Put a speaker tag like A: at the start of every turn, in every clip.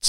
A: It's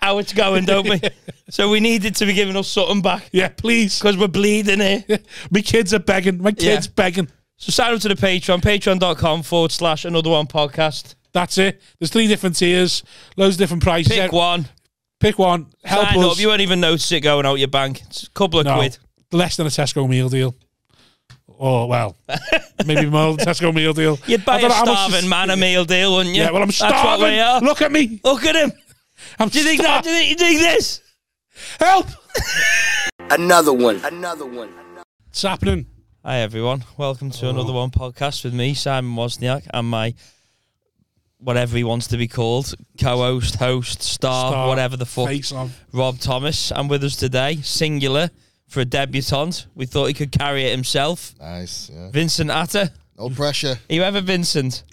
B: how it's going, don't we? so we needed to be giving us something back
A: yeah, please.
B: because we're bleeding here.
A: My kids are begging. My kids
B: Yeah.
A: begging.
B: So sign up to the Patreon, patreon.com forward slash another one podcast.
A: That's it. There's three different tiers, loads of different prices.
B: Pick one.
A: Pick one. Help
B: Sign
A: us.
B: up. You won't even notice it going out your bank. It's a couple of
A: No,
B: quid.
A: less than a Tesco meal deal. Or well, maybe more than Tesco meal deal.
B: You'd
A: I
B: buy
A: don't
B: a
A: know how much
B: starving
A: this-
B: man a meal deal, wouldn't you?
A: Yeah, well, I'm
B: That's what we are.
A: starving. Look at me.
B: Look at him.
A: I'm
B: Do you think that? Do
A: starving.
B: you think, you think this?
A: Help!
C: Another one. Another one.
A: It's happening.
B: Hi everyone. Welcome to another one podcast with me, Simon Wozniak, and my whatever he wants to be called, co-host, host, star,
A: Star,
B: Oh, whatever the fuck,
A: Oh, Face on.
B: Rob Thomas. And with us today, singular for a debutant. We thought he could carry it himself.
D: Nice, yeah.
B: Vincent Atter.
D: No pressure.
B: Are you ever Vincent?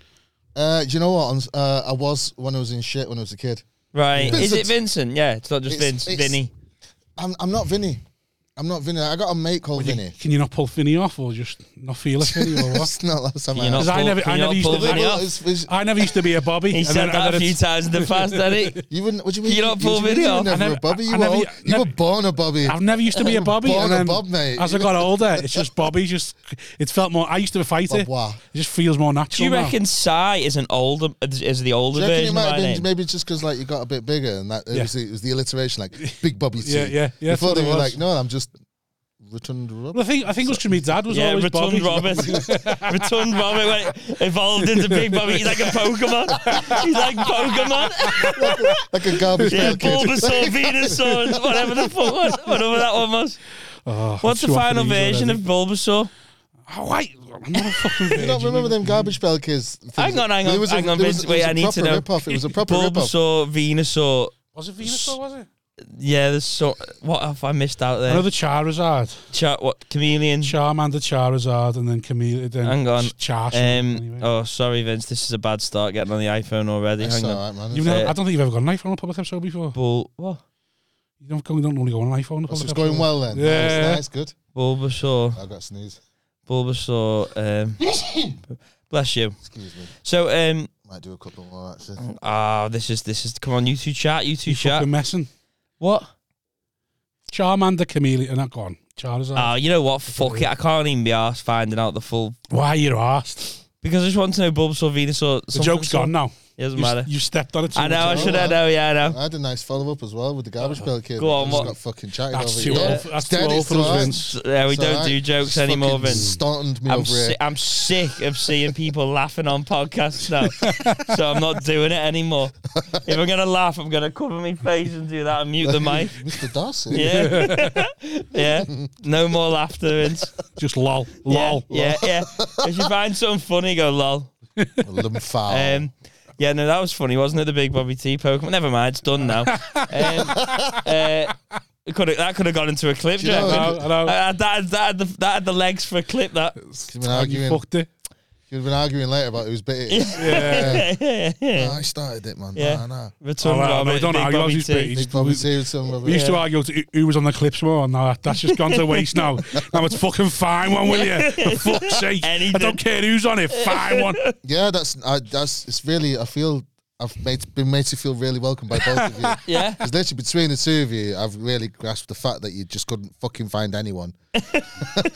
D: Uh, do you know what? I'm s- Uh, I was when I was in shit when I was a kid.
B: Right. Is it
D: Vincent.
B: Vincent? Yeah, it's not just
D: It's-
B: Vince.
D: it's-
B: Vinny.
D: I'm, I'm not Vinny. I'm not Vinny. I got a mate called Vinny.
A: Can you not pull Finney off or just not feel it, Finney, or what?
D: That's not last time
B: You're
D: I
B: not
A: 'Cause
D: asked.
A: I
B: pull-
A: never-
B: can
A: I
B: you
A: never
B: not
A: used to
B: pull Vinny
D: Well,
B: off?
D: it's- it's-
A: I never used to be a Bobby.
B: He said that a few
A: it's-
B: times in the past, didn't he?
D: you wouldn't. What do you mean?
B: You don't pull
D: you, you,
B: Vinny
D: you were
B: off.
D: never
A: I never-
D: a Bobby. You
A: I
D: were,
A: never-
D: old- you
A: never-
D: were born a Bobby.
A: I've never used to be a Bobby.
D: Born
A: and
D: a
A: then
D: Bob, mate.
A: As I got older, it's just Bobby. Just it felt more. I used to be a fighter.
D: Bob, wow.
A: It just feels more
B: Do
A: natural.
B: you
A: now.
B: reckon Sai is an older is the older
D: Do you reckon
B: version
D: it
B: of
D: might
B: my
D: have been
B: name?
D: maybe it's just because like you got a bit bigger and that it,
A: Yeah.
D: was, the, it was the alliteration like big Bobby T.
A: Yeah, yeah, yeah, that's
D: Before
A: what
D: they
A: it
D: were
A: was.
D: like, no, I'm just returned rub.
A: Well, I think I think it was 'cause my dad was
B: Yeah,
A: always Bobby.
B: Rotund Robert. Rotund Robert went, evolved into Big Bobby. He's like a Pokemon. He's like Pokemon.
D: like a garbage
B: Yeah,
D: pail kid.
B: Bulbasaur, Venusaur, whatever the fuck was, whatever that one was.
A: Oh,
B: What's the
A: two off
B: final
A: of these
B: version
A: already.
B: of Bulbasaur?
A: Oh, wait, I'm not a fucking
D: You
A: virgin.
D: don't remember them garbage pail kids? things?
B: Hang on, hang
D: There
B: on,
D: was a-
B: hang on,
D: there was-
B: Vince.
D: there
B: Wait,
D: was a
B: I need to
D: proper
B: know.
D: rip-off. It was a proper rip-off.
B: Bulbasaur, Venusaur.
A: Was it Venus or was it?
B: Yeah, there's so what have I missed out there?
A: Another Charizard,
B: Chat what chameleon.
A: Charmander, Charizard, and then Chameleon. Then
B: Hang on.
A: Char.
B: Um, oh, sorry, Vince. This is a bad start getting on the iPhone already.
D: It's
B: Hang on.
D: alright, man.
A: You've
D: It's-
A: never,
B: uh,
A: I don't think you've ever got an iPhone on a public episode before.
B: Bul what?
A: You don't, go, you don't normally go on an iPhone. on a
D: so
A: public
D: it's going
A: episode.
D: well then.
A: Yeah.
D: Nice, nice, good.
B: Bulbasaur.
D: I got a sneeze.
B: Bulbasaur. Um, bless you.
D: Excuse me.
B: So, um,
D: Might do a couple more actually.
B: ah, this is this is. Come on, you two chat. You two
A: You
B: chat.
A: fucking messing.
B: What?
A: Charmander, Chameleon, and go on. Charizard.
B: Ah, you know what? Fuck it. I can't even be asked finding out the full
A: Why are you arsed?
B: because I just want to know Bulbasaur, Venusaur.
A: The joke's gone now.
B: It doesn't
A: You,
B: matter.
A: you stepped on it. too
B: I know. I
A: much.
B: should. I know. Yeah, I know.
D: I had a nice follow up as well with the garbage pail kid.
B: Go on,
D: I
B: what-
D: just got fucking chatted
A: That's
D: over
A: too
D: it.
A: old.
D: Yeah.
A: for- That's
D: It's
A: too
D: dead,
A: old
D: it's
A: for us,
D: alright.
A: Vince.
B: Yeah, we
D: It's
B: don't
D: alright.
B: do jokes
D: Just
B: anymore,
D: fucking
B: Vince.
D: Startled me
B: I'm,
D: over here.
B: si- I'm sick of seeing people laughing on podcasts now, so I'm not doing it anymore. If I'm gonna laugh, I'm gonna cover my face and do that and mute the mic.
D: Mr. Darcy.
B: Yeah, yeah. No more laughter, Vince.
A: Just lol.
B: Yeah,
A: Lol.
B: Yeah, yeah. If you find something funny, go lol.
D: Lumphal.
B: Um, yeah, no, that was funny, wasn't it? The big Bobby T Pokemon. Never mind, it's done now. Um, uh, could that could have gone into a clip,
D: Do you know-
B: Jack.
A: I know. I know.
B: Uh, that, had- that, had the, that had the legs for a clip. That
D: You've
A: And
D: been
A: you
D: arguing.
A: fucked it.
D: You've been arguing later about who's bit it. is.
B: yeah.
D: Nah, I started it, man.
B: Yeah.
D: Nah, nah.
B: Return
A: Oh, well,
B: Robert,
A: we don't
B: Big
A: argue
B: Bobby
A: about
B: T.
A: these
D: Big Bobby T with some
A: We
D: rubber.
A: used to argue to who- who was on the clips more, and now that's just gone to waste now. Now it's fucking fine one, will you? For fuck's sake. I
B: Anything.
A: don't care who's on it, fine one.
D: Yeah, that's I, that's it's really. I feel I've made, been made to feel really welcome by both of you.
B: Yeah.
D: Because literally between the two of you, I've really grasped the fact that you just couldn't fucking find anyone.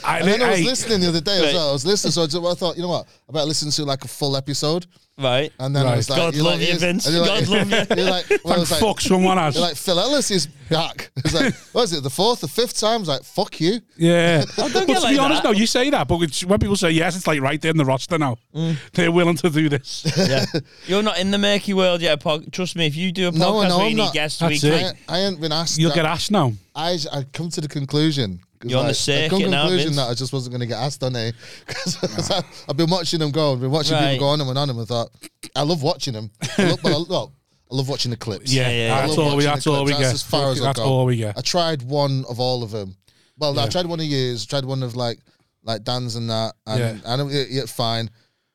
A: I,
D: And then I was
A: hey,
D: listening the other day
B: Right.
D: as well. I was listening, so I, just, I thought, you know what? I better listen to like a full episode.
B: right?
D: And then I
A: Right.
D: was like,
B: God
D: you're
B: love
D: like,
B: you,
D: is-
B: Vince.
D: and you're
B: God
D: like,
B: love you.
D: You're like, well, I was like,
A: Fuck, someone has.
D: You're like, Phil Ellis is back. It's like, what is it, the fourth, the fifth time? I was like, fuck you.
A: yeah. but
B: get
A: to be
B: like
A: honest,
B: that.
A: no, you say that, but it's, when people say yes, it's like right there in the roster now.
B: Mm.
A: They're willing to do this.
B: Yeah. You're not in the murky world yet. Pod- Trust me, if you do a podcast
D: No, no,
B: where you need
D: I'm not.
B: guests
A: That's
B: weekly,
A: it.
D: I, I ain't been asked.
A: You'll
D: that.
A: get asked now.
D: I, I come to the conclusion. 'cause,
B: You're on the
D: I come
B: circuit now,
D: conclusion
B: Vince.
D: that I just wasn't going to get asked on it because I've been watching them go. I've been watching
B: Right.
D: people go on and on and I thought I love watching them. I love, but I, look, I love watching the clips.
A: Yeah,
B: yeah, yeah.
A: that's
D: I love
A: all we.
D: watching
A: That's
D: the
A: all we
D: clips.
A: get.
D: That's as far as I
A: That's
D: go.
A: all we get.
D: I tried one of all of them. Well, I tried one of yours. Tried one of like like Dan's and that, and I don't yeah, yeah, fine.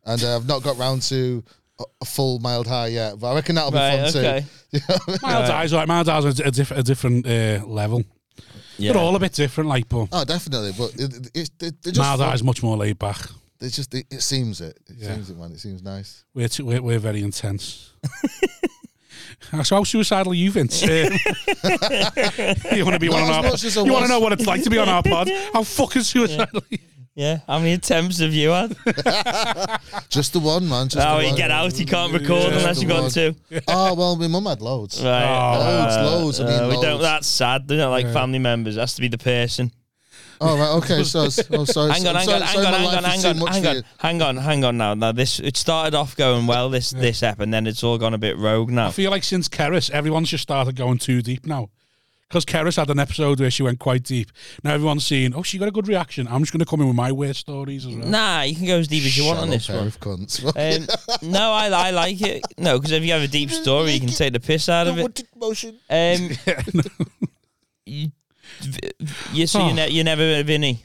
D: And uh, I've not got round to a, a full mild high yet, but I reckon that'll be
B: Right,
D: fun
B: okay.
D: too.
A: Mild eyes, like mild eyes, are a, diff- a different uh, level. They're all a bit different, like, but
D: oh, definitely. But it, it, it, they're just
A: mild
D: fun.
A: eyes much more laid back.
D: It's just it, it seems it. It
A: Yeah.
D: seems it, man. It seems nice.
A: We're too, we're, we're very intense. so how suicidal are you, Vince? Um, you want to be
D: Not
A: one on
D: as
A: our?
D: much as I
A: You want
D: was.
A: to know what it's like to be on our pod? How fucking suicidal? are you?
B: yeah. How many attempts have you had?
D: Just the one, man. Just
B: oh,
D: the
B: you
D: one.
B: get out. You can't record
A: Yeah.
B: unless you've got
D: Just the
B: two.
D: Oh well, my mum had loads.
B: Right.
D: Loads,
B: Uh,
D: loads. I mean,
B: uh, we
D: loads.
B: don't. That's sad. They don't like family members. It has to be the person.
D: Oh right, okay. So, so oh, sorry.
B: Hang on, hang
D: I'm sorry,
B: on, hang
D: sorry,
B: on,
D: my
B: hang
D: life
B: on,
D: is
B: hang
D: too
B: on,
D: much
B: hang
D: for
B: on,
D: you.
B: hang on, hang on. Now, now this it started off going well. This this app, and then it's all gone a bit rogue
A: I
B: now.
A: feel like since Keris, everyone's just started going too deep now. Because Keris had an episode where she went quite deep. Now everyone's seeing, oh, she got a good reaction. I'm just going to come in with my weird stories as well.
B: Nah, you can go as deep as you want on
D: Shallow
B: this
D: pair
B: one.
D: of cunts.
B: Um, no, I, I like it. No, because if you have a deep story, you can take the piss out of it.
D: motion.
B: Um, you, v- you, so
A: Oh.
B: you ne- you're never a Vinny.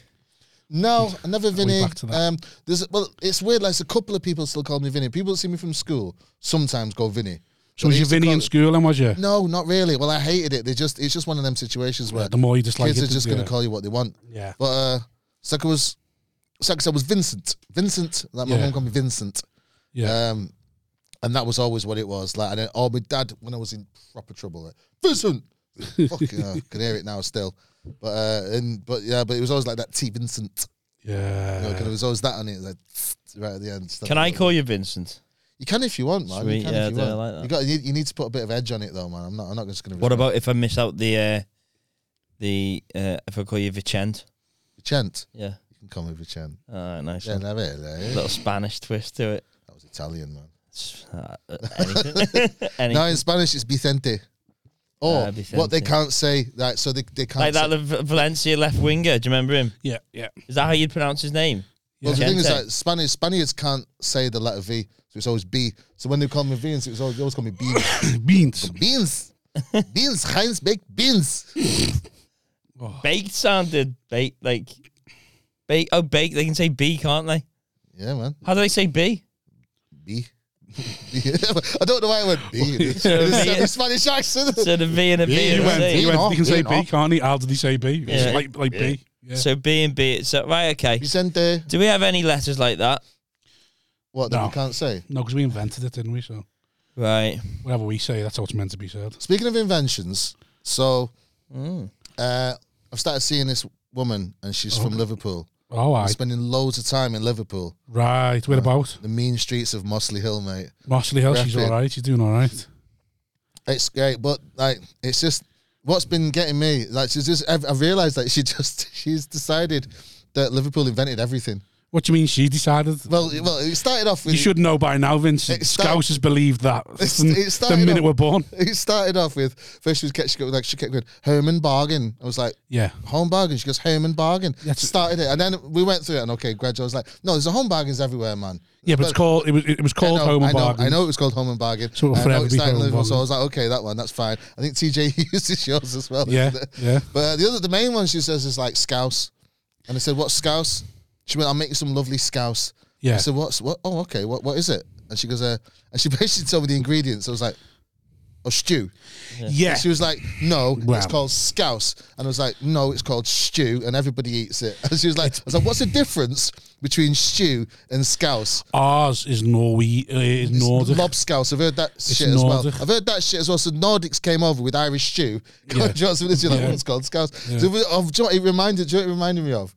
D: No, I never Vinny.
A: back to that?
D: Um, there's well, it's weird. Like there's a couple of people still call me Vinny. People that see me from school sometimes go Vinny.
A: so
D: But
A: was
D: they
A: you
D: used to
A: Vinny in
D: call-
A: school and was you?
D: No, not really. Well, I hated it. They just it's just one of them situations where
A: The more you dislike
D: kids
A: it,
D: are just
A: yeah.
D: going to call you what they want.
A: Yeah.
D: But uh, it's like I was, it's like I said, it was Vincent. Vincent. Like my
A: Yeah.
D: mum called me Vincent.
A: Yeah.
D: Um, and that was always what it was. Like, and then, oh, my dad, when I was in proper trouble, like, Vincent! Fucking hell, can hear it now still. But, uh, and, but yeah, but it was always like that T Vincent.
A: yeah.
D: You know, 'cause there was always that on it, like, right at the end.
B: Can I call you Vincent?
D: You can if you want, man.
B: Sweet,
D: you can
B: yeah,
D: if you
B: I do
D: want.
B: like that.
D: You, got, you, you need to put a bit of edge on it, though, man. I'm not, I'm not just going to.
B: What about if I miss out the uh, the uh, if I call you Vicente?
D: Vicent?
B: Yeah.
D: You can call me Vicent.
B: All right, Ah, nice.
D: Yeah,
B: one.
D: no, really.
B: Little Spanish twist to it.
D: That was Italian, man.
B: It's, uh, uh, anything. anything.
D: No, in Spanish, it's Vicente. Or
B: Ah,
D: what they
B: Vicente.
D: can't say, like, so they, they can't
B: like
D: say,
B: that L- Valencia left winger. Do you remember him?
A: yeah. Yeah.
B: Is that how you'd pronounce his name?
D: Well, the thing is
B: Gente.
D: that Spanish Spaniards can't say the letter V, so it's always B. So when they call me Vince, it was always, they always call me Beans.
A: Beans.
D: beans, beans, Heinz baked beans. Oh.
B: Baked sounded bake like bake. Oh, bake. They can say B, can't they?
D: Yeah, man,
B: How do they say B?
D: B. I don't know why I went B. It's a Spanish accent.
B: So the V and a B.
A: He
B: are
D: Yeah,
B: the
A: went,
B: same.
A: he went,
D: Beano,
A: you can say B,
D: Beano.
A: can't he? How did he say B? It's
B: Yeah.
A: like, like B. Yeah.
B: So B and B. So right, okay.
D: Vicente,
B: Do we have any letters like that?
D: what that
A: No.
D: we can't say.
A: No, because we invented it, didn't we? So
B: Right.
A: whatever we say, that's how it's meant to be said.
D: Speaking of inventions, so
B: Mm.
D: uh, I've started seeing this woman, and she's from Liverpool.
A: All
D: I'm
A: right.
D: spending loads of time in Liverpool,
A: Right. What about?
D: the mean streets of Mossley Hill, mate.
A: Mossley Hill, she's
D: Rapid.
A: all right. She's doing all right.
D: It's great, but like, it's just what's been getting me. Like, she's just. I've, I've realised that she just she's decided that Liverpool invented everything.
A: What do you mean she decided?
D: Well, it- well, it started off with
A: You should know by now, Vincent.
D: It start-
A: Scousers believed that
D: It's-
A: from
D: it
A: the
D: started
A: minute
D: off-
A: we're born.
D: It started off with first she was kept, she kept, like she kept going Herman Bargain. I was like.
A: Yeah.
D: Home bargain. She goes Herman bargain.
A: That's-
D: Started it, and then we went through it, and okay, gradually I was like, no, there's a home bargains everywhere, man.
A: Yeah, but it's called it was it was
D: I
A: called
D: know,
A: Home
D: I
A: and
D: know,
A: Bargain.
D: I know it was called Home and Bargain.
A: So it'll
D: I know
A: forever
D: it
A: be
D: started in
A: Home and
D: Liverpool, so I
A: Bargain.
D: was like, okay, that one, that's fine. I think TJ uses yours as well.
A: Yeah,
D: isn't it?
A: yeah.
D: But uh, the other, the main one she says is like scouse, and I said, what's scouse? She went, I'll make you some lovely scouse.
A: Yeah.
D: I said, what's what? Oh, okay, what what is it? And she goes, uh, and she basically told me the ingredients. I was like, oh, stew.
A: yeah.
D: She was like, "No,
A: Wow.
D: it's called scouse," and I was like, "No, it's called stew, and everybody eats it." And she was like, "I was like, what's the difference between stew and scouse?"
A: Ours is Norway uh, is Nordic.
D: Lobscouse. I've heard that shit as well.
A: Nordic.
D: I've heard that shit as well. So Nordics came over with Irish stew. Yeah. you know what I mean? It's like,
A: Yeah.
D: "Well, it's called scouse. So, we- oh, do you know what it reminded? Do you know what it reminded me of?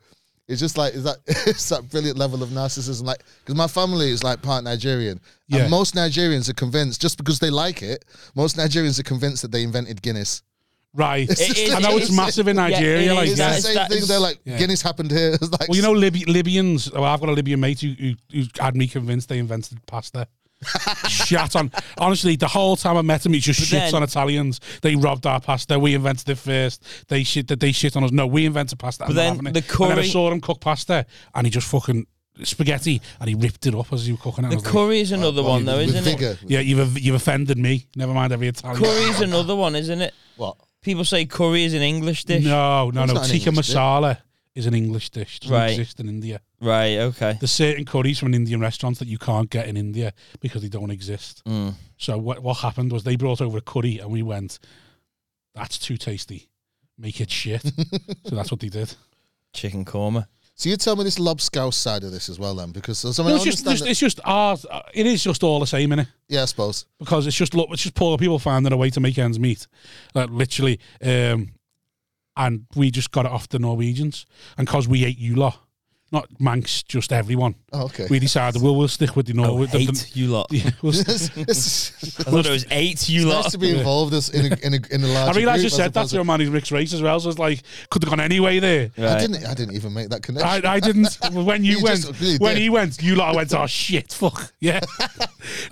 D: It It's just like is that it's that brilliant level of narcissism, like because my family is like part Nigerian,
A: Yeah.
D: and most Nigerians are convinced just because they like it. Most Nigerians are convinced that they invented Guinness.
A: Right.
D: It-
A: I know
D: it-
A: it's massive in
B: yeah,
A: Nigeria.
B: it
A: like,
B: is.
D: It's
A: yeah.
D: the
B: That's-
D: same
B: that
D: thing.
B: is-
D: They're like
A: Yeah.
D: Guinness happened here. It's like,
A: Well, you know, Lib- Libyans. Well, I've got a Libyan mate who, who, who had me convinced they invented pasta. Shat on. Honestly, the whole time I met him, he just shits
B: then-
A: on Italians. They robbed our pasta. We invented it first. They shit that they shit on us. No, we invented pasta. I'm
B: But then
A: not having it.
B: the
A: And then I
B: curry-
A: saw him cook pasta, and he just fucking spaghetti, and he ripped it up as he was cooking it. and I
B: The
A: was like,
B: curry is another one though,
D: with
B: isn't it?
D: vigor.
A: yeah, you've you've offended me. Never mind every Italian.
B: Curry is another one, isn't it?
D: What?
B: People say curry is an English dish.
A: No, no,
D: It's
A: no.
D: not an
A: Tikka
D: English dish.
A: masala is an English dish. Doesn't
B: Right.
A: exist in India.
B: Right. Okay.
A: there's certain curries from an Indian restaurants that you can't get in India because they don't exist.
D: Mm.
A: So what what happened was they brought over a curry and we went, that's too tasty. Make it shit. so that's what they did.
B: Chicken korma.
D: So you tell me this lobscouse side of this as well, then, because so,
A: No,
D: I mean, I
A: it's just,
D: understand
A: just it's just ours. uh, It is just all the same, innit?
D: that- yeah, I suppose.
A: Because it's just look, it's just poor people finding a way to make ends meet, like literally. Um, and we just got it off the Norwegians, and because we ate you lot, not Manx, just everyone.
D: Oh, okay.
A: We decided well we'll stick with the
B: Oh,
A: Norway. the- the-
B: eight you lot.
A: yeah, we'll
D: it's, it's
B: I thought it was eight you lot.
D: nice to be involved as in a, in a, in a
A: I
D: larger
A: realise
D: group,
A: you
D: as
A: said that
D: opposed
A: to a man who's mixed race as well, so it's like could have gone any way there.
D: I
B: Right.
D: didn't. I didn't even make that connection.
A: I, I didn't. When you,
D: You
A: went,
D: just really
A: when
D: did.
A: he went, you lot went. Oh shit! Fuck yeah.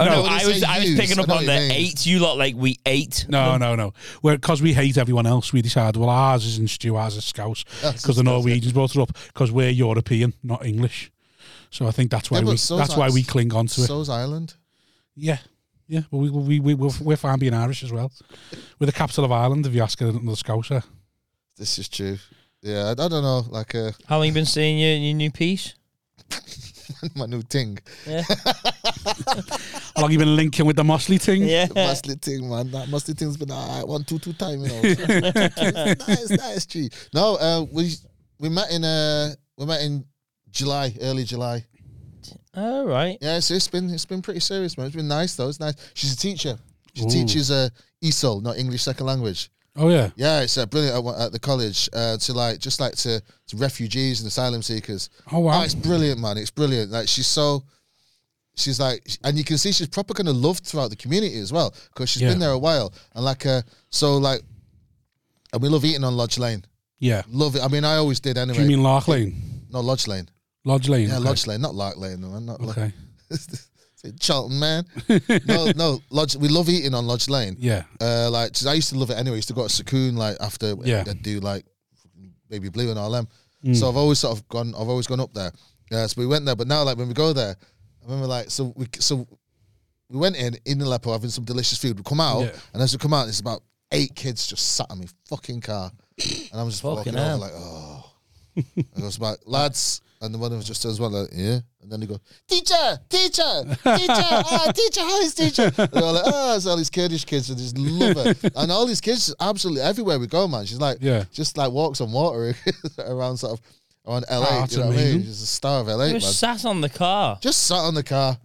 B: Oh, no,
A: No.
D: when
B: I
D: they
B: was
D: say
B: I was
D: yous,
B: picking
D: I
B: up
D: know
B: on
D: what you
B: the
D: mean.
B: eight you lot like we ate.
A: No, no, no. Because we hate everyone else, we decided. Well, ours isn't stew, ours is scouse. Because the Norwegians brought it up. Because we're European, not English. So I think that's why
D: Yeah, but
A: we
D: so
A: that's why
D: that's-
A: we cling on to it.
D: So's Island.
A: Yeah, yeah. But we we we we're, we're fine being Irish as well. We're the capital of Ireland. If you ask another Scouser,
D: This is true. Yeah, I, I don't know. Like uh,
B: How long you been seeing your, your new piece?
D: my new thing,
B: Yeah.
A: how long you been linking with the Mosley thing?
B: yeah.
D: the musty thing, man. That musty thing's been alright one, two, two time. You know, it's nice, nice, G. No, uh, we we met in uh, we met in July, early July.
B: All right.
D: Yeah, so it's been it's been pretty serious, man. It's been nice though. It's nice. She's a teacher. She
A: Ooh.
D: teaches uh, ESOL, not English second language.
A: Oh yeah.
D: Yeah, it's uh, brilliant at, one- at the college uh, to like just like to, to refugees and asylum seekers.
A: Oh wow.
D: Oh, it's brilliant, man. It's brilliant. Like she's so, she's like, and you can see she's proper kind of loved throughout the community as well because she's
A: Yeah.
D: been there a while. And like, uh, so like, and we love eating on Lodge Lane.
A: yeah.
D: Love it. I mean, I always did anyway.
A: Do you mean Lark Lane?
D: no Lodge Lane?
A: Lodge Lane?
D: Yeah,
A: okay.
D: Lodge Lane, not Lark Lane. Man, not Lodge.
A: Okay.
D: Charlton, man. no, no, Lodge. We love eating on Lodge Lane.
A: Yeah.
D: Uh, like 'cause I used to love it anyway. I used to go to Sukoon like after
A: Yeah.
D: I'd do like Baby Blue and all them. So I've always sort of gone. I've always gone up there. Yeah, so we went there, but now like when we go there, I remember like so we so we went in in Aleppo having some delicious food. We come out
A: Yeah.
D: and as we come out, there's about eight kids just sat in my fucking car, and I'm just
B: Fucking
D: walking over
B: hell.
D: like oh. I goes back, lads, and the one of them just turns one like, yeah, and then he goes, teacher, teacher, teacher, ah, teacher, how is teacher? And they're all like, ah, it's all these Kurdish kids and just love her, and all these kids, absolutely everywhere we go, man. She's like,
A: Yeah.
D: just like walks on water around sort of around LA.
A: Ah, that's
D: you know what I mean?
A: amazing.
D: She's a star of LA,
B: You
D: man.
B: were sat on the car.
D: Just sat on the car.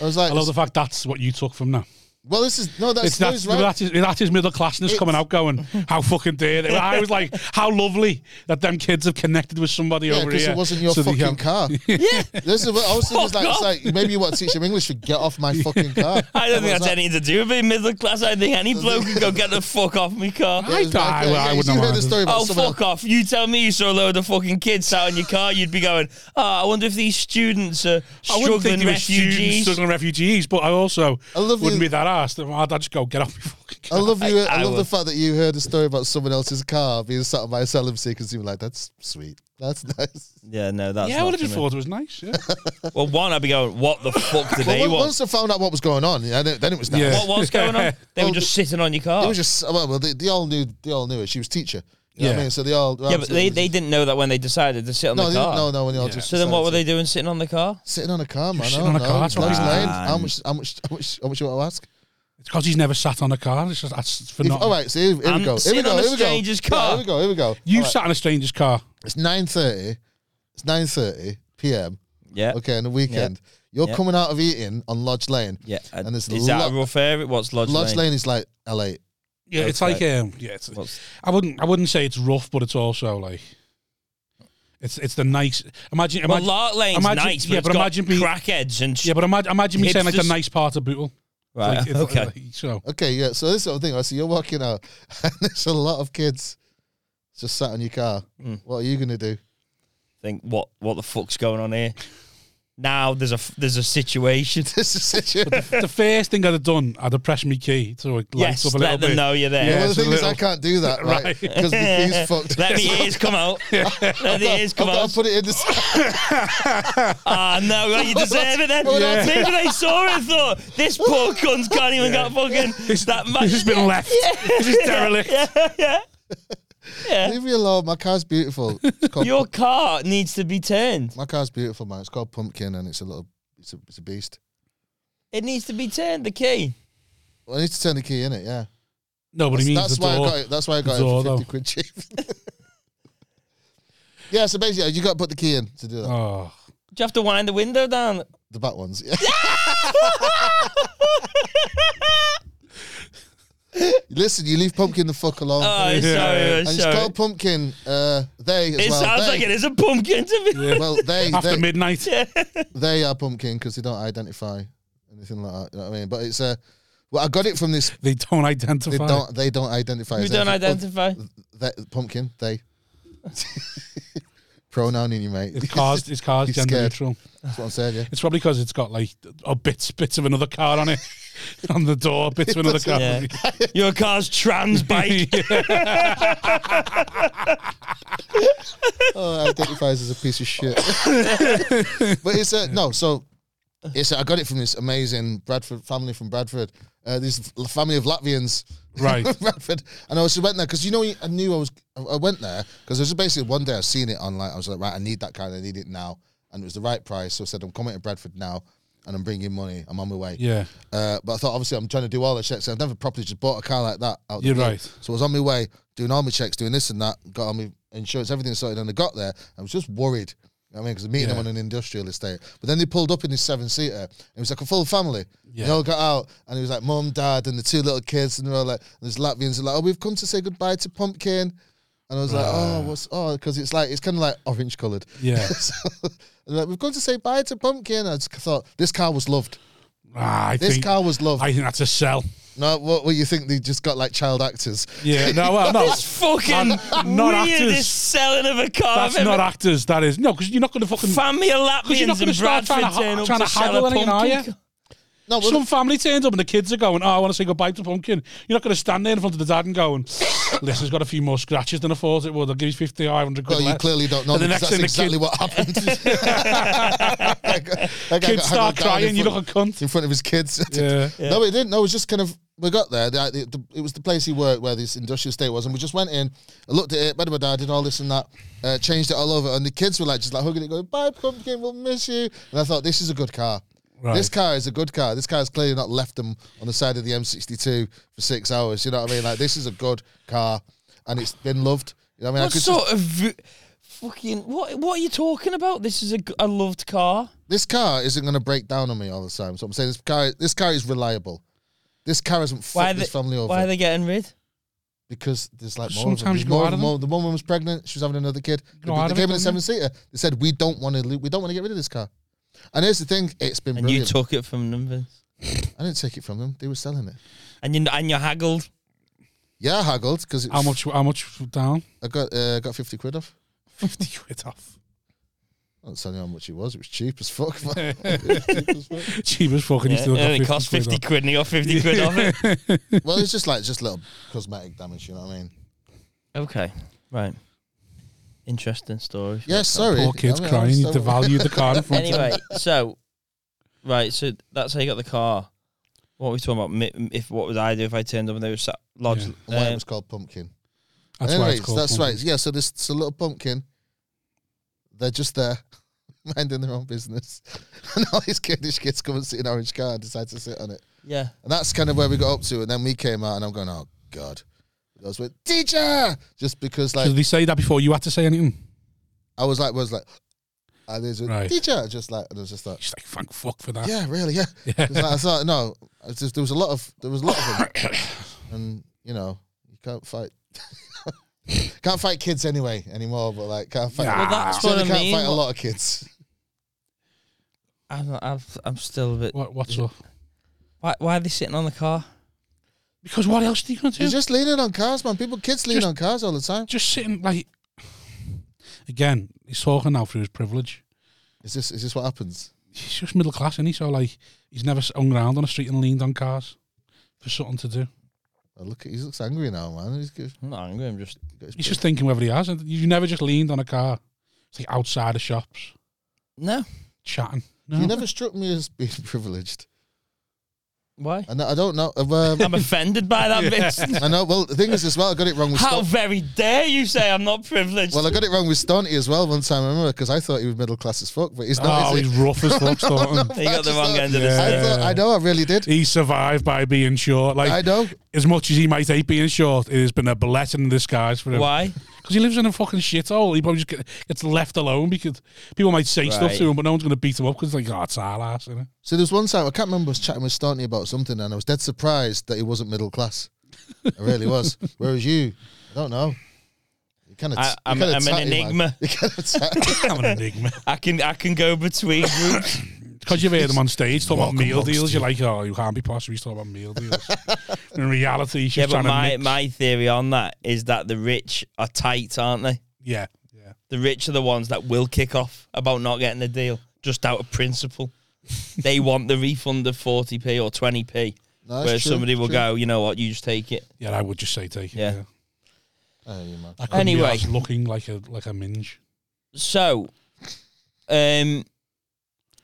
D: I was like,
A: I love the fact that's what you took from that.
D: well, this is no, that's,
A: It's
D: no,
A: that's,
D: he's right.
A: that's, his, that's his middle classness coming out going, how fucking dare they? I was like, how lovely that them kids have connected with somebody
D: Yeah,
A: over
D: because
A: here.
D: it wasn't your
A: So um, they
D: fucking
A: can-
D: car. Yeah, this is what I was thinking. It's like,
B: Fuck
D: it's like maybe you want to teach them English, but get off my fucking car.
B: I don't
D: I
B: think
D: was
B: that's
D: like-
B: anything to do with being middle class. I think any bloke can go get the fuck off me car.
A: I,
D: It's like,
A: I,
D: yeah,
A: I,
D: yeah,
A: wouldn't
D: you heard
A: have
D: the story about
B: Oh
D: someone else-
B: fuck off! You tell me you saw a load of fucking kids sat in your car, you'd be going, "Oh, I wonder if these students are
A: I wouldn't think
B: struggling
A: they were students,
B: refugees."
A: struggling refugees, but I also
D: I love
A: wouldn't
D: you-
A: be that arsed. I'd I'd just go, get off me fucking
D: I
A: car.
D: love you. I,
B: I
D: love
B: will.
D: the fact that you heard a story about someone else's car being sat on my asylum seekers. You were like, that's sweet. That's nice.
B: Yeah, no, that's
A: Yeah, I
B: not
A: would have
B: for
A: just
B: me.
A: thought it was nice. Yeah.
B: Well, one, I'd be going, "What the fuck did
D: But
B: they
D: on-
B: want?"
D: once I found out what was going on, yeah, then then it was nice.
A: Yeah.
B: What was going on? They
D: Well,
B: were just sitting on your car.
D: It was just well, well, they, they all knew. They all knew it. She was teacher. You know what
A: Yeah.
D: I mean, so they all.
B: yeah, but they, they didn't know that when they decided to sit on
D: no,
B: the
D: they
B: car.
D: didn't- no, no. When they all just
B: So then, what were
D: decided
B: they doing sitting on the car?
D: to- sitting on a car, man?
A: sitting
D: I don't
A: on a car,
D: know.
A: that's what
D: Lodge
A: I mean.
D: Lane. How much? How much? How much? How much you want to ask?
A: It's because he's never sat on a car. It's just, that's
D: If-
A: phenomenal.
D: all right, so here, here
B: I'm
D: we go. Here we
B: sitting
D: go.
B: on a
D: Here we go.
B: stranger's
D: Yeah,
B: car.
D: here we go. Here we go.
A: You
D: All right,
A: sat in a stranger's car.
D: It's nine thirty. It's nine thirty p.m.
B: Yeah.
D: Okay, on the weekend. You're
B: Yeah.
D: coming out of eating on Lodge Lane.
B: Yeah.
D: And there's
B: is that
D: lo-
B: a rough area? What's Lodge,
D: Lodge
B: Lane?
D: Lane is like LA.
A: Yeah, it's
B: Okay.
A: like um, yeah, it's,
B: What's-
A: I wouldn't I wouldn't say it's rough, but it's also like It's it's the nice. Imagine,
B: Well,
A: imagine
B: Lark Lane's
A: imagine-
B: nice, but
A: yeah,
B: it's
A: but
B: got
A: imagine being-
B: crackheads and
A: yeah,
B: shit.
A: but imagine, imagine me saying like the
B: Hipsters.
A: nice part of Bootle.
B: Right,
A: Like, if-
B: Uh, okay.
A: like, so
D: Okay, yeah. So this sort of thing. I see you're walking out, and there's a lot of kids just sat in your car.
B: Hmm.
D: What are you gonna do?
B: think what what the fuck's going on here? Now there's a f- there's a situation.
D: This is such a-
A: the first thing I'd have done, I'd have pressed my key so it lights
B: yes,
A: up a little
B: let them
A: bit.
B: know you're there.
A: Yeah,
D: Well, the
A: it's a
D: thing is, I
A: little-
D: can't do that, right?
A: Right.
D: Because my keys fucked.
B: Let the ears come out. Let the ears
D: I've
B: come
D: got to
B: out.
D: put it in the.
B: Ah, no, well, you deserve it then.
A: Yeah.
B: Maybe they saw it and thought, this poor cunt's can't even got fucking.
A: This,
B: that much.
A: this has been left. This is derelict.
B: Yeah, yeah.
D: Leave me alone. My car's beautiful. It's called,
B: Your car needs to be turned.
D: my car's beautiful, man. It's called Pumpkin, and it's a little. It's a, it's a beast.
B: It needs to be turned, the key.
D: Well, I need to turn the key in it. Yeah.
A: No, but he means
D: that's
A: the
D: why
A: door.
D: I got it. That's why I got
A: The
D: it for
A: door,
D: fifty quid cheap. yeah. So basically, you got to put the key in to do that.
A: Oh.
B: Do you have to wind the window down?
D: The back ones. Yeah. Listen, you leave Pumpkin the fuck alone.
B: Oh,
A: Yeah.
B: sorry,
A: And
D: and it's
B: sorry.
D: called Pumpkin. Uh, they as
B: it
D: well.
B: sounds
D: they,
B: like it is a pumpkin to me.
D: Well, they
A: After
D: they,
A: midnight.
D: they are pumpkin because they don't identify anything like that. You know what I mean? But it's a. Well, I got it from this.
A: They don't
D: They
A: identify.
D: don't. They don't identify.
B: We
D: as
B: don't
D: anything.
B: identify.
D: They, pumpkin. They. Pronoun in you, mate.
A: His car's, his car's
D: He's
A: gender
D: scared.
A: neutral.
D: That's what I'm saying. Yeah.
A: It's probably because it's got like a bits bits of another car on it, on the door, bits of another car.
B: Yeah. Your car's trans bike.
D: Oh, identifies as a piece of shit. but it's a no. So it's a, I got it from this amazing Bradford family from Bradford. Uh, this l- family of Latvians,
A: Right.
D: Bradford, and I also went there because you know I knew I was. I- I went there because it was basically one day I seen it online. I was like, right, I need that kind. I need it now, and it was the right price. So I said, I'm coming to Bradford now, and I'm bringing money. I'm on my way.
A: Yeah.
D: Uh, but I thought obviously I'm trying to do all the checks. I've never properly just bought a car like that. Out the
A: You're
D: blue.
A: right.
D: So I was on my way doing all my checks, doing this and that. Got all my insurance, everything sorted, and I got there. I was just worried. You know what I mean, because meeting them
A: Yeah.
D: on an industrial estate. But then they pulled up in this seven seater. It was like a full family. They
A: Yeah.
D: all got out, and it was like mum, dad, and the two little kids, and they were like, and there's Latvians, are like, oh, we've come to say goodbye to Pumpkin. And I was like, oh, what's oh, because it's like it's kind of like orange coloured.
A: Yeah.
D: so, like, we've come to say bye to Pumpkin. I just thought this car was loved.
A: Ah, I
D: This
A: think
D: car was loved.
A: I think that's a sell.
D: No, what what you think they just got like child actors?
A: Yeah. No. Well, no.
B: It's fucking
A: not
B: weirdest
A: actors.
B: selling of a car.
A: That's
B: I've ever-
A: not actors. That is no, because you're not going to fucking.
B: Family of
A: you're not
B: Latvians
A: gonna
B: in
A: start
B: Bradford
A: trying to ha-
B: turn up
A: trying to
B: sell
A: haggle
B: a
A: anything, are
B: pumpkin.
D: No, well,
A: Some family turns up and the kids are going, "Oh, I want to say goodbye to Pumpkin." You're not going to stand there in front of the dad and going, "Listen's got a few more scratches than I thought it would. I'll give you fifty or hundred quid
D: well, you
A: less."
D: clearly don't know
A: And the
D: because
A: next
D: that's
A: thing the
D: exactly
A: kid-
D: what happened. That guy- that guy
A: Kids
D: got
A: start
D: haggled down
A: crying. You
D: front-
A: look a cunt.
D: in front of his kids.
A: Yeah.
D: No, it didn't. No, it was just kind of. We got there. The, the, the- it was the place he worked where this industrial estate was, and we just went in. I looked at it. Better my dad did all this and that. Uh, changed it all over, and the kids were like just like hugging it, going, "Bye, pumpkin. We'll miss you." And I thought, this is a good car.
A: Right.
D: This car is a good car. This car's clearly not left them on the side of the M62 for six hours. You know what I mean? Like this is a good car, and it's been loved. You know what I mean? I
B: What
D: could just-
B: sort of v- fucking what? What are you talking about? This is a, g- a loved car.
D: this car isn't going to break down on me all the time. So I'm saying this car, this car is reliable. This car hasn't
B: Why are
D: fucked
B: they,
D: this family over.
B: why are they getting rid?
D: because there's like more
A: Sometimes you
D: of them. There's
A: go
D: more
A: out
D: of
A: of
D: them. The woman was pregnant. She was having another kid.
A: go
D: they
A: out
D: they
A: of
D: came
A: it,
D: in a
A: don't
D: seven seater. They said we don't want to. We don't want to get rid of this car. And here's the thing. It's been
B: And you
D: brilliant.
B: took it from them, Vince.
D: I didn't take it from them. They were selling it.
B: and you and you haggled.
D: Yeah, I haggled because
A: How much? How much down?
D: I got uh, got fifty quid off.
A: Fifty quid off.
D: I'm not telling you how much it was. It was cheap as fuck. man. It was cheap as fuck.
A: Cheap as fucking.
B: Yeah,
A: he still got
B: and it
A: 50
B: cost
A: quid
B: fifty
A: off.
B: quid, and you got fifty quid off it.
D: well, it's just like just little cosmetic damage. You know what I mean?
B: Okay, right. Interesting story.
D: Yeah, sorry.
A: Poor kids
D: I mean, I
A: crying. You
D: understand what-
A: devalued the car in front of
B: Anyway, so right, so that's how you got the car. What were we talking about? Mi- If what would I do if I turned up and they were sat lodged?
A: Yeah.
D: And why it
B: um,
D: was called pumpkin.
A: That's
D: Anyways,
A: why it's called.
D: that's
A: Pumpkin.
D: right. Yeah, so this it's a little pumpkin. They're just there, minding their own business, and all these kiddish kids come and sit in orange car and decide to sit on it.
B: yeah.
D: And that's kind of where we got up to. And then we came out, and I'm going, oh god, I was with teacher, just because like
A: Did they say that before you had to say anything?
D: I was like was like, I was with
A: Right.
D: teacher, just like and I was just like,
A: She's like, thank fuck for that.
D: yeah, really, yeah. It's like, I thought no, I just there was a lot of there was a lot of them, and you know you can't fight. Can't fight kids anyway anymore, but like can't fight.
A: Nah.
B: Well, that's what I
D: Certainly Ah. can't
B: mean.
D: fight a lot of kids.
B: I'm, not- I'm, I'm still a bit.
A: What, what's up?
B: Why, why are they sitting on the car?
A: Because what else do you gonna do?
D: You're just leaning on cars, man. People, kids lean
A: Just-
D: on cars all the time.
A: just sitting like again he's talking now through his privilege
D: Is this is this what happens?
A: he's just middle class isn't he so like he's never hung around on the street and leaned on cars for something to do
D: Oh, look, he looks angry now, man. He's, he's
B: I'm not angry. I'm just.
D: got his
A: he's just thinking whether he has and you never just leaned on a car it's like outside of shops
B: No.
A: chatting no
D: You never struck me as being privileged,
B: Why?
D: and I don't know. Um,
B: I'm offended by that, Vincent.
D: I know. Well, the thing is, as well, I got it wrong with.
B: How
D: Ston-
B: very dare you say I'm not privileged?
D: well, I got it wrong with Stonty as well one time. I remember because I thought he was middle class as fuck, but he's not.
A: oh
D: is
A: he's
D: he?
A: rough as fuck Thornton.
B: you got the wrong end of the
A: Yeah.
B: stick.
D: I thought. I know. I really did.
A: he survived by being short like
D: I know.
A: as much as he might hate being short it has been a blessing in disguise for him
B: Why?
A: Because he lives in a fucking shithole. He probably just get, gets left alone because people might say stuff
B: Right.
A: to him, but no one's going to beat him up because like, oh, it's our ass, you know?
D: So there was one time I can't remember. I was chatting with Stonty about something, and I was dead surprised that he wasn't middle class. I really was. Whereas you, I don't know. You kind of.
B: I- I'm- I'm an enigma.
D: You kind of.
A: I'm an enigma.
B: I can I can go between groups.
A: Because you've heard him on stage talking about
D: Walk
A: meal
D: amongst
A: deals, you're like, oh, you can't be possible. He's talking about meal deals. in reality, he's
B: yeah,
A: just
B: but
A: trying to
B: my,
A: mix.
B: my theory on that is that the rich are tight, aren't they?
A: yeah, yeah.
B: The rich are the ones that will kick off about not getting the deal just out of principle. they want the refund of 40p or 20p,
D: No, it's
B: where
D: true,
B: somebody
D: it's
B: will
D: true.
B: go, you know what, you just take it.
A: Yeah, I would just say take it.
B: Yeah.
A: Yeah.
D: Oh, you man.
A: I couldn't be
B: Anyway.
A: arsed looking like a like a minge.
B: So, um,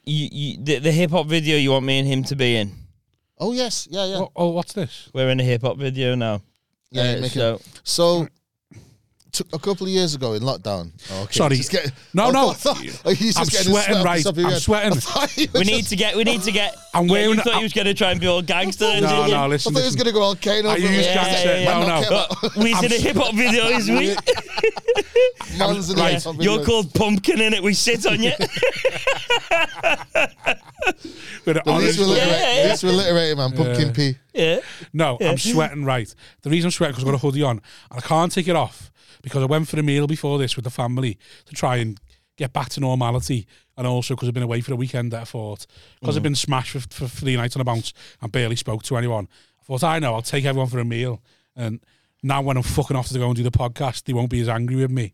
B: you, you the, the hip hop video you want me and him to be in.
D: Oh yes, yeah, yeah.
A: Oh, oh, what's this?
B: We're in a hip hop video now.
D: yeah
B: Uh,
D: you make it-
B: so
D: So, t- a couple of years ago in lockdown. Oh, okay.
A: Sorry.
D: Just get-
A: No,
D: I
A: no.
D: thought- I thought- he's just
A: I'm
D: getting his
A: sweating,
D: sweat
A: right?
D: up his
A: I'm
D: head.
A: sweating.
D: I thought he
B: we
D: was
B: need
D: just-
B: to get. We need to get.
A: I'm
B: Yeah,
A: wearing-
B: you thought
A: I'm-
B: he was going to try and be all gangster. then,
A: No,
B: didn't you?
A: no,
D: I
A: listen.
D: thought he was
A: listen.
D: going to go all Kano.
A: Are
D: for
A: you
D: me.
A: just
B: Yeah,
A: gangster?
B: yeah, yeah.
A: No,
D: Not
A: no.
D: Kano.
B: But we did a hip hop video, isn't we?
D: Man's in
A: Right.
D: it, I'll be
B: You're
D: like-
B: called pumpkin in it. We sit on you.
A: But
D: At least we're
A: honestly-
D: literate. At
B: Yeah.
D: least we're literate, man. Pumpkin
A: Yeah.
D: pea.
B: yeah.
A: No, I'm sweating right. The reason I'm sweating because I've got a hoodie on and I can't take it off because I went for a meal before this with the family to try and get back to normality. And also because I've been away for the weekend at a fort. Because I've
B: Mm.
A: been smashed for, for three nights on a bounce and barely spoke to anyone. I thought, I know, I'll take everyone for a meal. And now when I'm fucking off to go and do the podcast, they won't be as angry with me.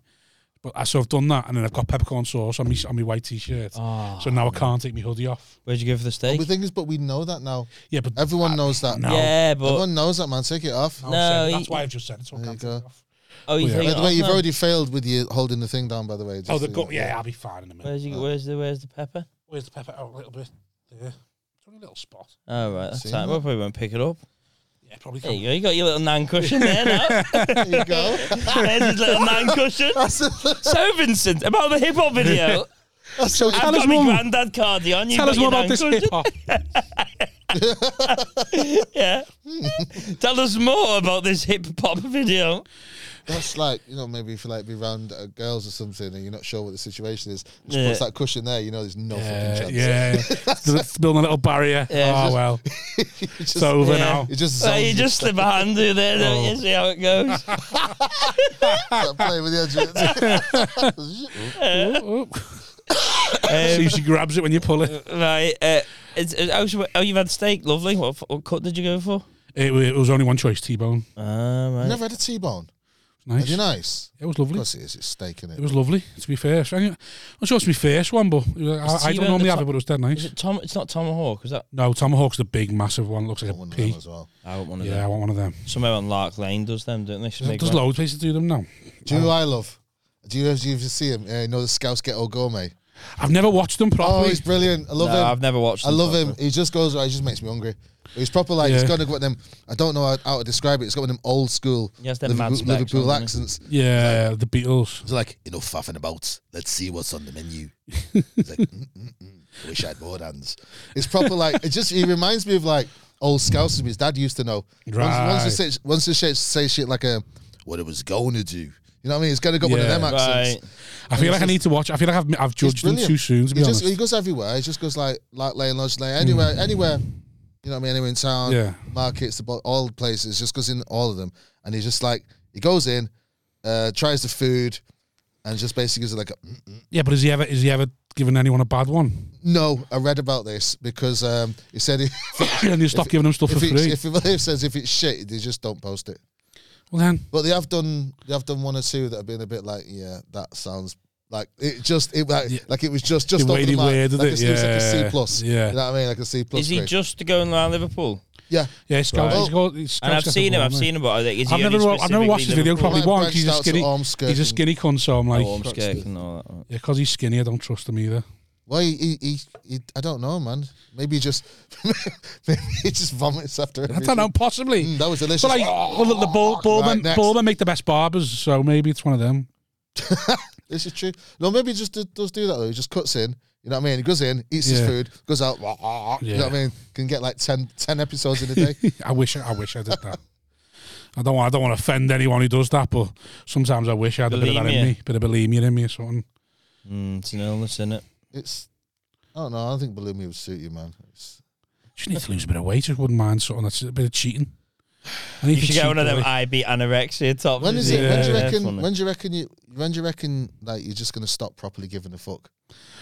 A: But I, so I've done that and then I've got peppercorn sauce on my, on my white t-shirt. so now
B: Ah.
A: I can't take my hoodie off.
B: Where'd you go for the steak?
D: The thing is, but we know that now.
A: Yeah, but
D: Everyone knows that.
A: no.
B: Yeah, but
D: Everyone knows that, man. Take it off.
A: I've said it.
B: No,
A: that's
B: he-
A: why I've just said it. So I
D: There
A: can't
D: you
A: take it
D: go.
A: off.
B: oh, you
A: Yeah.
B: take
D: By
B: it
D: the way,
B: off
D: you've
B: now.
D: already failed with you holding the thing down. By the way. just
A: Oh, the
D: so you
A: gut.
D: know.
A: Yeah, I'll be fine in a minute.
B: Where's, you, where's the Where's the pepper?
A: Where's the pepper? out a little bit. Yeah. It's only a little spot.
B: Oh right, that's
D: Seen
B: time.
D: that?
B: I probably won't pick it up.
A: Yeah, probably.
B: There
A: Can't.
B: you go. You got your little nan cushion there now.
D: There you go.
B: There's his little nan cushion. So Vincent, about the hip hop video,
D: so
B: I've
A: us
B: got my
A: more.
B: granddad cardi on. You've
A: Tell
B: got
A: us
B: your
A: more about
B: nan
A: this
B: cushion.
A: hip hop.
B: Yeah. Tell us more about this hip hop video.
D: that's like you know maybe if you like be round uh, girls or something and you're not sure what the situation is. Just
B: Yeah.
D: puts that cushion there. You know, there's no fucking
A: Yeah,
D: chance.
A: yeah. it's building a little barrier.
B: Yeah,
A: oh,
B: just-
A: well.
D: It's
A: It's over
B: yeah.
A: now.
D: It just
B: Well,
D: zones
B: you just slip a hand through there, don't
A: Oh.
B: you? See how it goes.
D: that play with the edge. of it.
A: Oh, oh. See if she grabs it when you pull it.
B: Right. Uh, it's, it's- oh, so- oh, you've had steak. Lovely. What, f- what cut did you go for?
A: It, wa- it was only one choice, T-bone.
B: Ah, right.
D: Never had a T-bone. Are
A: Nice.
D: you nice?
A: It was
D: Of
A: lovely.
D: course it is. It's steak innit?
A: It was lovely, to be fair. So, I'm not sure it's my first one, but it was- I, I
B: T-bone
A: don't normally
B: the
A: have
B: top-
A: it, but it was dead
B: Is
A: nice.
B: it Tom? It's not Tomahawk. Is that?
A: No, Tomahawk's the big, massive one. Looks like
D: one
A: a
D: of them
A: pea.
D: as well.
B: I want one of
A: Yeah, I
B: them.
A: want one of them.
B: Somewhere on Lark Lane does them, don't they? Some big
A: There's
B: one.
A: loads of places to do them now.
D: Do you know who I love? Do you, do you ever see him? Yeah, you know the Scouse Ghetto Gourmet.
A: I've never watched them
D: Oh,
A: properly.
D: he's brilliant. I love
B: No,
D: him.
B: I've never watched.
D: I
B: them
D: love him.
B: properly.
D: He just goes. He just makes me hungry. He's proper like he's
A: Yeah.
D: got one them. I don't know how, how to describe it. He's got one of them old school
B: He has them mad
D: Liverpool,
B: specs
D: Liverpool
B: on, doesn't he?
D: accents.
A: yeah, the Beatles.
D: He's like, enough faffing about. Let's see what's on the menu. He's like, mm, mm, mm. I wish I had more hands. It's proper like it just. He reminds me of like old Scousers his dad used to know. Once, once
A: Right.
D: they say once they say, say shit like um, what it was going to do. You know what I mean? He's got to go one of
A: Yeah.
D: them
B: Right.
D: accents.
A: I feel like I need to watch. I feel like I've I've judged them
D: brilliant.
A: too soon. To be
D: he just
A: honest, Mm.
D: he goes everywhere. He just goes like like lane lodge lane anywhere anywhere. You know what I mean? Anywhere in town,
A: Yeah.
D: markets, the bo- all places. Just goes in all of them, and he just like he goes in, uh, tries the food, and just basically gives it like a "Mm, mm."
A: Yeah, but has he ever has he ever given anyone a bad one?
D: no. I read about this because um, he said if,
A: and you stop giving them stuff
D: if,
A: for
D: it's,
A: free.
D: if it says if it's shit, they just don't post it.
A: well then,
D: But they have done they have done one or two that have been a bit like yeah that sounds like it just it like, like it was just just
A: It
D: over the
A: waded
D: mark.
A: weird,
D: like
A: didn't
D: it's-
A: it?
D: was like a
A: Yeah.
D: C plus
A: Yeah.
D: you know what I mean like a C plus
B: Is he
D: grade.
B: just going around Liverpool?
D: yeah
A: yeah, Scout,
B: Right.
A: he's got, he's
B: And I've
A: Scout's
B: seen him.
A: got
B: I've
A: one,
B: seen him, but I think is he
A: I've
B: only
A: never, I've never
B: specifically
A: watched his video.
B: Liverpool?
A: Probably
D: Like
A: one 'cause he's
D: branched
A: a
D: out to
A: skinny.
D: arm skirt
A: He's a
D: and-
A: skinny con, so I'm like,
B: Oh, I'm scared and all that.
A: yeah, because he's skinny, I don't trust him either.
D: Well, he, he, he, he- I don't know, man. Maybe he just, maybe he just vomits after.
A: I don't know, possibly.
D: Mm, that was delicious.
A: So like, well, look, the bull, bullmen,
D: next.
A: bullmen make the best barbers, so maybe it's one of them.
D: This is true. No, maybe he just do- does do that though. He just cuts in. You know what I mean? He goes in, eats
A: Yeah.
D: his food, goes out. You know what I mean? Can get like 10, 10 episodes in a day.
A: I wish, I wish I did that. I don't want, I don't want to offend anyone who does that, but sometimes I wish I had a bit of that in
B: Bulimia.
A: me, bit of bulimia in me or something.
B: Mm, it's an illness, isn't it?
D: It's, I don't know. I don't think bulimia would suit you, man. It's,
A: Just need to lose a bit of weight. Just wouldn't mind something that's a bit of cheating. I need
B: You
A: to
B: should get
A: cheat
B: one of them
A: away.
B: IB anorexia top.
D: when is it? when do you
A: Yeah,
D: reckon? When do you reckon you? When do you reckon like you're just gonna stop properly giving a fuck?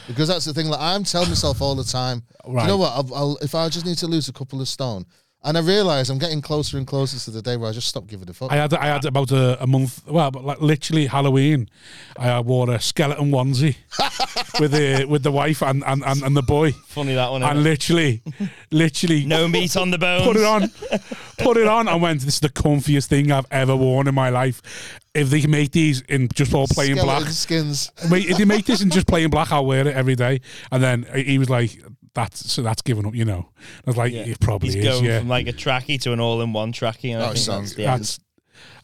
D: Because that's the thing. Like I'm telling myself all the time.
A: Right.
D: You know what? I'll, I'll, if I just need to lose a couple of stone, and I realize I'm getting closer and closer to the day where I just stop giving a fuck.
A: I had I had about a, a month. Well, but like literally Halloween, I wore a skeleton onesie with the with the wife and and, and, and the boy,
B: Funny that one.
A: and
B: Isn't it?
A: literally, literally
B: No meat on the bones.
A: put it on, put it on. I went. This is the comfiest thing I've ever worn in my life. If they can make these in just all plain
D: Skeleton
A: black,
D: skins.
A: Mate, if they make this in just plain black, I'll wear it every day. And then he was like, "That's so that's giving up," you know. I was like, "It probably
B: He's
A: is."
B: going
A: Yeah,
B: from like a trackie to an all-in-one trackie. And I
D: Oh,
B: think
D: sounds-
B: that's the end.
A: that's.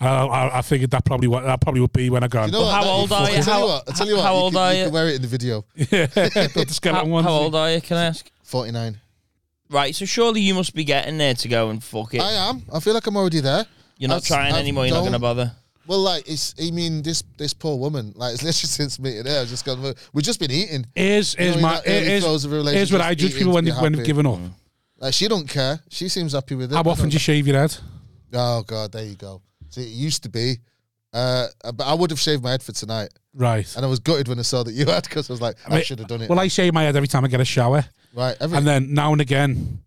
A: I, I, I figured that probably wa- that probably would be when I got
D: You know what?
B: how
D: That-
B: old are you?
D: I tell
B: How-
D: you what. I tell you what.
B: how
D: you
B: old
D: can,
B: are
D: You
B: you?
D: can wear it in the video.
A: the skeleton
B: How,
A: ones.
B: how old are you? Can I ask?
D: Forty-nine.
B: Right, so surely you must be getting there to go and fuck it.
D: I am. I feel like I'm already there.
B: You're not
D: I've-
B: trying
D: I've
B: anymore. You're not going
D: done-
B: to bother.
D: Well, like it's. I mean, this this poor woman. Like it's literally since meeting her, I've just gone. We've just been eating.
A: Is
D: You
A: is
D: know,
A: my
D: in that early
A: is,
D: throes of a
A: is what
D: relationship,
A: I judge
D: eating
A: people when
D: to
A: they,
D: be
A: when they've
D: happy. Mm-hmm.
A: given up.
D: Like she don't care. She seems happy with it.
A: How
D: I
A: often
D: don't
A: do you shave your head?
D: know. Oh god, there you go. See, it used to be. Uh, but I would have shaved my head for tonight,
A: Right.
D: and I was gutted when I saw that you had because I was like, I
A: Mate,
D: should have done it.
A: Well, I shave my head every time I get a shower,
D: right, every,
A: and then now and again.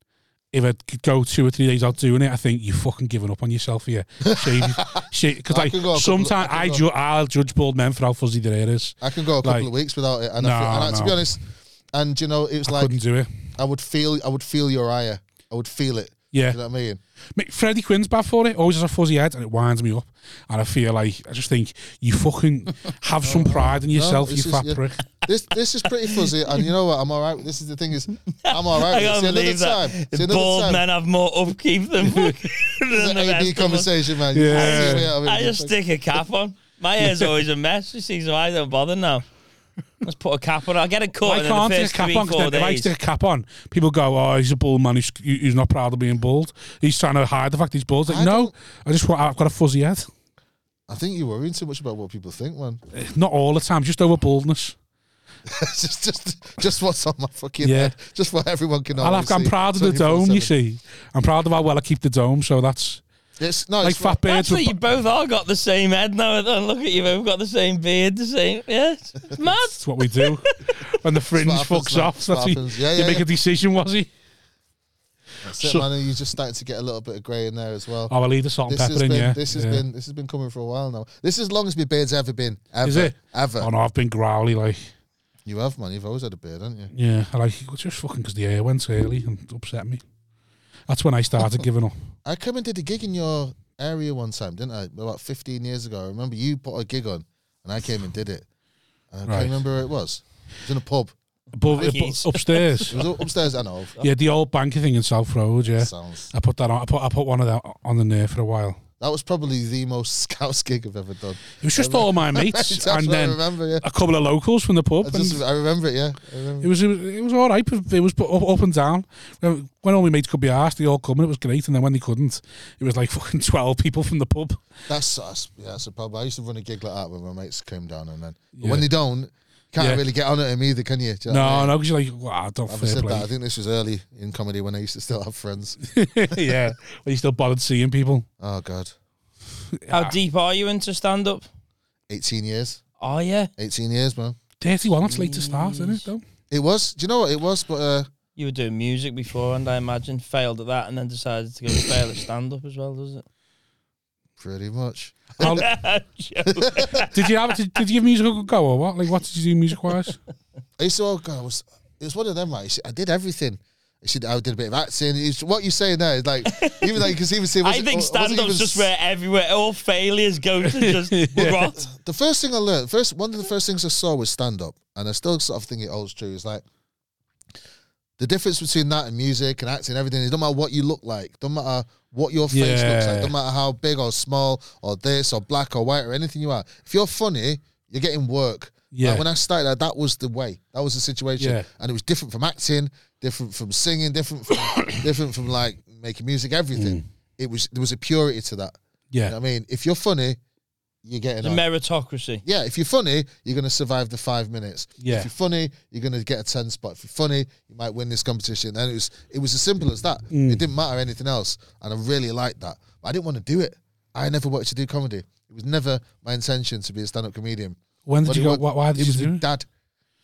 A: If I could go two or three days out doing it, I think you've fucking given up on yourself here. Because
D: I
A: like
D: could go a couple-
A: sometimes
D: I
A: I
D: could
A: ju- I'll judge bald men for how fuzzy their hair is.
D: I can go a couple
A: like-
D: of weeks without it, and, I
A: No,
D: feel, and I- to be
A: no.
D: honest, and you know, it was
A: I
D: like
A: couldn't do it.
D: I would feel, I would feel your ire, I would feel it.
A: Yeah.
D: Do you know what I mean?
A: Mate, Freddie Quinn's bad for it. Always has a fuzzy head, and it winds me up. And I feel like I just think you fucking have some pride in yourself, you
D: this is-
A: fat
D: yeah.
A: prick.
D: This this is pretty fuzzy, and you know what? I'm all right. with- This is the thing is, I'm all right.
B: I
D: with
B: can't believe
D: it. See, another
B: that.
D: time. See, another
B: Bald
D: time.
B: men have more upkeep than fucking
D: This
B: than
D: is
B: the
D: an
B: rest
D: AD
B: of us.
D: conversation, man.
A: Yeah.
B: I just stick a cap on. My hair's always a mess. You see, so I don't bother now. Let's put a cap on. I'll get a cut
A: I
B: in the
A: can't stick
B: first
A: a cap
B: three,
A: on
B: four
A: because if I
B: days.
A: stick a cap on, people go, "Oh, he's a bald man. He's, he's not proud of being bald. He's trying to hide the fact he's bald." Like,
D: I
A: no,
D: don't-
A: I just want. I've got a fuzzy head.
D: I think you're worrying too much about what people think, man.
A: Not all the time, just over baldness.
D: just, just, just what's on my fucking
A: Yeah.
D: head. Just what everyone can.
A: I'll
D: only
A: have, I'm
D: Oh, see
A: proud of the dome.
D: 24/7.
A: You see, I'm proud of how well I keep the dome. So that's
D: it's no,
A: like
D: it's fat.
A: fat beards.
B: Actually,
A: with-
B: you both all got the same head now. Then look at you both got the same beard, the same. Yeah, it's mad.
A: That's what we do. When the fringe
D: That's what happens,
A: fucks
D: man.
A: off,
D: That's
A: that's
D: what
A: what you,
D: happens. Yeah,
A: you
D: yeah,
A: make
D: yeah.
A: a decision, was he? so-
D: man, and you're just starting to get a little bit of grey in there as well.
A: Oh, I'll leave the salt and
D: this has
A: pepper in,
D: been,
A: yeah.
D: this has
A: yeah.
D: been, this has been coming for a while now. This is as long as my beard's ever been. Ever,
A: Is it?
D: Ever.
A: Oh, no, I've been growly, like,
D: You have, man. You've always had a beard, haven't you?
A: yeah. I like, it was just fucking because the air went early and upset me. That's when I started giving up.
D: I come and did a gig in your area one time, didn't I? About 15 years ago. I remember you put a gig on, and I came and did it. And I
A: Right.
D: can't remember where it was. It was in a pub.
A: Above,
B: Nikki's.
A: up- upstairs.
D: It was up- upstairs. I know.
A: yeah, the old banker thing in South Road, yeah.
D: Sounds.
A: I put that on. I put, I put one of that on the there for a while.
D: That was probably the most scouts gig I've ever done.
A: It was just all my
D: That's
A: mates
D: what
A: and
D: I
A: then
D: remember, yeah.
A: a couple of locals from the pub.
D: I,
A: and-
D: just, I remember it, yeah. I remember.
A: It was, it was it was all right. But it was put up, up and down. When when all my mates could be asked, they all come and it was great. And then when they couldn't, it was like fucking twelve people from the pub.
D: That's, that's yeah, that's a problem. I used to run a gig like that when my mates came down, and then but
A: Yeah.
D: when they don't, can't
A: Yeah.
D: really get on at them either, can you? Do you know what I
A: No,
D: mean?
A: no, because you're like, wow, don't
D: Having
A: fair
D: said that, I
A: play.
D: think this was early in comedy when I used to still have friends.
A: yeah, but you still bothered seeing people.
D: oh God,
B: How deep are you into stand up?
D: 18 years.
B: Oh yeah,
D: 18 years, man.
A: Dirty one, that's late to start, isn't it? Though?
D: It was. Do you know what it was? But uh,
B: you were doing music before, and I imagine failed at that, and then decided to go fail at stand up as well, does it?
D: pretty much.
A: How-
B: Joke.
A: did you have did, did you give music a good go or what? Like, what did you do music wise?
D: I used to, oh God, I was, it was one of them, right? You see, I did everything. I should, I did a bit of acting. It's- what you're saying there is like, even though you can see, even see
B: I think stand up's just where everywhere all failures go to just rot.
D: The first thing I learned, first one of the first things I saw was stand up, and I still sort of think it holds true. Is like the difference between that and music and acting, and everything. It don't matter what you look like, don't matter what your face looks
A: Yeah.
D: like, don't matter how big or small or this or black or white or anything you are. If you're funny, you're getting work.
A: Yeah.
D: Like, when I started, that, that was the way. That was the situation,
A: Yeah.
D: and it was different from acting, different from singing, different from different from like making music, everything. It was there was a purity to that. You know
A: Mm. Yeah,
D: what I mean, if you're funny, you're getting
B: The
D: on.
B: meritocracy.
D: Yeah, if you're funny, you're going to survive the five minutes.
A: Yeah.
D: If you're funny, you're going to get a 10 spot. If you're funny, you might win this competition. And it was it was as simple as that.
A: Mm.
D: It didn't matter anything else. And I really liked that. But I didn't want to do it. I never wanted to do comedy. It was never my intention to be a stand up comedian.
A: When did
D: But
A: you
D: it
A: go-
D: wa-
A: why- why did
D: it
A: you
D: was
A: do
D: my
A: it?
D: dad.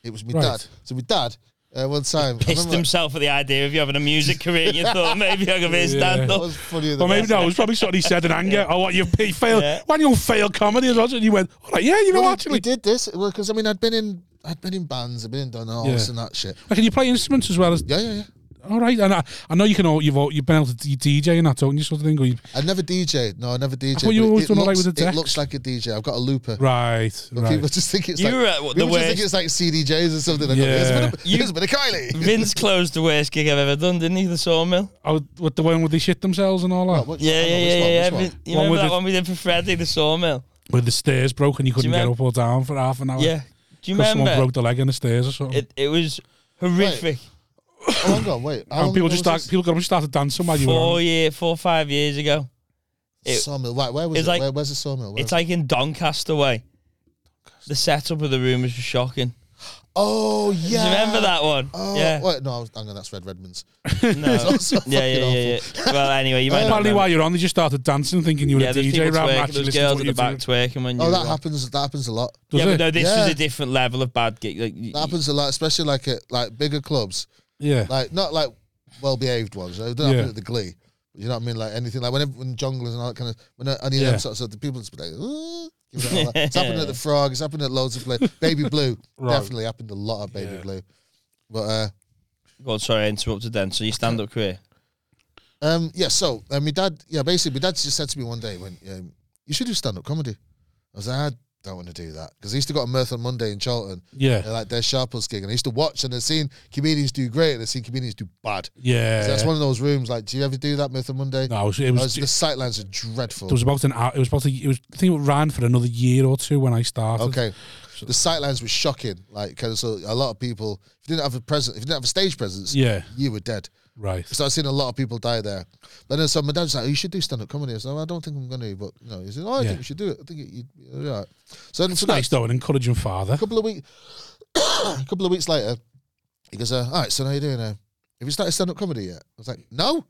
D: It was my
A: Right.
D: dad. So, my dad, uh, one time. I
B: Pissed
D: remember-
B: himself at the idea of you having a music career. and You thought maybe I could be a stand
D: That
B: up.
D: was funnier
A: Well,
D: than
A: maybe no, it was probably something he said in anger. Oh, what you you failed?
B: Yeah.
A: Why do you fail comedy? as well?" And you went, all right, yeah, you know,
D: Well, he-
A: actually,
D: he did this because I mean I'd been in I'd been in bands I'd been in done all this
A: Yeah.
D: and that shit
A: Like, can you play instruments as well as?
D: yeah yeah yeah
A: All right, and I, I know you can. All, you've all, you've been able to d- DJ and that, don't you? Sort of thing. Or you,
D: I never DJ. No, I never DJ.
A: thought you
D: but
A: always
D: it
A: done all right
D: looks-
A: with the
D: It looks like a DJ. I've got a looper.
A: right,
D: But
A: right.
D: People just think it's
B: You
D: like
B: were at what, the
D: people just think
B: worst-
D: it's like CDJs or something. Yeah. It's
A: Yeah.
D: been a, it's been a Kylie.
B: Vince closed the worst gig I've ever done, didn't he? The sawmill.
A: oh, with the one where they shit themselves and all that,
D: What-
B: Yeah,
D: hang
B: yeah,
D: on, which
B: yeah,
D: one,
B: yeah.
D: which
B: Vin-
D: one?
B: You
A: One
B: remember
A: with
B: that
A: the-
B: one we did for Freddie, the sawmill?
A: where the stairs broke and you couldn't get
B: remem-
A: up or down for half an hour.
B: Yeah. Do you
A: because someone
B: remember?
A: broke the leg in the stairs or something.
B: It, it was horrific.
D: Oh, hang on, wait. How
A: and
D: long
A: people
D: ago
A: just
D: was
A: start,
D: this?
A: people got up and started dancing while you were.
B: Four
A: on.
B: year, four or five years ago. it-
D: sawmill. Right, where was
B: it's
D: it?
B: like-
D: where, where's the sawmill? Where
B: It's
D: was it?
B: like in Doncaster way. The setup of the room was just shocking.
D: oh
B: Do
D: yeah.
B: you remember that one?
D: Oh,
B: yeah.
D: Wait, no, I was, hang on, that's Red Redmond's.
B: No.
D: so
B: yeah, yeah,
D: fucking
B: yeah, yeah. Well, anyway, you might not
A: Apparently,
B: remember.
A: while you're on, they just started dancing, thinking you were
B: Yeah,
A: a
B: there's
A: DJ
B: people
A: rather than
B: twerking.
A: actually
B: There's
A: listening to
B: girls
A: what
B: at
A: you
B: the
A: were
B: back
A: doing.
B: twerking when you.
D: Oh,
B: were
D: that
B: on.
D: happens. That happens a lot.
A: Does
B: Yeah, but
A: it?
B: no, this was
D: Yeah.
B: a different level of bad gig. Like y-
D: That happens a lot, especially like at like bigger clubs.
A: Yeah.
D: like not like well behaved ones. It doesn't
A: Yeah.
D: happen at the Glee. You know what I mean? Like anything like whenever when junglers and all that kind of when I- any of
A: Yeah.
D: them sorts of the people just be like, "Ooh," give it all that. it's happened at the Frog. It's happened at loads of places. Baby Blue
A: Right.
D: definitely happened a lot of Baby
A: Yeah.
D: Blue. But uh,
B: God, sorry, I interrupted then. So your stand-up career.
D: um, yeah, so uh, my dad, yeah, basically my dad just said to me one day when um, you should do stand up comedy. I was like, I don't want to do that because I used to go to Mirth on Monday in Charlton.
A: Yeah.
D: uh, like their Sharples gig, and I used to watch and I've seen comedians do great and I've seen comedians do bad.
A: Yeah.
D: So that's one of those rooms. Like, do you ever do that Mirth on Monday?
A: No, it was, it
D: Oh,
A: was,
D: it's- the sightlines are dreadful.
A: It was about an hour. It was about. A, it was. I think it ran for another year or two when I started.
D: okay, the sightlines were shocking. Like, kind of, so a lot of people, if you didn't have a presence, if you didn't have a stage presence,
A: Yeah.
D: you were dead.
A: Right.
D: So I've seen a lot of people die there. But then so my dad's like, "You should do stand up comedy." I said, "Oh, "I don't think I'm going to," but you know, he said, "Oh, I
A: Yeah.
D: think you should do it. I think it, you, you're all right." So then, for
A: Nice though, an encouraging father.
D: a couple of weeks, a couple of weeks later, he goes, uh, "All right, so now you're doing uh, Have you started stand up comedy yet?" I was like, "No."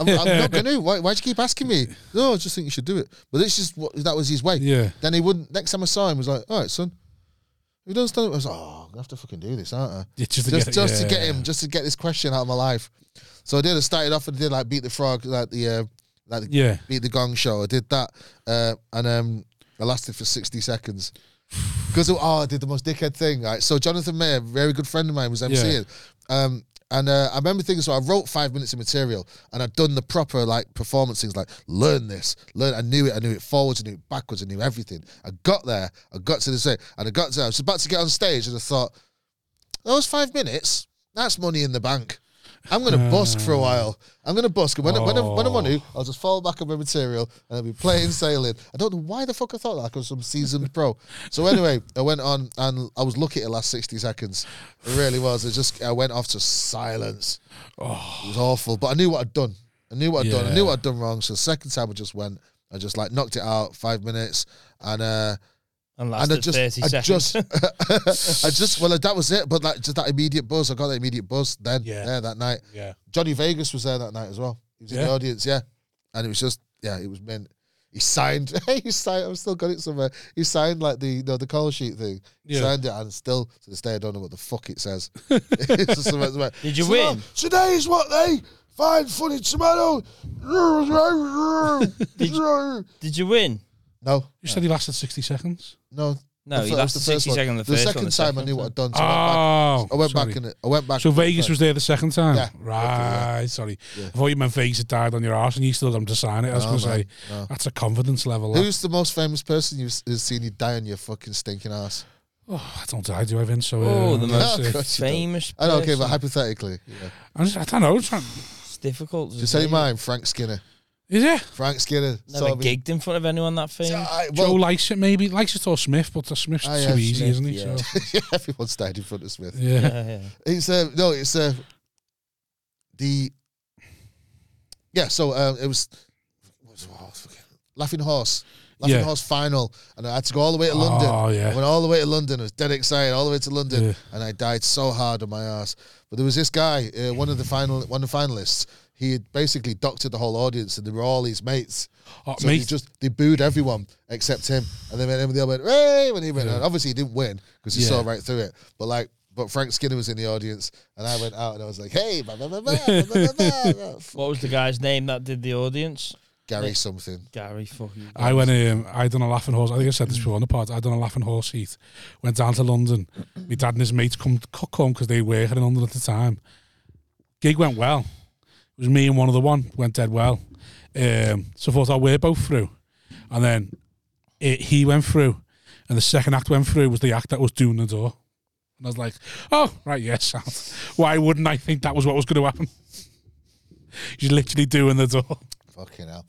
D: I'm, I'm not gonna. Why? Why do you keep asking me? No, I just think you should do it. But this is what that was his way.
A: Yeah.
D: Then he wouldn't. Next time I saw him, he was like, "All right, son, you don't stand up." I was like, "Oh, I'm gonna have to fucking do this, aren't I?"
A: Yeah, just to
D: just,
A: get it,
D: just
A: yeah.
D: to get him, just to get this question out of my life. So I did. I started off and did like beat the frog, like the uh, like the,
A: Yeah.
D: beat the gong show. I did that, uh, and um, I lasted for sixty seconds. Because oh, I did the most dickhead thing. Right? So Jonathan Mayer, very good friend of mine, was MCing, um, and uh, I remember thinking. So I wrote five minutes of material, and I'd done the proper like performance things, like learn this, learn. I knew it. I knew it forwards. I knew it backwards. I knew everything. I got there. I got to the set, and I got there. I was about to get on stage, and I thought, those five minutes, that's money in the bank. I'm going to busk for a while. I'm going to busk. And When, when, I'm, when I'm on
A: Oh.
D: who, I'll just fall back on my material and I'll be playing sailing. I don't know why the fuck I thought that because I'm seasoned pro. So anyway, I went on and I was lucky at the last 60 seconds. It really was. I just I went off to silence. It was awful. But I knew what I'd done. I knew what I'd done. I knew
A: Oh. Yeah.
D: what I'd done wrong. So the second time I just went, I just like knocked it out, five minutes. And uh,
B: And
D: and
B: lasted
D: I just,
B: 30
D: I
B: seconds.
D: just, I just, well, that was it. But like, just that immediate buzz, I got that immediate buzz then,
A: Yeah.
D: there that night.
A: Yeah.
D: Johnny Vegas was there that night as well. He was in
A: Yeah.
D: the audience, yeah, and it was just, yeah, it was meant. He signed. he signed. I've still got it somewhere. He signed like the no, the call sheet thing. He
A: Yeah.
D: Signed it, and still to this day I don't know what the fuck it says. It's just somewhere- somewhere,
B: Did you
D: "Today-
B: win?"
D: Today is what they find funny tomato. no,
B: Did you win?
A: You said he lasted 60 seconds.
D: no.
B: No,
D: The
B: you
D: fir-
B: lost
D: the
B: the
D: first
B: 60
D: one.
B: second on the
D: The
B: first one,
D: second
B: the
D: time I
B: second
D: knew what I'd done. So I went back-
A: Oh,
D: I went
A: sorry.
D: back and I went back.
A: So
D: and-
A: Vegas was there the second time,
D: Yeah.
A: right? Sorry, I thought you meant Vegas had died on your arse, and you still got him to sign it. I was going to say that's a confidence level. that.
D: Who's the most famous person you've s- has seen you die on your fucking stinking ass?
A: Oh, I don't I do Evan. So uh,
B: Oh, the
A: that's
D: most-
A: it.
D: course you don't.
B: Famous.
D: I know, okay,
B: person.
D: but hypothetically, yeah.
A: I'm just, I don't know. I'm trying-
B: It's difficult. to
D: just say
B: say.
D: mine, Frank Skinner.
A: Is it
D: Frank Skinner.
B: Never
D: sort of-
B: gigged in front of anyone that famous.
D: I-
A: Joe
D: well,
A: Lycett maybe Lycett or Smith? But the Smith's
D: Ah,
A: too
D: yeah,
A: easy,
B: Smith,
A: isn't he?
B: yeah.
A: So,
D: everyone's died in front of Smith.
A: yeah.
B: Yeah, yeah.
D: It's uh, no, it's uh, the yeah. So um, it was, what was oh, fucking- Laughing Horse, Laughing
A: Yeah.
D: Horse final, and I had to go all the way to London.
A: Oh
D: I
A: yeah.
D: went all the way to London. I was dead excited all the way to London,
A: Yeah.
D: and I died so hard on my ass. But there was this guy, uh, one of the final, one of the finalists. He had basically doctored the whole audience, and they were all his mates.
A: Oh,
D: So
A: mate,
D: he just they booed everyone except him, and then everybody all went hey when he went. out. Obviously, he didn't win because he
A: Yeah.
D: saw right through it. But like, but Frank Skinner was in the audience, and I went out and I was like, hey, blah, blah, blah, blah, blah, blah, blah, blah." F-
B: What was the guy's name that did the audience?
D: Gary something.
B: Gary fucking.
D: Uh,
A: I went. Um, I done a laughing horse. I think I said this before on the pod. I done a laughing horse heat. Went down to London. My dad and his mates come co- come because they were in London at the time. Gig went well. It was me and one other one went dead well. Um, so I thought oh, we're both through, and then it, he went through, and the second act went through was the act that was doing the door. And I was like, oh right, yes. Why wouldn't I think that was what was going to happen? He's literally doing the door.
D: Fucking hell.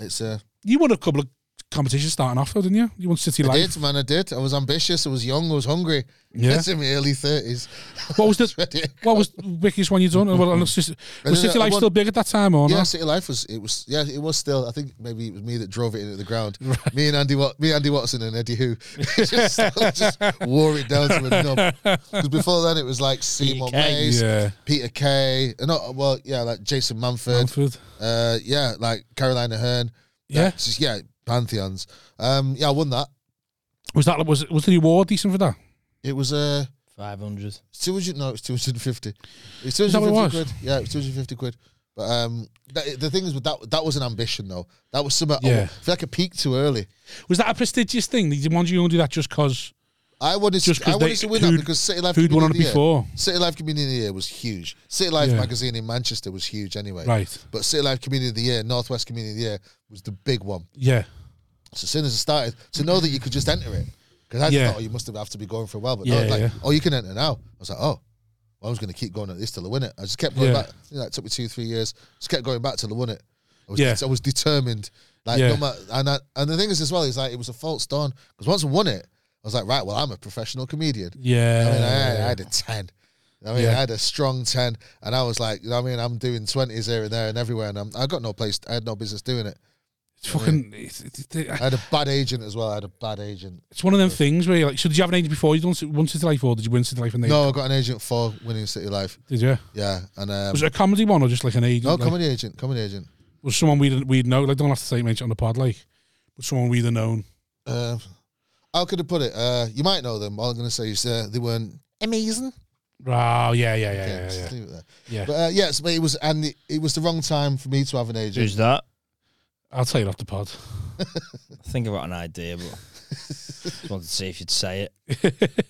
D: It's uh,
A: You won a couple of competitions starting off, though, didn't you? You won City
D: I
A: Life.
D: did, man. I did. I was ambitious. I was young. I was hungry.
A: Yeah.
D: It's in my early thirties.
A: What was the what was the biggest one you done? Well, and it's just- was
D: then
A: City
D: I
A: Life
D: won-
A: still big at that time, or
D: Yeah,
A: not?
D: City Life was it was yeah it was still I think maybe it was me that drove it into the ground. Me and Andy, Wa- me Andy Watson and Eddie Who just, just wore it down to a nub. Because before then it was like Seymour
B: Peter Kay.
D: Mays,
A: Yeah,
D: Peter Kay, uh, no, well yeah like Jason Manford,
A: Manford.
D: uh, yeah like Carolina Hearn,
A: Yeah,
D: It's just, yeah pantheons. Um, yeah, I won that.
A: was that was was the award decent for that?
D: It was uh,
B: Five hundred.
D: two hundred no, it was two hundred and fifty. It's two
A: Is that
D: hundred
A: what it
D: and
A: was?
D: fifty quid. Yeah, it was two hundred and fifty quid. But um, that, the thing is, with that that was an ambition though. That was something. I-
A: Yeah.
D: I feel like a peak too early.
A: Was that a prestigious thing? Did you want you only do that just because
D: I wanted
A: Just
D: to,
A: 'cause
D: I wanted
A: they-
D: to win
A: who'd-
D: that because City Life
A: who'd won on it
D: Community of the Year-
A: before?
D: City Life Community of the Year was huge. City Life
A: Yeah.
D: magazine in Manchester was huge anyway.
A: Right.
D: But City Life Community of the Year, Northwest Community of the Year was the big one.
A: Yeah,
D: So as soon as it started, to know that you could just enter it. Because I
A: Yeah.
D: thought, oh, you must have, have to be going for a while. But
A: Yeah,
D: no, like,
A: yeah.
D: oh, you can enter now. I was like, oh, I was going to keep going at this till I win it. I just kept going
A: Yeah.
D: back. You know, it took me two, three years. Just kept going back till I won it. I was,
A: Yeah.
D: I was determined. Like,
A: Yeah.
D: no matter, and, I, and the thing is, as well, is like, it was a false dawn. Because once I won it, I was like, right, well, I'm a professional comedian.
A: yeah.
D: I mean, I, had- I had a 10. I mean, I
A: Yeah.
D: had a strong 10, and I was like, you know what I mean, I'm doing 20s here and there and everywhere, and I'm, I got no place, I had no business doing it.
A: it's fucking. It's, it's,
D: I had a bad agent as well. I had a bad agent.
A: it's one of them things where you're like, so did you have an agent before you done Ci- won City Life, or did you win City Life and they
D: No, I got an agent for winning City Life.
A: did you?
D: Yeah, and um,
A: Was it a comedy one or just like an agent?
D: no
A: like-
D: comedy agent, comedy agent.
A: was someone we didn't we'd know. Like don't have to say mate on the pod, like, but someone we'd have known.
D: Um how could I put it? Uh, you might know them. All I'm gonna say is uh, they weren't amazing.
A: Oh yeah, yeah, yeah, yeah,
D: Okay,
A: yeah. yeah.
D: just leave it there.
A: Yeah.
D: But uh, yes, but it was and it, it was the wrong time for me to have an agent.
B: Who's that?
A: I'll tell you off the pod.
B: I think I've got an idea, but just wanted to see if you'd say it.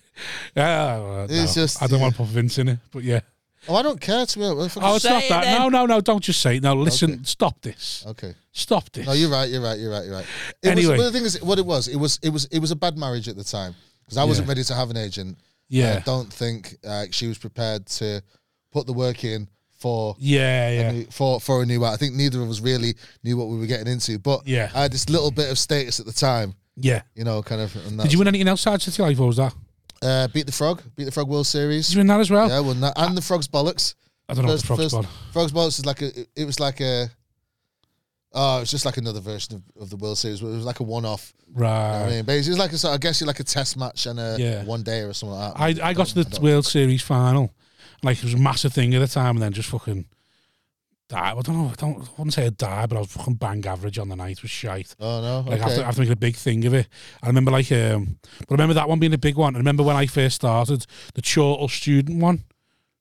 A: Yeah, well,
D: It's
A: no.
D: just-
A: I don't want to put Vince in it, but yeah.
D: Oh, I don't care to be honest.
A: Oh, it's
B: Say
A: not
B: it
A: that.
B: then.
A: No, no, no. Don't just say. It. No, listen.
D: Okay.
A: Stop this.
D: Okay.
A: Stop this.
D: No, you're right. You're right. You're right. You're right. It
A: Anyway.
D: was, but the thing is, what it was, it was, it was, it was a bad marriage at the time because I wasn't
A: Yeah.
D: ready to have an agent. I
A: Yeah,
D: don't think uh, she was prepared to put the work in for
A: yeah,
D: a
A: yeah.
D: new- for for a new act. I think neither of us really knew what we were getting into, but
A: Yeah.
D: I had this little bit of status at the time,
A: yeah.
D: you know, kind of. And
A: Did you win anything outside City Life or was that?
D: Uh, beat the frog, beat the frog World Series.
A: Did you win that as well?
D: yeah, I won that, and the frogs bollocks.
A: I don't know what the frog's
D: first,
A: one.
D: Frogs Bollocks is like a. It, it was like a. Oh, it was just like another version of, of the World Series. but It was like a one-off. You know what I
A: Right.
D: mean, basically, it's like a sort. I guess you like a test match and a
A: Yeah.
D: one day or something like that.
A: I I got to
D: I
A: the
D: don't-
A: World Series final, like it was a massive thing at the time, and then just fucking die. I don't know. I don't. I wouldn't say I died, but I was fucking bang average on the night. It was shite.
D: Oh no.
A: Like
D: okay.
A: after, after making a big thing of it, I remember like um, but I remember that one being a big one. I remember when I first started the chortle student one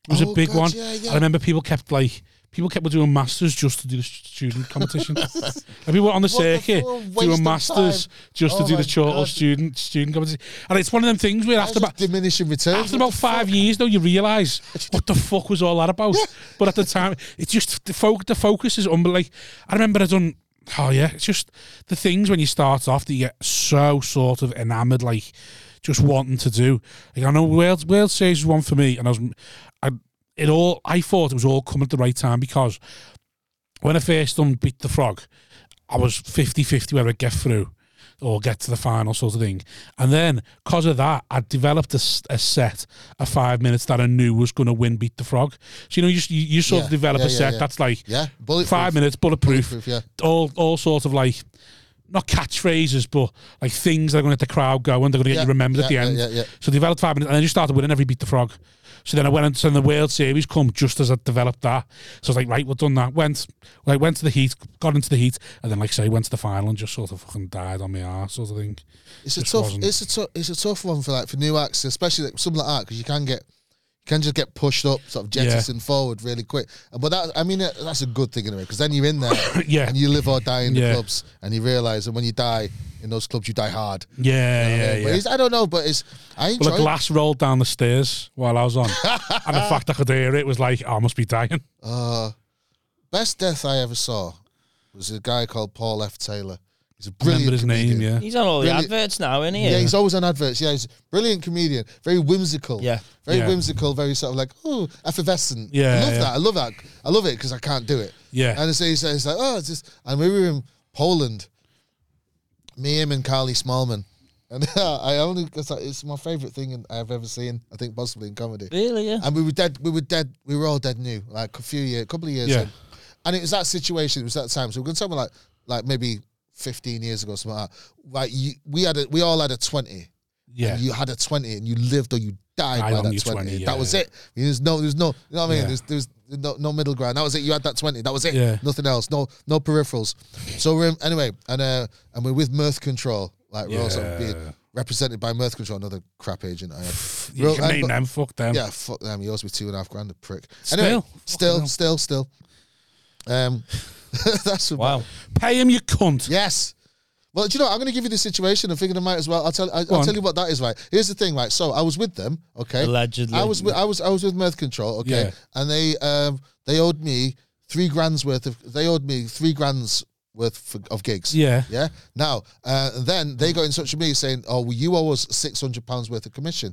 A: was
D: Oh,
A: a big
D: God,
A: one.
D: yeah, yeah.
A: I remember people kept like people kept doing masters just to do the st- student competition. and people were on the
D: What the
A: circuit
D: full waste of
A: doing masters
D: time.
A: just
D: Oh
A: to do
D: my
A: the chortle
D: God.
A: student student competition. And it's one of them things where
D: That's
A: after about
D: just diminishing returns.
A: after
D: What
A: about
D: the
A: five years, though, you realise what the fuck was all that about. but at the time, it's just the, fo- the focus is unbelievable. Like, I remember I done. Oh yeah, it's just the things when you start off that you get so sort of enamoured, like just wanting to do. Like I know World World Series was one for me, and I was, I, it all. I thought it was all coming at the right time because when I first done beat the frog, I was 50-50 whether I'd get through or get to the final sort of thing. And then, because of that, I developed a, s- a set of five minutes that I knew was going to win Beat the Frog. So, you know, you, s- you, you sort
D: Yeah,
A: of develop
D: yeah,
A: a
D: yeah,
A: set
D: yeah.
A: that's like
D: Yeah, bulletproof.
A: five minutes, bulletproof,
D: Bulletproof, yeah.
A: all, all sorts of like, not catchphrases, but like things that are going to get the crowd going, they're going to get
D: Yeah,
A: you remembered at the
D: yeah, yeah,
A: end.
D: yeah, yeah.
A: So developed five minutes, and then you started winning every beat the frog. So then I went into the World Series come just as I developed that. So I was like, right, we've done that. Went, like, went to the heat, got into the heat, and then like I say, went to the final and just sort of fucking died on my arse, sort of thing.
D: It's a
A: Just
D: tough.
A: wasn't.
D: It's a tough. It's a tough one for like for new acts, especially like, something like that, because you can get, you can just get pushed up, sort of
A: Yeah.
D: jettisoned forward really quick. Uh, But that, I mean, uh, that's a good thing in a way, because then you're in there,
A: Yeah.
D: and you live or die in the
A: Yeah.
D: clubs, and you realise that when you die in those clubs, you die hard.
A: Yeah,
D: You know what I
A: yeah,
D: mean?
A: yeah.
D: But it's, I don't know, but it's I enjoy.
A: Well, a
D: it.
A: glass rolled down the stairs while I was on, and the fact I could hear it was like, oh, I must be dying.
D: Uh, best death I ever saw was a guy called Paul F. Taylor. He's a
A: I remember
D: brilliant
A: his
D: comedian.
A: name, yeah.
B: He's on all the
D: Brilliant.
B: adverts now, isn't he?
D: Yeah, he's always on adverts. Yeah, he's a brilliant comedian. Very whimsical.
B: Yeah.
D: Very
A: Yeah.
D: whimsical, very sort of like, oh, effervescent.
A: Yeah,
D: I love
A: yeah.
D: that. I love that. I love it because I can't do it.
A: Yeah.
D: And so he says, like, oh, it's just, and we were in Poland, me, him, and Carly Smallman. And I only, it's, like, it's my favorite thing in- I've ever seen, I think, possibly in comedy.
B: Really, yeah.
D: And we were dead, we were dead, we were all dead new, like a few years, a couple of years
A: Yeah.
D: in. And it was that situation, it was that time. So we're going to talk about like, like maybe 15 years ago, something like that. Like you, we had a, we all had a 20
A: Yeah,
D: and you had a 20 and you lived or you died
A: Died
D: by
A: on
D: that
A: your
D: 20.
A: 20,
D: that
A: yeah,
D: was
A: yeah.
D: it. There's no, there's no, you know what I mean?
A: Yeah.
D: There's, there's no, no middle ground. That was it. You had that 20. That was it.
A: Yeah.
D: Nothing else. No, no peripherals. So we're in, anyway, and uh, and we're with Mirth Control. Like we're also
A: Yeah.
D: being represented by Mirth Control, another crap agent. I have.
A: you
D: Well,
A: can
D: and-
A: name
D: but-
A: them, fuck them.
D: Yeah, fuck them. Yours with two and a half grand, a prick.
A: Still.
D: Anyway,
A: Fucking
D: still, still, still. Um, that's about-
B: Wow.
A: Pay him, you cunt.
D: Yes. Well, do you know? what? I'm going to give you the situation. I'm thinking I might as well. I'll tell. I,
A: Go
D: I'll
A: on.
D: tell you what that is. Right. Here's the thing. Right. So I was with them. Okay.
B: Allegedly.
D: I was. With, I was. I was with Mirth Control. Okay.
A: Yeah.
D: And they. Um. They owed me three grand's worth of. They owed me three grand's worth for, of gigs.
A: Yeah.
D: Yeah. Now, uh, then they got in touch with me saying, "Oh, well, you owe us six hundred pounds worth of commission."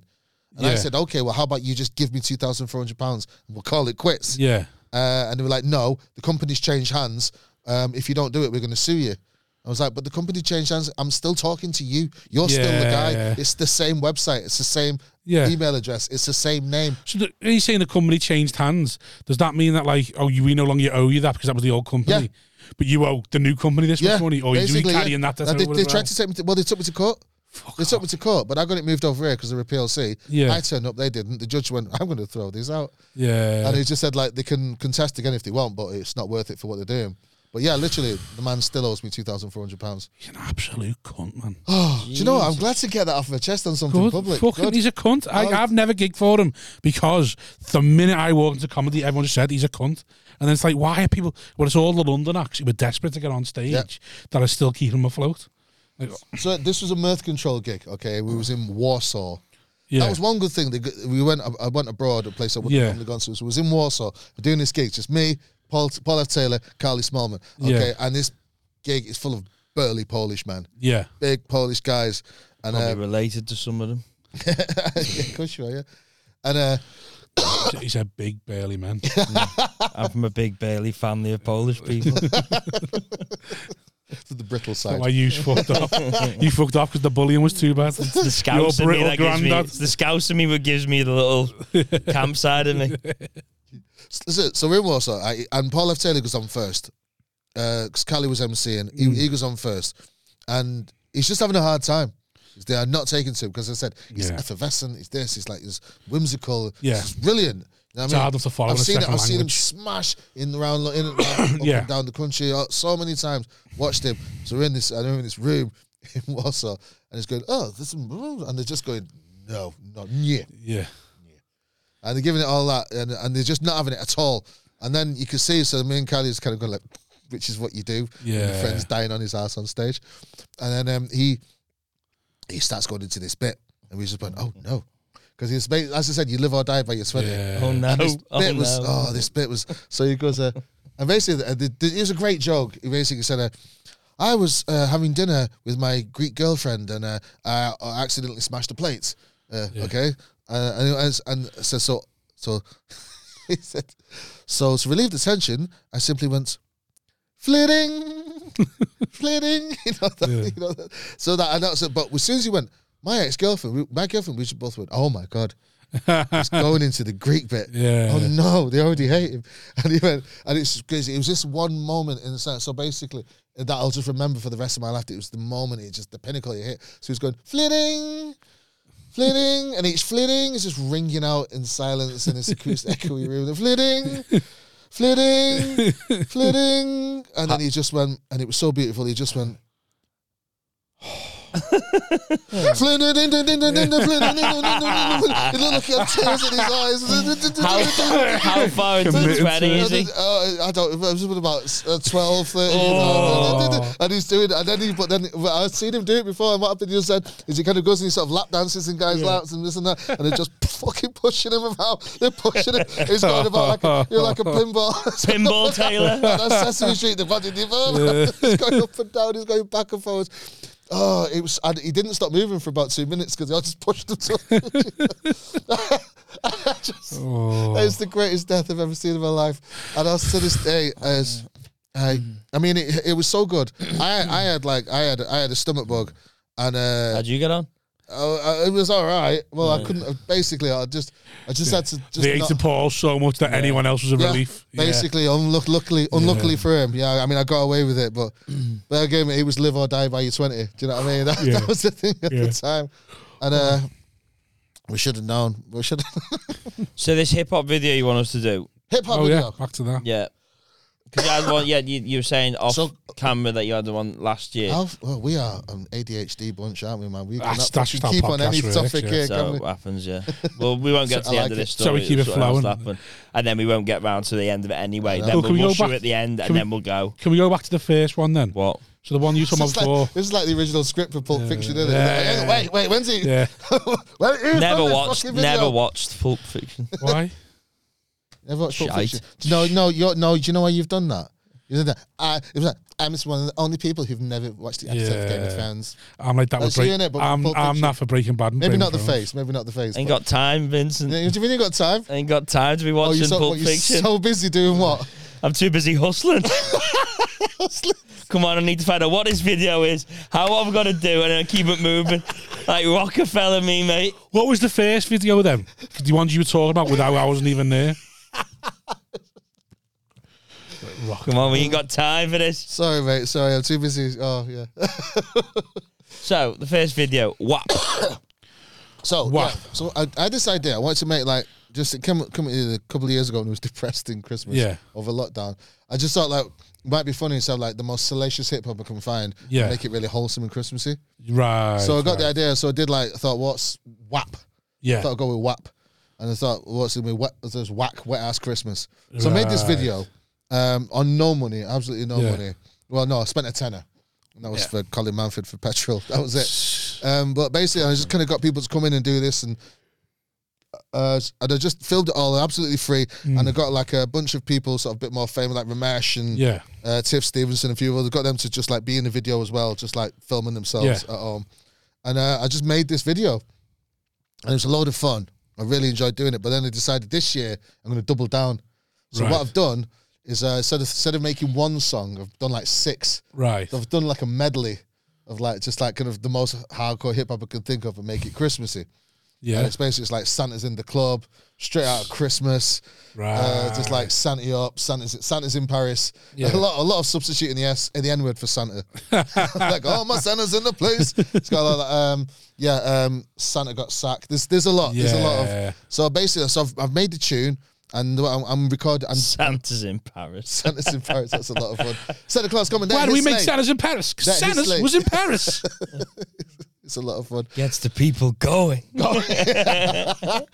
D: And I
A: Yeah.
D: said, "Okay, well, how about you just give me two thousand four hundred pounds and we'll call it quits."
A: Yeah.
D: Uh, and they were like, no, the company's changed hands. Um, if you don't do it, we're going to sue you. I was like, but the company changed hands. I'm still talking to you. You're still the guy.
A: Yeah.
D: It's the same website. It's the same
A: Yeah.
D: email address. It's the same name.
A: So the, he's saying the company changed hands. Does that mean that like, oh, you, we no longer owe you that because that was the old company, but you owe the new company this
D: Yeah,
A: much money, or Oh, you
D: basically, yeah.
A: carrying that?
D: And they, they tried to take me. To, well, they took me to court. they took me to court, but I got it moved over here because they were PLC.
A: Yeah.
D: I turned up. They didn't. The judge went, "I'm going to throw these out,"
A: yeah,
D: and he just said like they can contest again if they want, but it's not worth it for what they're doing. But yeah, literally, the man still owes me two thousand four hundred pounds.
A: he's an absolute cunt, man.
D: Oh, do you know? what? I'm glad to get that off my chest on something
A: Good,
D: public.
A: fucking,
D: Good.
A: he's a cunt. I,
D: Oh.
A: I've never gigged for him because the minute I walked into comedy, everyone just said he's a cunt. And then it's like, why are people? Well, it's all the London acts who were desperate to get on stage
D: Yeah.
A: that are still keeping him afloat. Like,
D: So this was a mirth control gig. Okay, we was in Warsaw.
A: yeah,
D: That was one good thing. They g- We went. I went abroad, a place I wouldn't
A: Yeah.
D: normally gone to. So we was in Warsaw doing this gig. Just me, Paul, Paul F. Taylor, Carly Smallman. Okay,
A: Yeah.
D: and this gig is full of burly Polish men,
A: yeah,
D: big Polish guys, and
B: Probably
D: uh,
B: related to some of them.
D: yeah, of course you are, yeah. And uh,
A: he's a big burly man.
B: I'm from a big Bailey family of Polish people.
D: to the brittle
A: That's
D: side.
A: why you fucked up. you fucked up because the bullying was too bad.
B: It's the scouse in me
A: brittle
B: that gives me.
A: grandad.
B: It's the scouse in me that gives me the little campsite in me.
D: So, so we're in Warsaw, I, and Paul F. Taylor goes on first because Callie was MC and
A: Mm.
D: he, he goes on first, and he's just having a hard time. They are not taking to him because I said he's
A: Yeah.
D: effervescent. He's this. He's like he's whimsical.
A: Yeah.
D: he's brilliant. You know what
A: It's
D: I mean?
A: hard enough to follow
D: I've
A: in a
D: seen it.
A: second
D: I've seen him
A: language.
D: smash in the round, in, up
A: Yeah.
D: and down the country uh, so many times. Watched him. So we're in this, I know, in this room in Warsaw, and he's going, oh, this, is- and they're just going, no, not yeah,
A: Yeah.
D: and they're giving it all that, and, and they're just not having it at all. And then you can see, so me and Carly is kind of going like, which is what you do. when your
A: Yeah.
D: friend's dying on his ass on stage, and then um, he he starts going into this bit, and we just went, oh no, because it's ba- as I said, you live or die by your sweater.
B: Oh
A: Yeah.
B: no!
D: This
B: Oh,
D: bit
B: no.
D: was oh, this bit was so he goes uh, and basically uh, the, the, it was a great joke. He basically said, uh, "I was uh, having dinner with my Greek girlfriend and uh, I, I accidentally smashed the plates." Uh, Okay, uh, and, he was- and so so so he said, "So to relieve the tension, I simply went flitting, flitting." You know, that,
A: Yeah.
D: you know that. so that and that's it. But as soon as he went. My ex girlfriend, my girlfriend, we should both went. Oh my god, it's going into the Greek bit.
A: Yeah.
D: Oh no, they already hate him. And he went, and it's crazy. It was just one moment in the sense. So basically, that I'll just remember for the rest of my life. It was the moment. It just the pinnacle you hit. So he's going flitting, flitting, and each flitting is just ringing out in silence in this acoustic echoey room. The flitting. Flitting, flitting, and then he just went, and it was so beautiful. He just went, flitting, flitting, flitting, flitting, flitting, flitting, flitting. He looked like he had tears in his eyes.
B: how, how far into the
A: Committed to
B: twenty
A: it.
B: is he?
D: Uh, I don't. It was about s- uh, 12, 13,
A: Oh.
D: and he's doing. And then he, but then but I've seen him do it before. And what happened? He just said is he kind of goes and he sort of lap dances in guys' laps and this and that, and they're just fucking pushing him about. They're pushing him. He's going about like a, you're like a pinball.
B: Pinball Taylor.
D: That's Sesame Street, the body development. he's going up and down, he's going back and forwards. Oh, it was. And he didn't stop moving for about two minutes because I just pushed him to. I just,
A: Oh.
D: It's the greatest death I've ever seen in my life, and I was to this day as. I, I mean, it, it was so good. I, I had like, I had, I had a stomach bug, and uh,
B: How'd you get on?
D: I, I- it was all right. Well, I couldn't. Basically, I just, I just had to. Just
A: They ate
D: not-
A: the Paul so much that anyone else was a relief. Yeah.
D: Basically, unluck- luckily, unluckily for him. Yeah, I mean, I got away with it, but but again, it was live or die by your twenty. Do you know what I mean? That,
A: Yeah.
D: that was the thing at
A: Yeah.
D: the time, and uh, we should have known. We should
B: So this hip hop video you want us to do?
D: hip hop
A: Oh
D: video.
A: yeah, back to that.
B: Yeah. Because you had one. Yeah, you, you were saying off
D: So-
B: camera that you had the one last year.
D: Alf- well, we are an ADHD bunch, aren't we, man? We
A: That's-
D: cannot
A: that's
D: fucking
A: just our
D: keep on
A: podcast,
D: any
A: really,
D: topic
A: yeah.
D: here,
B: So uh,
D: can we?
B: what happens, yeah. Well, we won't get to
D: So
B: the
D: I
B: end of
D: like
B: this
A: it. So we
B: story.
A: keep it
B: something else
A: flowing.
B: happened. And then we won't get round to the end of it anyway. Then
A: Well,
B: we'll,
A: can we go
B: rush you
A: back-
B: at the end, and
A: can we-
B: then we'll go.
A: Can we go back to the first one then?
B: What?
A: So the one you
D: This
A: talking
D: is,
A: about
D: like,
A: before.
D: this is like the original script for Pulp Fiction, isn't it?
A: Yeah,
D: Like,
A: yeah,
D: wait, wait, when's he?
A: Yeah.
D: When-
B: Never
D: who's done this
B: watched.
D: fucking
B: Never
D: video?
B: watched Pulp Fiction.
A: Why?
D: Never watched Pulp
B: Shite.
D: Fiction. No, no, you're, no. Do you know why you've done that? You did that. I, it was like, I'm just one of the only people who've never watched the episode of Game of
A: Yeah.
D: Thrones.
A: I'm like that
D: Oh,
A: was
D: so
A: break.
D: you're in it, but
A: I'm
D: Pulp
A: I'm
D: Fiction.
A: not for Breaking Bad. And
D: Maybe
A: Breaking
D: not the
A: Thrones.
D: face. Maybe not the face.
B: Ain't
D: but-
B: got time, Vincent.
D: Yeah, do you mean you got time?
B: Ain't got time to be
D: Oh,
B: watching
D: you're, so,
B: Pulp
D: what, you're
B: Fiction.
D: so busy doing what?
B: I'm too busy hustling. Come on, I need to find out what this video is, how I've got to do, and then keep it moving. Like Rockefeller, me mate.
A: What was the first video then? The ones you were talking about without I wasn't even there. Rock.
B: Come on, we ain't got time for this.
D: Sorry, mate. Sorry, I'm too busy. Oh, yeah.
B: So the first video, what?
D: So,
A: Wow.
D: yeah, so I, I had this idea. I wanted to make like just it came, came a couple of years ago when it was depressed in Christmas
A: Yeah.
D: over lockdown. I just thought like it might be funny. So like the most salacious hip hop I can find, and
A: Yeah.
D: make it really wholesome and Christmassy.
A: Right.
D: So I got
A: right.
D: the idea. So I did like I thought, what's WAP? I
A: Yeah.
D: thought I'd go with WAP. And I thought, well, what's going to be wet? There's whack, wet ass Christmas. So I made this
A: Right.
D: video um, on no money, absolutely no
A: Yeah.
D: money. Well, no, I spent a tenner. And that was
A: Yeah.
D: for Colin Manford for petrol. That was it. Um, but basically, I just kind of got people to come in and do this. And, uh, and I just filmed it all absolutely free. And I got like a bunch of people, sort of a bit more famous, like Ramesh
A: Mm.
D: and
A: Yeah.
D: uh, Tiff Stevenson, and a few others. Got them to just like be in the video as well, just like filming themselves
A: Yeah.
D: at home. And uh, I just made this video, and it was a load of fun. I really enjoyed doing it. But then I decided this year I'm going to double down. So
A: Right.
D: what I've done is uh, instead of instead of making one song, I've done like six.
A: Right.
D: I've done like a medley of like just like kind of the most hardcore hip hop I could think of, and make it Christmassy. And
A: Yeah.
D: it's basically it's like Santa's in the club, straight out of Christmas.
A: Right.
D: Uh, just like Santa up, Santa's Santa's in Paris.
A: Yeah.
D: A lot, a lot of substituting the S, the N word for Santa. like, oh my Santa's in the place. It's got a lot of, um, yeah, um, Santa got sacked. There's there's a lot. There's a lot
A: Yeah.
D: of. So basically, so I've, I've made the tune. And I'm, I'm recording. I'm
B: Santa's in Paris.
D: Santa's in Paris. That's a lot of fun. Santa Claus coming down.
A: Why do we
D: his
A: make
D: sleigh.
A: Santa's in Paris? 'Cause
D: That is
A: Santa's
D: late.
A: was in Paris.
D: It's a lot of fun.
E: Gets the people going.
D: Uh,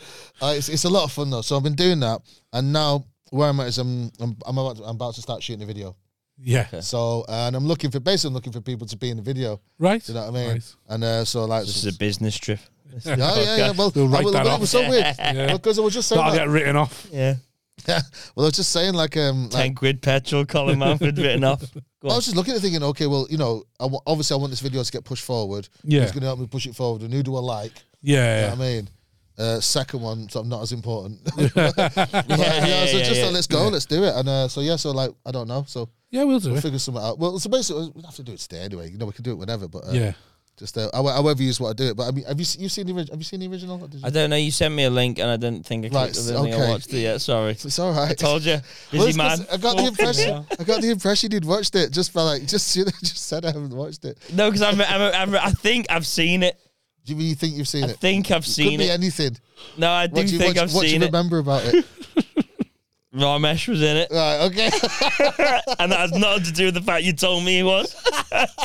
D: it's, it's a lot of fun though. So I've been doing that, and now where I'm at is I'm I'm, I'm, about, to, I'm about to start shooting a video.
A: yeah.
D: So and I'm looking for basically I'm looking for people to be in the video.
A: Right.
D: Do you know what I mean?
A: Right.
D: And uh, so like,
B: This is a business trip.
D: yeah, yeah, yeah. Well,
A: We'll write
D: I, will-
A: that
D: well,
A: off.
D: it was so weird
A: Yeah.
D: because I was just saying.
A: That'll
D: Like,
A: get written off.
B: Yeah.
D: well, I was just saying like um like,
B: 10 quid petrol, Colin Manford written off. Go
D: I
B: on.
D: was just looking at thinking, okay, well, you know, I w- obviously I want this video to get pushed forward.
A: Yeah.
D: It's going to help me push it forward. And who do I like? You know
A: Yeah.
D: what I mean? Uh, second one, so I'm not as important. yeah, yeah, so
B: yeah,
D: just
B: yeah.
D: uh, let's go, let's do it. And uh, so, yeah, so like, I don't know. So
A: Yeah, we'll do
D: we'll
A: it.
D: figure something out. Well, so basically, we have to do it today anyway. You know, we can do it whenever, but uh,
A: Yeah.
D: just uh, howe- however you just want to do it. But I mean, have you, se- you've seen the, orig- have you seen the original? Or did you-
B: I don't know. You sent me a link and I didn't think I, clicked,
D: Right,
B: I, didn't think I
D: okay.
B: watched it yet. Sorry.
D: it's all right.
B: Told you.
D: Well,
B: Busy
D: it's 'cause
B: man.
D: I got the impression. I got the impression you'd watched it just by like just you know, just said I haven't watched it.
B: No, because I'm, I'm, I'm, I think I've seen it.
D: Do you, you think you've seen
B: I
D: it?
B: think I've
D: Could
B: seen
D: be
B: it.
D: anything.
B: No, I do
D: What do you,
B: think
D: what,
B: I've
D: what do you
B: seen it.
D: remember about it?
B: Ramesh was in it.
D: right, okay.
B: and that has nothing to do with the fact you told me he was.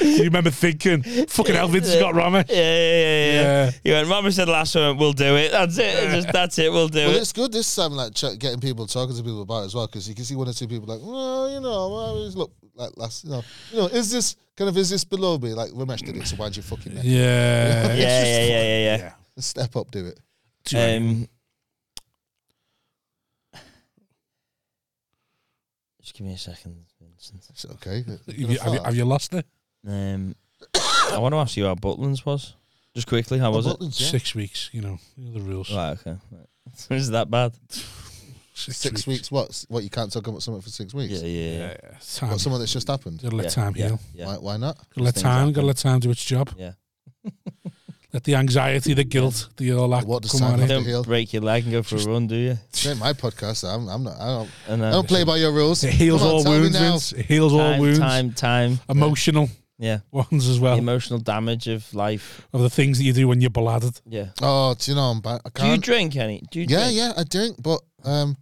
A: You remember thinking, fucking hell, Vince has got Ramesh.
B: Yeah, yeah, yeah. yeah.
A: Yeah.
B: He went, Ramesh said last time, we'll do it. That's it. Just, that's it, we'll do
D: well,
B: it.
D: it's good this time, like ch- getting people talking to people about it as well, because you can see one or two people like, well, you know, well, it's- look, like last, you know, you know, is this kind of is this below me? Like Ramesh did it, so why'd you fucking make
A: Yeah.
B: Yeah, yeah, yeah, yeah, yeah.
D: it? step up, do it?
A: Do it.
B: Um, just give me a second, Vincent.
D: It's okay.
A: Have you, have, you, have you lost it?
B: Um, I want to ask you how Butlins was. Just quickly, how was it?
D: Six,
A: Six weeks, you know, you know the rules.
B: Right, okay. Right. Is that bad?
A: Six,
D: weeks. What? What? You can't talk about something for six weeks?
B: Yeah, yeah, yeah.
A: Yeah, yeah. Time.
D: What? Something that's just happened?
A: gotta let
B: yeah,
A: time
B: yeah,
A: heal.
B: yeah.
D: Why, why not?
A: Gotta let
B: Things
A: time.
B: happen.
A: Gotta let time do its job.
B: Yeah.
A: Let the anxiety, the guilt, the all that
D: What does
A: come
D: time
A: on
D: have
A: in.
D: to
B: Don't
D: heal?
B: break your leg and go for a run, do you?
D: It's not my podcast. I'm, I'm not. I don't.
B: And uh,
D: I don't play by your rules.
A: It heals
D: Come on,
A: all
D: tell me
A: wounds,
D: now.
A: Vince. It heals all
B: time,
A: wounds. Oh.
B: time, time.
A: Emotional
B: Yeah.
A: ones as well.
B: The emotional damage of life.
A: of the things that you do when you're bladdered.
B: Yeah.
D: Oh, do you know I'm back? I
B: Do you
D: can't.
B: drink any? Do you
D: yeah,
B: drink?
D: yeah, I drink, but um,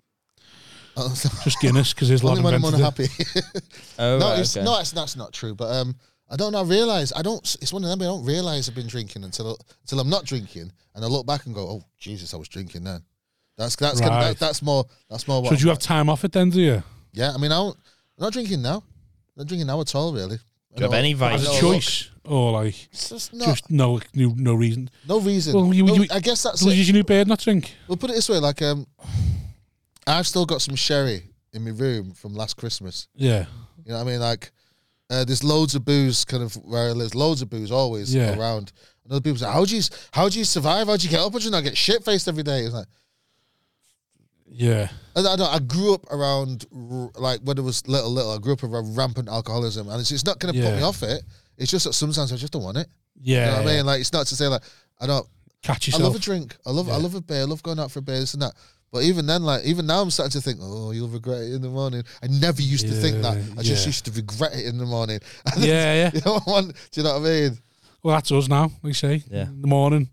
D: oh,
A: Just Guinness, because his lot
D: only when I'm
A: invented it.
D: unhappy.
B: Oh,
D: no,
B: right,
D: it's,
B: okay.
D: no, it's, that's not true. But um, I don't. I realize I don't. It's one of them. I don't realize I've been drinking until until I'm not drinking, and I look back and go, "Oh Jesus, I was drinking then." That's that's gonna,
A: Right.
D: that, that's more that's more. What
A: So do
D: I'm
A: you have
D: like.
A: time off it then, do you?
D: yeah, I mean, I don't, I'm not drinking now. I'm not drinking now at all, really.
B: Do you have any
A: As
B: vice?
A: a
D: No,
A: choice? Or like,
D: It's just not,
A: just no, no, no reason.
D: no reason.
A: Well, you-
D: No,
A: you-
D: I guess that's
A: So
D: it.
A: use your new beard, not drink.
D: Well, put it this way, like um, I've still got some sherry in my room from last Christmas.
A: Yeah.
D: You know what I mean? Like, uh, there's loads of booze kind of where there's loads of booze always
A: Yeah.
D: around. And other people say, "How do you how do you survive? How do you get up? How do you not get shit faced every day?" It's like
A: Yeah.
D: I don't. know, I grew up around r- like when I was little, little. I grew up around rampant alcoholism, and it's, it's not going to
A: Yeah.
D: put me off it. It's just that sometimes I just don't want it.
A: Yeah.
D: you know what
A: yeah.
D: I mean? Like, it's not to say like I don't.
A: Catch
D: I
A: yourself.
D: love a drink. I love I love a beer. I love going out for a beer, this and that. But even then, like even now, I'm starting to think, oh, you'll regret it in the morning. I never used to think that.
A: Yeah,
D: I just
A: yeah.
D: used to regret it in the morning. And
A: yeah, yeah.
D: you know what? Do you know what I mean?
A: Well, that's us now. We say
B: Yeah.
A: in the morning,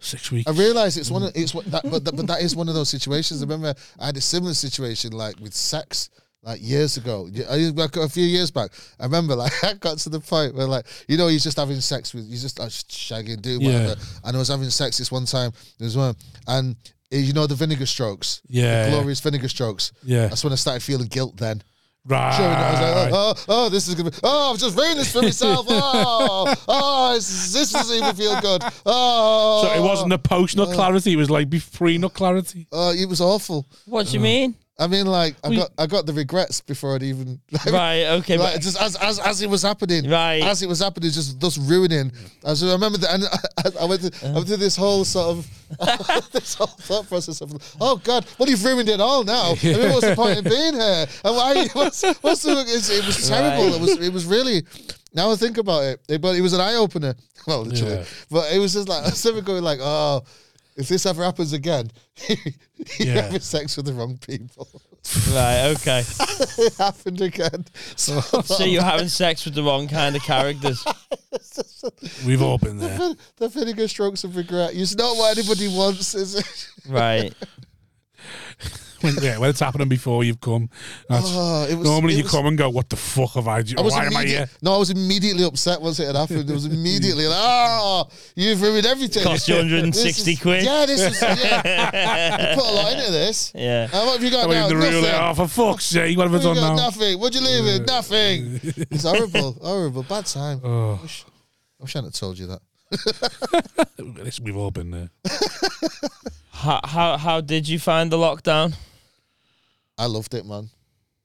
A: six weeks.
D: I realise it's one. Of, it's one- that, but that, but that is one of those situations. I remember I had a similar situation like with sex. Like years ago, Y- I used- like, a few years back, I remember like I got to the point where like you know he's just having sex with he's just like, shagging dude
A: Yeah.
D: whatever, and I was having sex this one time there was one and eh, you know the vinegar strokes
A: Yeah,
D: the
A: yeah.
D: glorious vinegar strokes
A: Yeah. Ah,
D: that's when I started feeling guilt then
A: right.
D: Sure, I was like, oh, oh, oh, this is gonna be, oh, I've just ruined this for myself. Oh, oh, this, this doesn't even feel good. Oh,
A: so it wasn't the post nut clarity. It was like pre nut clarity.
D: Oh, it was awful.
B: What do you mean?
D: I mean, like I got I got the regrets before I'd even like,
B: Right, okay.
D: like,
B: but,
D: just as, as as it was happening,
B: Right.
D: As it was happening, just thus ruining. As I remember that, and I, I went to, I went through this whole sort of this whole thought process of, oh God, well you've ruined it all now. I mean, what's the point in being here? And why? What's, what's the? It's, it was terrible.
B: Right.
D: It was it was really. Now I think about it, it- but it was an eye opener. Well, literally,
A: Yeah.
D: but it was just like I was never going like, oh. If this ever happens again, you're
A: Yeah.
D: having sex with the wrong people.
B: Right, okay.
D: it happened again. So,
B: So you're having sex with the wrong kind of characters.
A: We've all been there.
D: the vinegar strokes of regret. It's not what anybody wants, is it?
B: Right.
A: when, yeah, when it's happening before you've come. That's,
D: Oh, it was-
A: normally
D: it
A: you
D: was-
A: come and go, what the fuck have I done?
D: I was
A: Why am I
D: immediate-
A: here?
D: No, I was immediately upset once it had happened. It was immediately like, oh, you've ruined everything.
B: Cost you
D: This
B: 160
D: is-
B: quid.
D: Yeah, this is. Yeah. you put a lot into this.
B: Yeah.
D: And what have you got
A: I'm
D: now?
A: in the
D: Nothing.
A: rule there. Oh, for fuck's sake, what have I
D: What
A: done
D: have you got?
A: now?
D: Nothing. What'd you leave it? Nothing. It's horrible. Horrible. Bad time.
A: Oh,
D: I, wish, I wish I hadn't told you that.
A: This- We've all been there.
B: How, how how did you find the lockdown?
D: I loved it, man.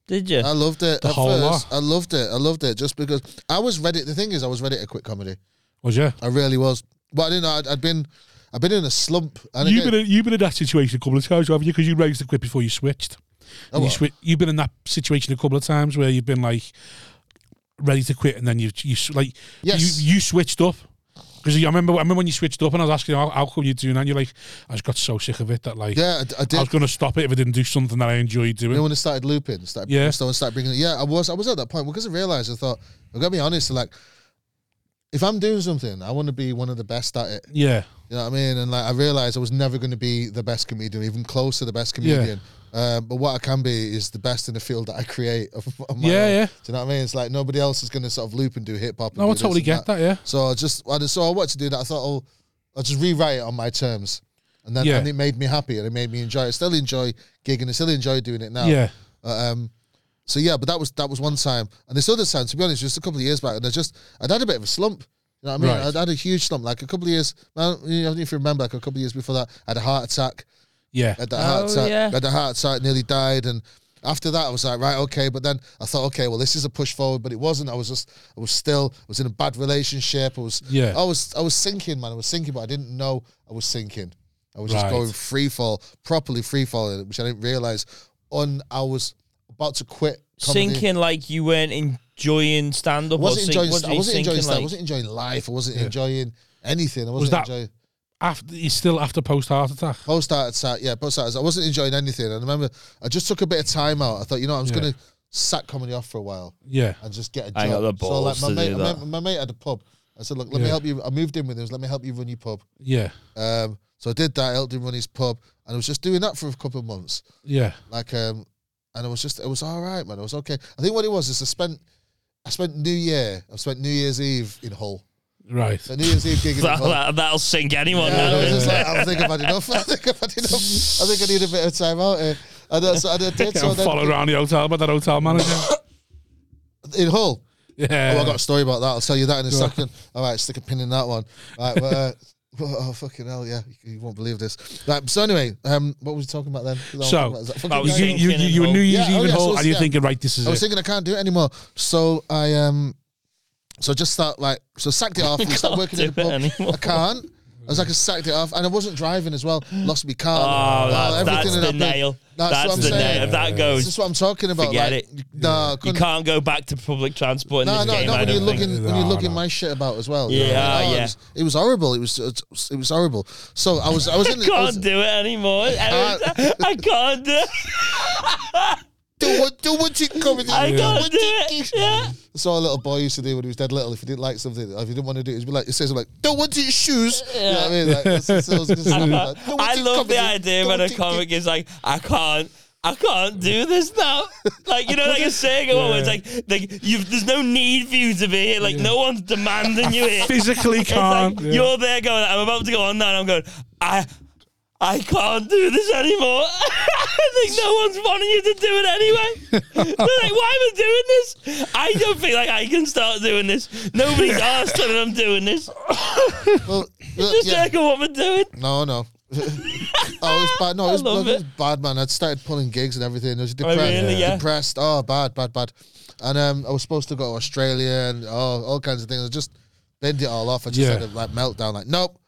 B: Did you?
D: I loved it.
A: The
D: At
A: whole lot.
D: first, I loved it. I loved it just because I was ready. The thing is, I was ready to quit comedy.
A: Was you?
D: I really was. But I didn't know. I'd, I'd been, I'd been in a slump. And
A: You've
D: again-
A: been, in, you've been in that situation a couple of times, haven't you? Because you raised the quit before you switched.
D: Oh,
A: And you
D: what?
A: swi- you've been in that situation a couple of times where you've been like ready to quit, and then you you s- like
D: Yes.
A: you, you switched up. Because I remember I remember when you switched up, and I was asking you, how, how come you're doing that. And you're like, I just got so sick of it that like
D: yeah, I, I
A: I
D: did.
A: was going to stop it if I didn't do something that I enjoyed doing.
D: You know when I started looping, started
A: Yeah.
D: yeah. started, started bringing. Yeah, I was I was at that point because I realised I thought I've got to be honest. Like, if I'm doing something, I want to be one of the best at it.
A: yeah,
D: You know what I mean? And like I realised I was never going to be the best comedian, even close to the best comedian. Um, but what I can be is the best in the field that I create. Of, of my
A: Yeah,
D: own.
A: yeah.
D: Do you know what I mean? It's like nobody else is going to sort of loop and do hip hop. and
A: no,
D: do
A: I
D: this
A: totally
D: and
A: get that. Yeah,
D: So I just, I just, so I wanted to do that. I thought, oh, I'll just rewrite it on my terms, and then
A: Yeah.
D: and it made me happy and it made me enjoy. it. I still enjoy gigging. I still enjoy doing it now.
A: yeah,
D: Uh, um, so yeah, but that was that was one time, and this other time, to be honest, just a couple of years back, and I just I'd had a bit of a slump. You know what I mean?
A: Right.
D: I'd had a huge slump, like a couple of years. I don't, you know, I don't know if you remember, like a couple of years before that, I had a heart attack.
A: yeah.
D: I had that heart
B: Oh,
D: attack.
B: yeah.
D: I had a heart attack, nearly died, and after that, I was like, right, okay. But then I thought, okay, well, this is a push forward, but it wasn't. I was just, I was still, I was in a bad relationship. I was,
A: Yeah.
D: I was, I was sinking, man. I was sinking, but I didn't know I was sinking. I was just
A: Right.
D: going free fall, properly free falling, which I didn't realize. On, I was about to quit. comedy.
B: Sinking like you weren't enjoying stand up.
D: I wasn't enjoying.
B: What did
D: I
B: you
D: wasn't
B: sinking
D: enjoying. stand- I
B: like?
D: wasn't enjoying life. I wasn't enjoying anything. I wasn't
A: that-
D: enjoying.
A: After you still after post heart attack.
D: post art sat, yeah, post art. I wasn't enjoying anything. I remember I just took a bit of time out. I thought, you know, I was
A: Yeah.
D: gonna sack comedy off for a while
A: Yeah,
D: and just get a job.
B: I ain't got the balls
D: my
B: to
D: mate,
B: do
D: my
B: that.
D: mate- my mate had a pub. I said, look, let
A: Yeah.
D: me help you. I moved in with him. so Let me help you run your pub.
A: yeah,
D: Um, so I did that. I helped him run his pub, and I was just doing that for a couple of months.
A: yeah,
D: Like, um, and I was just, it was all right, man. I was okay. I think what it was is I spent, I spent New Year. I spent New Year's Eve in Hull.
A: right.
D: So New Year's Eve gigging in
B: That,
D: Hull.
B: that, that'll sink
A: Oh,
B: anyone.
D: Yeah,
B: now,
D: I was
B: isn't
D: just
B: it?
D: like, I think I've had enough. I think I've had enough. I think I need a bit of time out here. And uh, so and I did. So
A: Getting followed
D: then,
A: around the hotel by that hotel manager.
D: in Hull.
A: yeah,
D: Oh, I got a story about that. I'll tell you that in a second. All right, stick a pin in that one. All right, but, uh, oh fucking hell, yeah, you, you won't believe this. Right, so anyway, um, what were we talking about then? What
A: So,
D: was that fucking
B: that was
D: guy?
A: you, you, you, you were New Year's
D: Yeah,
A: Eve
D: oh
A: in
D: yeah,
A: Hull,
D: so it's-
A: and you're
D: yeah.
A: thinking, right, this is
D: I
A: it.
D: was thinking I can't do it anymore. So I um, so just start like so sacked it off. and started working in the
B: do
D: pub.
B: it anymore.
D: I can't. I was like I sacked it off, and I wasn't driving as well. Lost my car.
B: Oh,
D: Well,
B: that's,
D: everything
B: that's
D: in
B: the
D: that bit.
B: nail.
D: That's
B: That's,
D: what I'm
B: the
D: saying.
B: nail. If that
D: This
B: goes,
D: is what I'm talking about.
B: Forget
D: like,
B: it.
D: y- Nah, I
B: you
D: couldn't-
B: can't go back to public transport in
D: No,
B: this
D: no,
B: game.
D: no.
B: I
D: When you're
B: don't
D: looking,
B: think.
D: when you're
A: No,
D: looking
A: no.
D: my shit about as well. you
B: Yeah,
D: know what I mean? Oh,
B: yeah.
D: It was, it was horrible. It was, it was horrible. So I was, I was in.
B: I
D: I was-
B: can't do it anymore. I can't do it.
D: do what, do what you come with.
B: I
D: do
B: can't
D: what
B: do
D: you
B: it.
D: do.
B: Yeah.
D: That's all a little boy used to do when he was dead little. If he didn't like something, if he didn't want to do it, he'd be like, it says, like, don't want to eat shoes. You know what I mean? Like, that's, that's, what I was gonna say. Like, "Don't want
B: I
D: to eat
B: love the
D: comedy.
B: idea
D: Don't
B: when a
D: want to eat
B: comic is like, I can't. I can't do this now. Like you know, like you're saying, oh, it's like like you've, there's no need for you to be here. Like no one's demanding you here. It's
A: Physically can't.
B: like
A: yeah.
B: you're there going, I'm about to go on now, and I'm going, I, I can't do this anymore. I think no one's wanting you to do it anyway. They're like, why am I doing this? I don't feel like I can start doing this. Nobody's asked that I'm doing this.
D: Well,
B: Just
D: yeah.
B: like a woman doing.
D: No, no. oh, it was bad. No, it was,
B: love
D: bloody- it was bad, man. I'd started pulling gigs and everything. I was depressed.
B: really? Yeah.
D: Depressed. Oh, bad, bad, bad. And um, I was supposed to go to Australia and oh, all kinds of things. I just binned it all off. I just
A: Yeah.
D: had a like meltdown. Like, nope.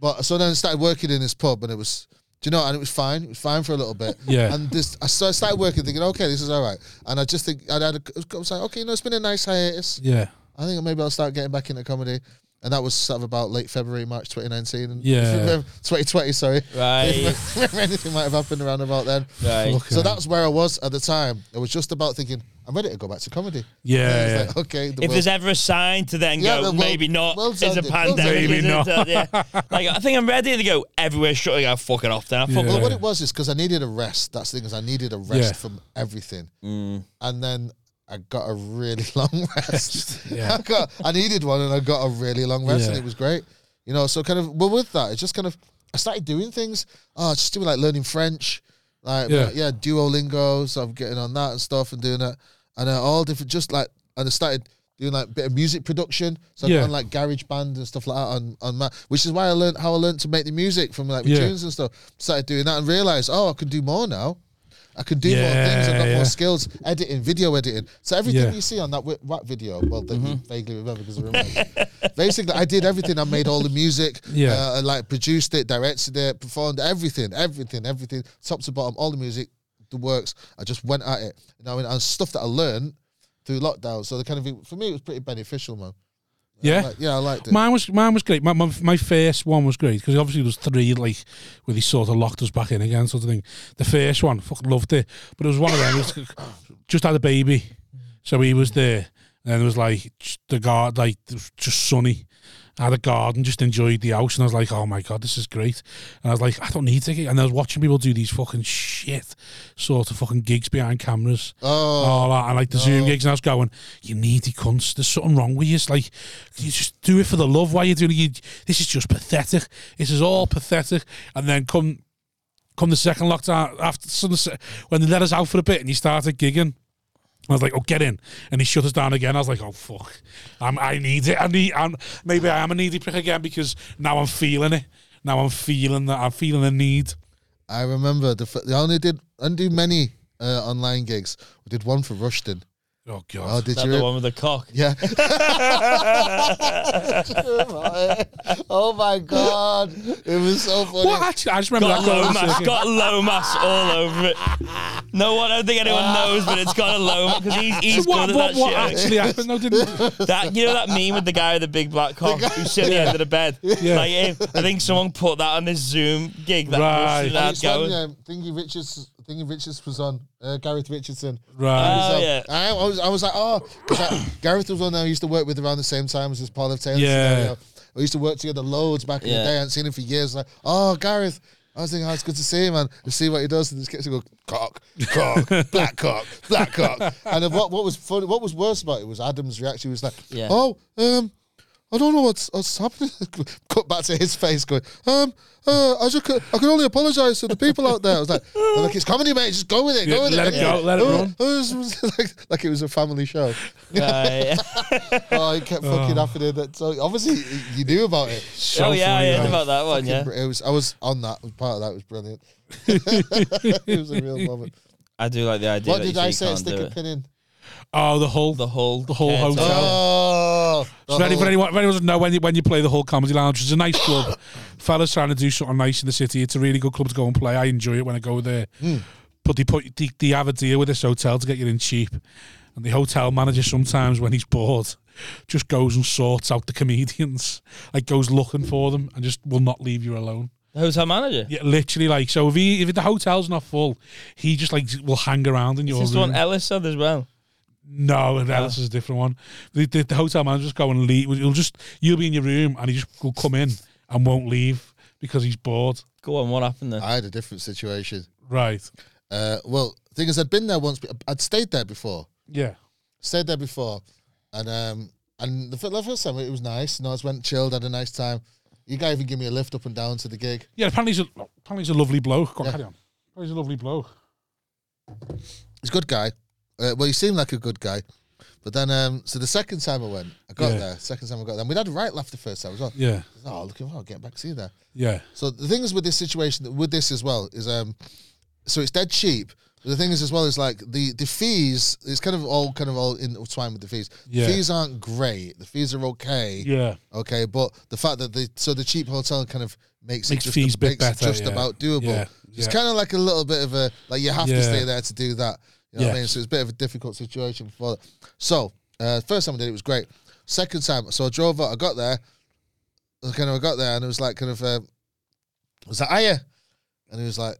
D: But so then I started working in this pub, and it was, do you know, and it was fine. It was fine for a little bit.
A: Yeah.
D: And this, I so I started working, thinking, okay, this is all right. And I just think I'd had, a, I was like, okay, you know, it's been a nice hiatus.
A: yeah,
D: I think maybe I'll start getting back into comedy. and that was sort of about late February, March 2019, and
A: Yeah.
D: 2020. Sorry,
B: Right.
D: if anything might have happened around about then.
B: Right.
D: So that's where I was at the time. I was just about thinking, I'm ready to go back to comedy.
A: Yeah,
D: It's
A: yeah.
D: like, okay. The
B: If
D: world-
B: there's ever a sign to then go,
D: Yeah, the world-
B: maybe not.
D: world's
B: It's a
D: ended. World's
B: pandemic.
A: ended.
B: isn't
A: Maybe
B: it? Yeah. Like I think I'm ready to go. Everywhere's shutting. I fucking off. Then I fuck
A: Yeah.
D: Well, what it was is because I needed a rest. That's the thing is I needed a rest
A: Yeah.
D: from everything, and then I got a really long rest.
A: Yeah.
D: I got, I needed one, and I got a really long rest, and
A: Yeah.
D: it was great. You know, so kind of, well, with that, it's just kind of, I started doing things. Oh, just doing like learning French, like
A: Yeah.
D: yeah, Duolingo. So I'm getting on that and stuff and doing that, and uh, all different, just like, and I started. Doing like a bit of music production, so I
A: Yeah.
D: got on like garage band and stuff like that on on my, which is why I learned how I learned to make the music from like
A: Yeah.
D: tunes and stuff. Started doing that and realized, oh, I can do more now. I can do more
A: Yeah,
D: things. I've got
A: yeah.
D: more skills. Editing, video editing. So everything
A: Yeah.
D: you see on that wi- rap video, well, that you vaguely remember because I remember. Basically, I did everything. I made all the music.
A: Yeah.
D: uh, I, like produced it, directed it, performed everything, everything, everything, top to bottom, all the music, the works. I just went at it. You know, what I mean, and stuff that I learned through lockdown. So the kind of for me, it was pretty beneficial, man.
A: Yeah.
D: Like, yeah, I liked it.
A: Mine was mine was great. My my, my first one was great because obviously there was three like where they sort of locked us back in again sort of thing. The first one, fucking loved it, but it was one of them. it was just had a baby, so he was there, and then there was like just the guard like it was just sunny. I had a garden, just enjoyed the house, and I was like, "Oh my god, this is great!" And I was like, "I don't need to." get-" And I was watching people do these fucking shit sort of fucking gigs behind cameras,
D: oh,
A: all that. And like the Zoom gigs, and I was going, you needy cunts. There's something wrong with you. It's like, you just do it for the love. Why are you doing it? You, this is just pathetic. This is all pathetic. And then come come the second lockdown, after so the se- when they let us out for a bit and he started gigging. I was like, "Oh, get in!" And he shut us down again. I was like, "Oh fuck, I'm, I need it. I need. I'm, maybe I am a needy prick again because now I'm feeling it. Now I'm feeling that. I'm feeling the need.
D: I remember the. f- I only did undo many uh, online gigs. We did one for Rushton.
A: Oh
D: Oh,
A: god,
D: did
B: That
D: you?
B: the
D: re-
B: one with the cock.
D: Yeah. oh my god, it was so funny.
A: what? Actually, I just remember that
B: Got
A: going.
B: low
A: in
B: mass.
A: circles.
B: Got low mass all over it. No one. I don't think anyone knows, but it's got a low mass because he's, he's
A: what,
B: good
A: what,
B: at that
A: what
B: shit. isn't he?
A: actually happened? No, didn't. Oh,
B: That you know that meme with the guy with the big black cock who's sitting at the end of the bed. Like if, I think someone put that on this Zoom gig that
A: Right.
B: Russian
D: And
B: had
D: it's
B: going.
D: when, um, Thingy Richards, Thingy Richards was on. Uh, Gareth Richardson.
A: right.
B: Uh, Oh,
D: So
B: yeah.
D: I, I was, I was like, oh, 'cause I- Gareth was one I used to work with around the same time as this Paul of Taylor.
A: Yeah.
D: scenario. We used to work together loads back in
B: Yeah.
D: the day. I hadn't seen him for years. Like, oh, Gareth. I was thinking, oh, it's good to see him, man. To see what he does, and this gets to go cock, cock, black cock, black cock. And then what, what was funny, what was worse about it was Adam's reaction. He was like,
B: Yeah.
D: oh, um, I don't know what's, what's happening. Cut back to his face, going, um, uh, I just, c- I can only apologise to the people out there. I was like, I'm like it's comedy, mate. Just go with it.
A: Yeah,
D: Go with
A: let it go, let it
D: Oh,
A: run.
D: it was like, like it was a family show.
B: Right.
D: Oh, it kept fucking happening. That so obviously you knew about it.
B: oh yeah, I
A: funny,
B: heard
A: man.
B: about that one. Yeah,
D: It was. I was on that. Part of that was brilliant. it was a real moment.
B: I do like the idea.
D: What
B: that
D: did
B: you
D: I
B: say?
D: say?
B: You can't
D: Stick
B: do
D: a
B: it.
D: pin in.
A: Oh, the whole.
B: The whole,
A: The whole
B: caretaker.
A: hotel.
D: Oh,
A: So for any- for anyone, for anyone doesn't know, when you, when you play the whole comedy lounge, it's a nice club. Fellas trying to do something nice in the city. It's a really good club to go and play. I enjoy it when I go there. But they put they, they have a deal with this hotel to get you in cheap, and the hotel manager sometimes when he's bored, just goes and sorts out the comedians. Like goes looking for them and just will not leave you alone.
B: The hotel manager.
A: Yeah, literally like so. If he, if the hotel's not full, he just like will hang around in your
B: Is this the
A: room.
B: one Ellis said as well?
A: No, and Ellis is a different one. The, the, the hotel manager just go and leave. He'll just you'll be in your room and he just will come in and won't leave because he's bored.
B: Go on, what happened then?
D: I had a different situation.
A: Right.
D: Uh, well, thing is, I'd been there once. but I'd stayed there before.
A: Yeah.
D: stayed there before, and um, and the, fir- the first time it was nice. You know, I just went chilled, had a nice time. You guy even give me a lift up and down to the gig.
A: Yeah. Apparently he's a apparently he's a lovely bloke. Go on, carry on. Apparently He's a lovely bloke.
D: He's a good guy. Uh, well, he seemed like a good guy, but then um, so the second time I went, I got
A: Yeah.
D: there. Second time I got there, we'd had a right laugh the first time as well.
A: Yeah.
D: Oh, looking forward, getting back to see you there.
A: Yeah.
D: So the thing is with this situation, with this as well, is um, so it's dead cheap. But the thing is as well is like the the fees. It's kind of all kind of all intertwined with the fees.
A: Yeah.
D: Fees aren't great. The fees are okay.
A: Yeah.
D: Okay, but the fact that the so the cheap hotel kind of makes,
A: Makes
D: it just,
A: fees bit
D: makes it
A: better,
D: just
A: yeah.
D: about doable.
A: Yeah,
D: It's
A: yeah.
D: kind of like a little bit of a like you have
A: Yeah.
D: to stay there to do that. You know what I mean?
A: Yes.
D: So it's a bit of a difficult situation for. So uh, first time I did it was great. Second time, so I drove. Up, I got there. kind of I got there and it was like kind of uh, I was that Aya? And he was like,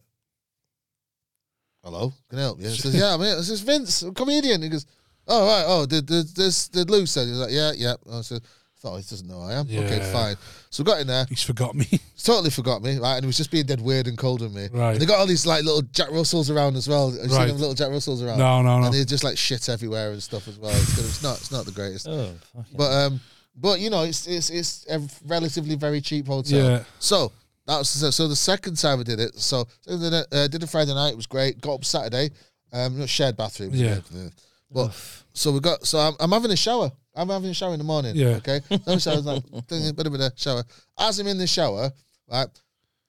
D: Hello, can I help you? I says, Yeah, I'm here. I says, Vince, I'm a comedian. He goes, Oh right, oh did did this did Lou said he was like, Yeah, yeah. I said, I thought he doesn't know who I am.
A: Yeah.
D: Okay, fine. So I got in there,
A: He's forgot me.
D: he's totally forgot me, right? And he was just being dead weird and cold with me.
A: Right.
D: And they got all these like little Jack Russells around as well. Have you
A: Right.
D: seen them little Jack Russells around?
A: No, no, no.
D: And they're just like shit everywhere and stuff as well. It's, kind of, it's not it's not the greatest.
B: Oh, fucking.
D: But um, but you know, it's it's it's a relatively very cheap hotel.
A: Yeah.
D: So that was so, so the second time I did it. So uh, did a Friday night. It was great. Got up Saturday. Um, no, shared bathroom.
A: Yeah.
D: But so we got so I'm, I'm having a shower. I'm having a shower in the morning.
A: Yeah.
D: Okay. So I was like, thinking, bit of a shower. As I'm in the shower, right,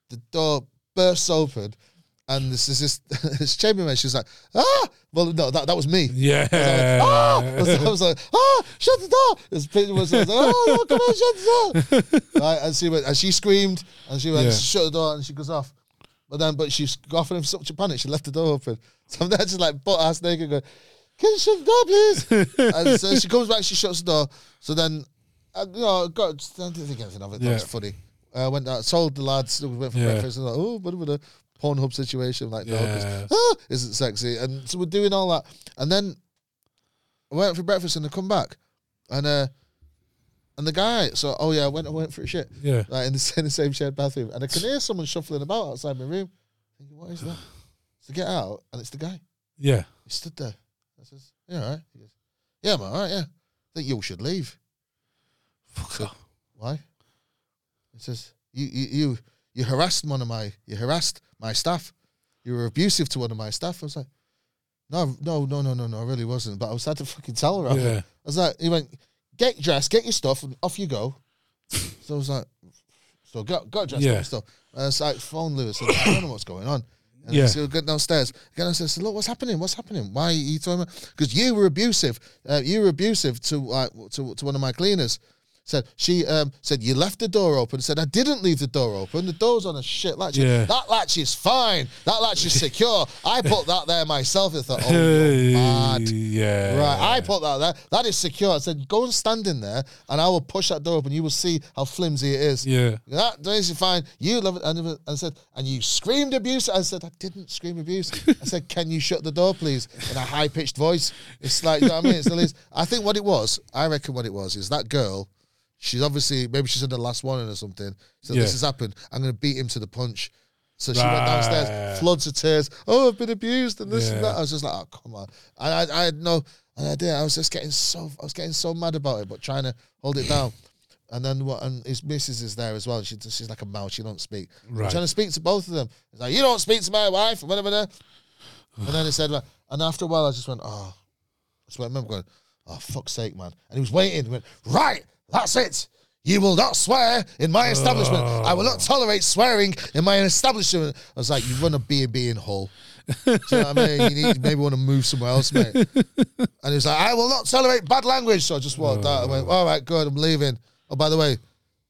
D: the door bursts open. And this is this, this chambermaid. She's like, ah, well, no, that, that was me.
A: Yeah.
D: Ah! I was, I was like, ah, shut the door. This pigeon was like, oh, no, come on, shut the door. right, and she went, and she screamed, and she went,
A: Yeah.
D: shut the door, and she goes off. But then, but she's off in such a panic, she left the door open. So I'm there just like butt ass naked going, can you shut the door, please? and so she comes back, she shuts the door. So then, I, you know, got, I didn't think anything of it.
A: Yeah.
D: That was funny. I went out, told the lads, we went for
A: Yeah.
D: breakfast, and like, oh, but with a Pornhub situation,
A: Oh,
D: like, no, 'cause
A: Yeah.
D: ah, isn't sexy. And so we're doing all that. And then I went out for breakfast and I come back. And uh and the guy, so oh yeah, I went I went for a shit.
A: Yeah.
D: Like in the, in the same shared bathroom. And I can hear someone shuffling about outside my room. Thinking, what is that? So I get out and it's the guy.
A: Yeah.
D: He stood there. I says, You alright? He goes, Yeah, I'm alright, yeah. I think you should leave.
A: Fuck off.
D: Why? He says, You you you you harassed one of my you harassed my staff. You were abusive to one of my staff. I was like, No, no, no, no, no, no, I really wasn't. But I was had to fucking tell her. I
A: Yeah.
D: I was like, he went, get dressed, get your stuff, and off you go. so I was like, so got got dressed,
A: Yeah.
D: got your stuff. And I was like, phone Lewis, I don't know what's going on. And
A: Yeah.
D: so we get downstairs. Get downstairs. Said, Look, what's happening? What's happening? Why are you talking about? Because you were abusive. Uh, you were abusive to like to, to one of my cleaners. Said she um, said you left the door open. Said I didn't leave the door open. The door's on a shit latch.
A: Yeah.
D: That latch is fine. That latch is secure. I put that there myself. I thought, oh, you're mad.
A: Yeah.
D: Right, I put that there. That is secure. I said, go and stand in there, and I will push that door open. You will see how flimsy it is.
A: Yeah.
D: That that is fine. You love it. And and I said, and you screamed abuse. I said, I didn't scream abuse. I said, can you shut the door, please? In a high pitched voice. It's like, you know what I mean? It's the least. I think what it was, I reckon what it was, is that girl, she's obviously, maybe she said the last warning or something. So
A: Yeah.
D: this has happened. I'm going to beat him to the punch. So she went
A: Right.
D: downstairs, floods of tears. Oh, I've been abused and this
A: Yeah.
D: and that. I was just like, oh come on. And I, I had no an idea. I was just getting so I was getting so mad about it, but trying to hold it down. And then what? And his missus is there as well. She, she's like a mouse. She don't speak.
A: Right.
D: I'm trying to speak to both of them. It's like you don't speak to my wife. and Whatever. whatever. and then he said, like- and after a while, I just went, oh. I just went, I remember going, oh fuck's sake, man. And he was waiting. He went, right, that's it. You will not swear in my establishment. I will not tolerate swearing in my establishment. I was like, you run a B and B in Hull. Do you know what I mean? You need, you maybe want to move somewhere else, mate. and he was like, I will not tolerate bad language. So I just walked out. I
A: Oh.
D: went, all right, good, I'm leaving. Oh, by the way,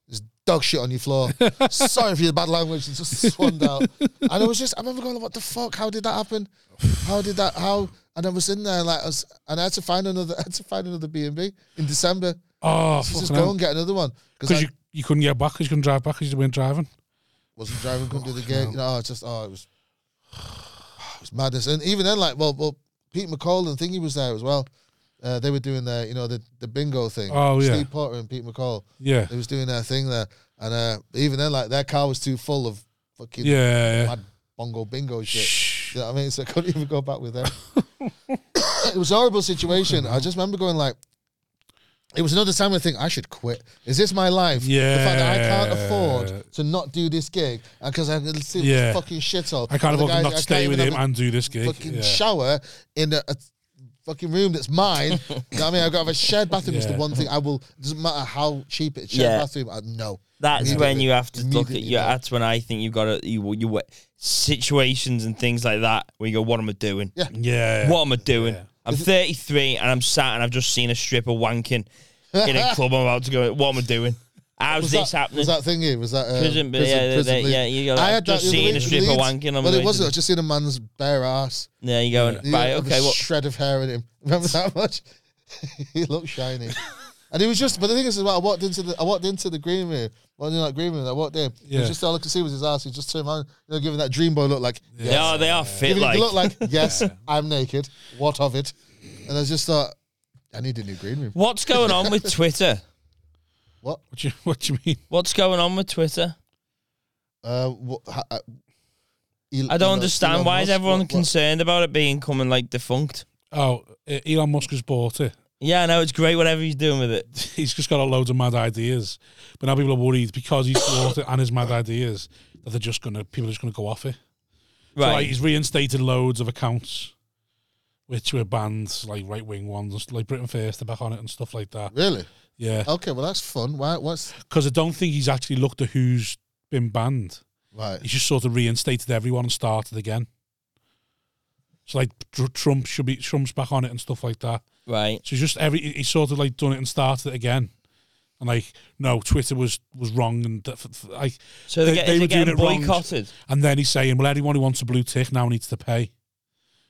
D: there's dog shit on your floor. Sorry for your bad language. And just swanned out. And I was just, I remember going, what the fuck? How did that happen? How did that, how? And I was in there like, I was, and I had to find another, I had to find another B&B in December.
A: Oh,
D: Just
A: fucking
D: go
A: hell.
D: and get another one.
A: Because
D: I
A: you, you couldn't get back because you couldn't drive back because you weren't driving.
D: wasn't driving, couldn't do the gig. You know, oh, it's just oh, it was, it was madness. And even then, like, well, well, Pete McCall and Thingy was there as well. Uh, they were doing their, you know, the, the bingo thing.
A: Oh, yeah.
D: Steve Potter and Pete McCall.
A: Yeah.
D: They was doing their thing there, and uh, even then, like, their car was too full of fucking
A: Yeah.
D: mad bongo bingo shit.
A: Shh.
D: You know what I mean? So I couldn't even go back with them. it was a horrible situation. I just remember going like. It was another time I think I should quit. Is this my life? The fact that I can't
A: Yeah.
D: afford to not do this gig uh, because I'm gonna see
A: Yeah.
D: this fucking shithole.
A: I can't
D: And the
A: afford to
D: guys-
A: not
D: I
A: stay
D: can't
A: with
D: even
A: him
D: have a
A: and do this gig.
D: fucking
A: yeah.
D: shower in a, a fucking room that's mine. You know what I mean, I've got to have a shared bathroom. It's
A: Yeah.
D: the one thing I will. Doesn't matter how cheap it's shared
B: Yeah.
D: bathroom. I, no.
B: That's when
D: Immediately.
B: you have to look at
D: Immediately,
B: your.
D: yeah.
B: That's when I think you got to you you situations and things like that where you go, what am I doing?
D: Yeah.
A: Yeah.
B: What am I doing?
A: Yeah.
B: I'm 33 and I'm sat and I've just seen a stripper wanking in a club. I'm about to go. What am I doing? How's
D: Was
B: this
D: that,
B: happening?
D: Was that thingy? Was that uh,
B: Prison, but yeah, they-
D: league?
B: yeah, you got that. Just
D: the other
B: seeing a
D: week in
B: stripper
D: Leeds.
B: wanking on the
D: Well, it
B: way to
D: wasn't.
B: the-
D: I just seen a man's bare ass.
B: there you go.
D: He
B: Right.
D: had a
B: Okay. What?
D: shred of hair in him. Remember that much? he looked shiny. And it was just, but the thing is, as well, I walked into the, I walked into the green room, well, you know, like green room. I walked in. It
A: Yeah.
D: was just all I could see was his ass. He just turned around, you know, giving that dream boy look, like
B: Yeah,
D: yes.
B: they are fit.
D: giving
B: Like,
D: the look, like yes, I'm naked. What of it? And I just thought, I need a new green room.
B: what's going on with Twitter?
D: What?
A: What do you, what do you mean?
B: What's going on with Twitter?
D: Uh, what ha, uh,
B: I don't understand. Why is everyone concerned about it being coming like defunct?
A: Oh, uh, Elon Musk has bought it.
B: Yeah, I know it's great whatever he's doing with it.
A: He's just got loads of mad ideas, but now people are worried because he's bought it and his mad ideas that they're just gonna people are just gonna go off it. So, like,
B: Right.
A: he's reinstated loads of accounts, which were banned, like right wing ones, like Britain First, they're back on it and stuff like that.
D: Really?
A: Yeah,
D: Okay, well that's fun. Why? What's
A: because I don't think he's actually looked at who's been banned.
D: right?
A: He's just sort of reinstated everyone and started again. So like Dr- Trump should be Trump's back on it and stuff like that.
B: right.
A: So he's just every he- he's sort of like done it and started it again. And like no, Twitter was was wrong and that- f- f- like
B: So they're,
A: They-
B: get-
A: they
B: is
A: were
B: it getting
A: doing it wrong.
B: boycotted.
A: and then he's saying, well, anyone who wants a blue tick now needs to pay.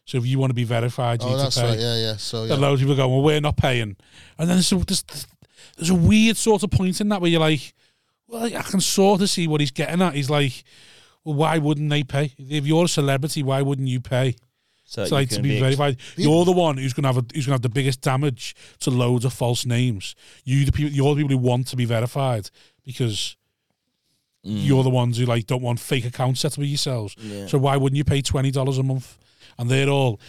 A: So if you want to be verified, you
D: Oh,
A: need
D: that's
A: to pay.
D: right. Yeah, yeah. So
A: Then
D: yeah.
A: loads of people going, well, we're not paying. And then there's a, there's, there's a weird sort of point in that where you're like, well, I can sort of see what he's getting at. He's like, well, why wouldn't they pay? If you're a celebrity, why wouldn't you pay?
B: So
A: So
B: you
A: like to
B: can
A: be
B: ex-
A: verified, you're the one who's gonna have a, who's gonna have the biggest damage to loads of false names. You the people, you're the people who want to be verified because you're the ones who like don't want fake accounts set up with yourselves. So why wouldn't you pay twenty dollars a month? And they're all,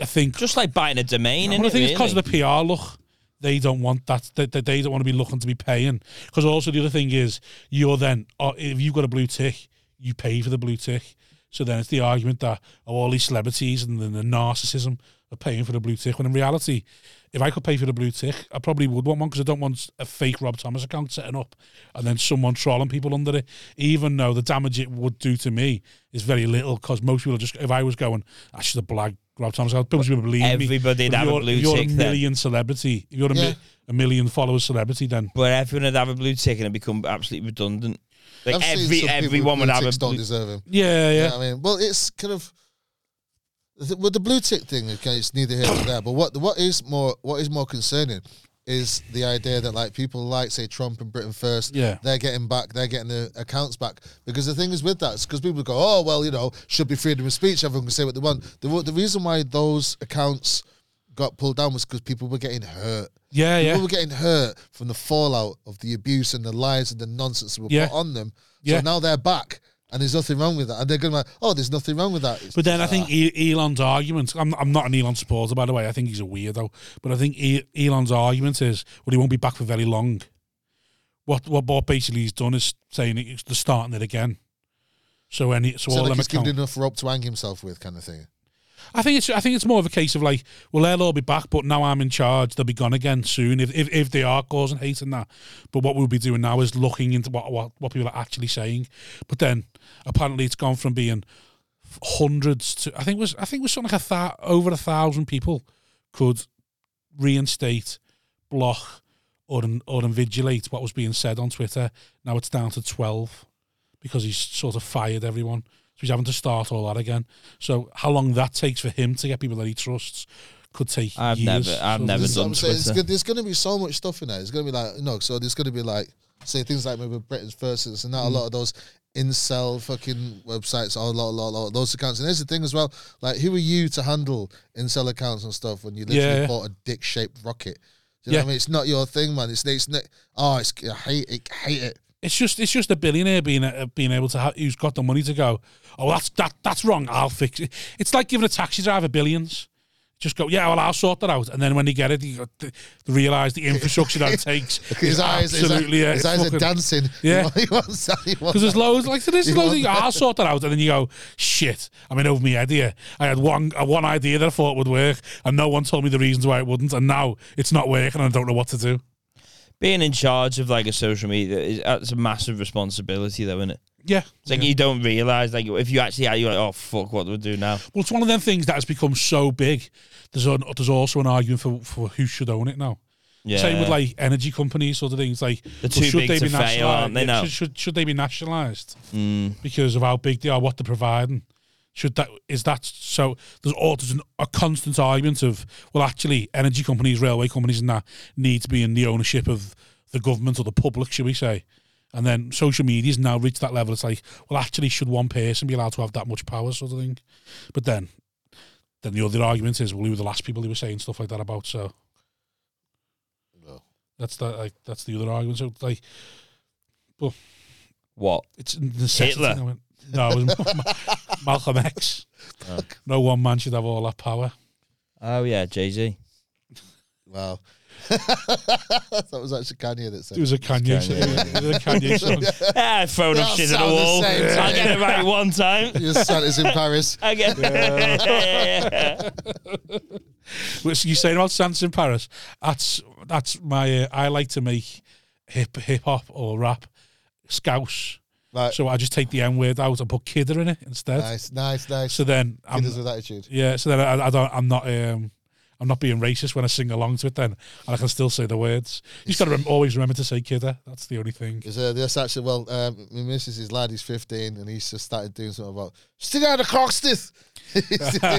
A: I think,
B: Just like buying a domain,
A: well, I
B: innit,
A: think it's because
B: really?
A: of the PR look. They don't want that. They, they- they don't want to be looking to be paying. Because also the other thing is, you're then oh, if you've got a blue tick, you pay for the blue tick. So then it's the argument that oh, all these celebrities and then the narcissism are paying for the blue tick. When in reality, if I could pay for the blue tick, I probably would want one because I don't want a fake Rob Thomas account setting up and then someone trolling people under it. Even though the damage it would do to me is very little, because most people are just if I was going, I should have blagged Rob Thomas. People would believe me.
B: Everybody'd
A: But if
B: have a
A: you're-
B: blue
A: if you're
B: tick
A: a
B: then.
A: million celebrity, if you're a, mi-
D: Yeah.
A: a million followers celebrity, then
B: But everyone would have a blue tick and it'd become absolutely redundant. Like
D: I've seen
B: every
D: some people
B: everyone
D: with
B: would
D: blue
B: have a
D: ticks don't
B: blue
D: deserve him.
A: yeah,
D: Yeah.
A: yeah,
D: I mean, well, it's kind of th- with the blue tick thing. Okay, it's neither here nor there. But what what is more what is more concerning is the idea that like people like say Trump and Britain first.
A: Yeah.
D: they're getting back. They're getting the accounts back because the thing is with that is because people go, oh well, you know, should be freedom of speech. Everyone can say what they want. The wo- the reason why those accounts got pulled down was because people were getting hurt.
A: yeah, yeah.
D: People were getting hurt from the fallout of the abuse and the lies and the nonsense that were
A: Yeah.
D: put on them. So
A: Yeah.
D: now they're back, and there's nothing wrong with that. And they're going like, oh, there's nothing wrong with that. It's
A: But then I
D: bizarre.
A: think E- Elon's argument. I'm I'm not an Elon supporter, by the way. I think he's a weirdo. But I think e- Elon's argument is, well, he won't be back for very long. What what Bob basically he's done is saying it's the starting it again. So any so,
D: So
A: all
D: like
A: them
D: he's given
A: accounts.
D: enough rope to hang himself with, kind of thing.
A: I think it's I think it's more of a case of like, well, they'll all be back, but now I'm in charge. They'll be gone again soon if if, if they are causing hate and that. But what we'll be doing now is looking into what what, what people are actually saying. But then apparently it's gone from being hundreds to I think it was I think it was something like a thou over a thousand people could reinstate, block, or in- or invigilate what was being said on Twitter. Now it's down to twelve because he's sort of fired everyone. So he's having to start all that again. So how long that takes for him to get people that he trusts could take
B: I've
A: years.
B: never- I've
A: So
B: never
A: there's-
D: So
B: done
D: I'm saying, it's
B: Twitter.
D: good- there's going to be so much stuff in there. It's going to be like, you know, so there's going to be like, say things like maybe Britain's first and not a
A: Mm.
D: lot of those incel fucking websites, all lot, lot, lot, those accounts. And here's the thing as well, like, who are you to handle incel accounts and stuff when you literally
A: Yeah, yeah.
D: bought a dick-shaped rocket? Do you know
A: Yeah.
D: what I mean? It's not your thing, man. It's it's not. Oh, it's I hate it. I hate it.
A: It's just it's just a billionaire being uh, being able to ha- who's got the money to go. Oh, that's that that's wrong. I'll fix it. It's like giving a taxi driver billions. Just go, yeah, well, I'll sort that out. And then when they get it, you they realise the infrastructure that it takes.
D: His
A: is
D: eyes, his,
A: absolutely,
D: eye-
A: uh,
D: his eyes are
A: fucking-
D: dancing.
A: Yeah.
D: He wants that. He wants
A: Because there's
D: that.
A: loads like so there's
D: You
A: loads of
D: want-
A: you, I'll sort that out, and then you go, shit, I'm in over my idea. I had one uh, one idea that I thought would work, and no one told me the reasons why it wouldn't, and now it's not working, and I don't know what to do.
B: being in charge of like a social media is that's a massive responsibility though, isn't it?
A: Yeah,
B: It's like
A: Yeah.
B: you don't realise like if you actually are you're like, oh fuck, what do we do now?
A: well, it's one of them things that has become so big. There's an, there's also an argument for for who should own it now.
B: Yeah.
A: Same with like energy companies, sort of things like
B: They're too big to fail,
A: nationalised?
B: aren't they,
A: Yeah,
B: now? Mm,
A: Should, should should they be nationalised because of how big they are, what they're providing? Should that is that so? There's all there's an, a constant argument of well, actually, energy companies, railway companies, and that need to be in the ownership of the government or the public, should we say? And then social media's now reached that level. It's like, well, actually, should one person be allowed to have that much power, sort of thing? But then, then the other argument is, well, we were the last people who were saying stuff like that about. So
D: No.
A: that's the like that's the other argument. So like,
B: What?
A: it's a necessity.
B: Hitler.
A: I went, No, it was Ma- Malcolm X. No one man should have all that power.
B: Oh yeah, Jay Z.
D: Wow. that was actually Kanye that said.
A: It was a Kanye,
B: Kanye,
A: song. It was a Kanye song.
B: Ah, throwing up
D: all
B: shit at the
D: sound the
B: wall.
D: same to
B: I'll
D: me.
B: get it right one time.
D: Your son is in Paris.
B: I get
A: Which you saying about Sans in Paris? That's that's my. Uh, I like to make hip hip hop or rap scouse.
D: Right.
A: So I just take the N word out and put kidder in it instead.
D: Nice, nice, nice.
A: So then I'm
D: Kidders with attitude.
A: yeah. So then I, I don't. I'm not. Um, I'm not being racist when I sing along to it. Then and I can still say the words. You just got to rem- always remember to say kidder. That's the only thing.
D: Because uh, that's actually, well, um, my missus, his lad, he's 15, and he's just started doing something about, stick out the Crocksteth!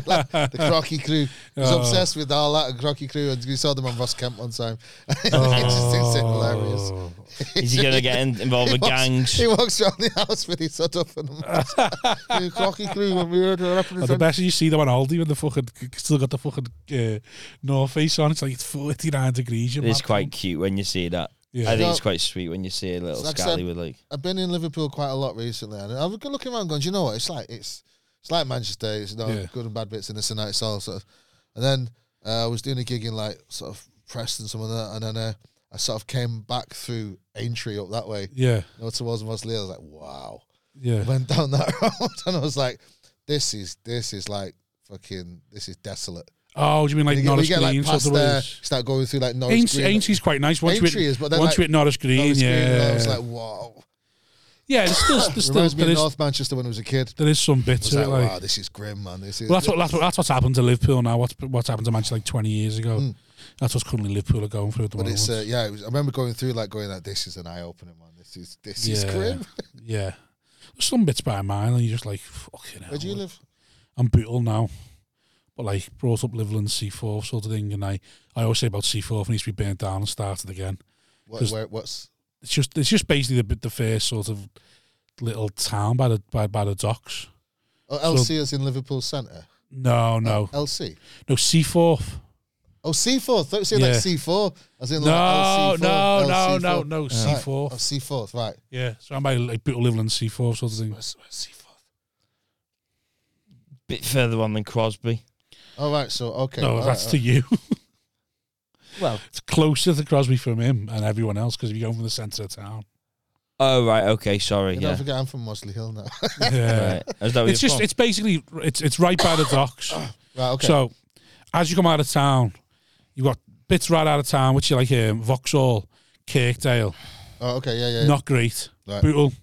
D: like, the Crocky crew. He's
A: Oh.
D: obsessed with all that, and Crocky crew, and we saw them on Ross Kemp one time. I just think it's
A: Oh.
D: hilarious.
B: Is he gonna get in- involved with
D: He walks-
B: gangs?
D: He walks around the house with his head up and the Crocky crew, and we heard her up
A: But
D: in the
A: Oh, the
D: front.
A: best is you see them on Aldi when the fucking still got the fucking uh, North Face on. It's like it's 49 degrees. you
B: It's
A: mad
B: quite cute when you see that.
A: Yeah.
B: I think
D: So-
B: it's quite sweet when you see a little
D: Like I
B: scally
D: said-
B: with like.
D: I've been in Liverpool quite a lot recently, and I've been looking around going, Do you know what? It's like, it's it's like Manchester, it's not
A: Yeah.
D: good and bad bits, and this and that, it's all sort of. And then uh, I was doing a gig in like sort of Preston, some of that, and then uh, I sort of came back through Aintree up that way,
A: Yeah,
D: you know, towards Mosley. I was like, Wow.
A: yeah.
D: went down that road and I was like, this is this is like fucking this is desolate.
A: Oh, do you mean like
D: You get,
A: Norris
D: you get
A: Green
D: like
A: sort
D: past eh,
A: of
D: there,
A: ways?
D: start going through like Norwich
A: Ain't
D: Green.
A: Ainsley's quite nice. Once you
D: Aintree
A: hit,
D: is, but then,
A: once
D: like,
A: you hit Norris Green,
D: Norwich Green, and I
A: yeah,
D: was like, wow.
A: yeah. There's still, there's still
D: Reminds me
A: there
D: of
A: is,
D: North Manchester when I was a kid.
A: there is some
D: I
A: bit
D: was
A: to it.
D: like,
A: Like,
D: wow, this is grim, man. This is
A: well, that's what that's what that's what's happened to Liverpool now. What's what's happened to Manchester like 20 years ago? That's what's currently Liverpool are going through at the
D: Hmm. but
A: moment.
D: it's uh, yeah. It was, I remember going through like going like this is an eye opener, man. This is this is grim.
A: yeah. There's some bits by mine, and you're just like, fucking hell.
D: Where do you live?
A: I'm brutal now. But like brought up Liverland C4 sort of thing, and I, I always say about C4 needs to be burnt down and started again.
D: What,
A: 'Cause-
D: where, what's
A: It's just it's just basically the the first sort of little town by the by, by the docks.
D: oh, LC is in Liverpool Centre.
A: No, no,
D: LC.
A: no C4.
D: Oh, C4. Thought you said like
A: Yeah.
D: C4. As in
A: No,
D: like LC4.
A: no, no,
D: LC4.
A: no, no, C4.
D: Right. Oh, C4, right.
A: Yeah, so I'm by like brutal Liverland C4 sort of thing.
B: Bit further on than Crosby.
D: All right, so okay.
A: No,
D: all
A: that's
D: right,
A: to you.
B: Well-
A: it's closer to Crosby from him and everyone else because if you're going from the centre of town,
B: Oh right, okay,
D: all
B: sorry.
D: right.
B: Yeah.
D: Don't forget, I'm from Mosley Hill now.
A: yeah.
B: Right. Is that where
A: It's
B: you're
A: just
B: from?
A: it's basically it's it's right by the docks.
D: right, okay.
A: So, as you come out of town, you've got bits right out of town, which are like um, Vauxhall, Kirkdale,
D: oh, okay, yeah, yeah.
A: not great.
D: Right.
A: Brutal, a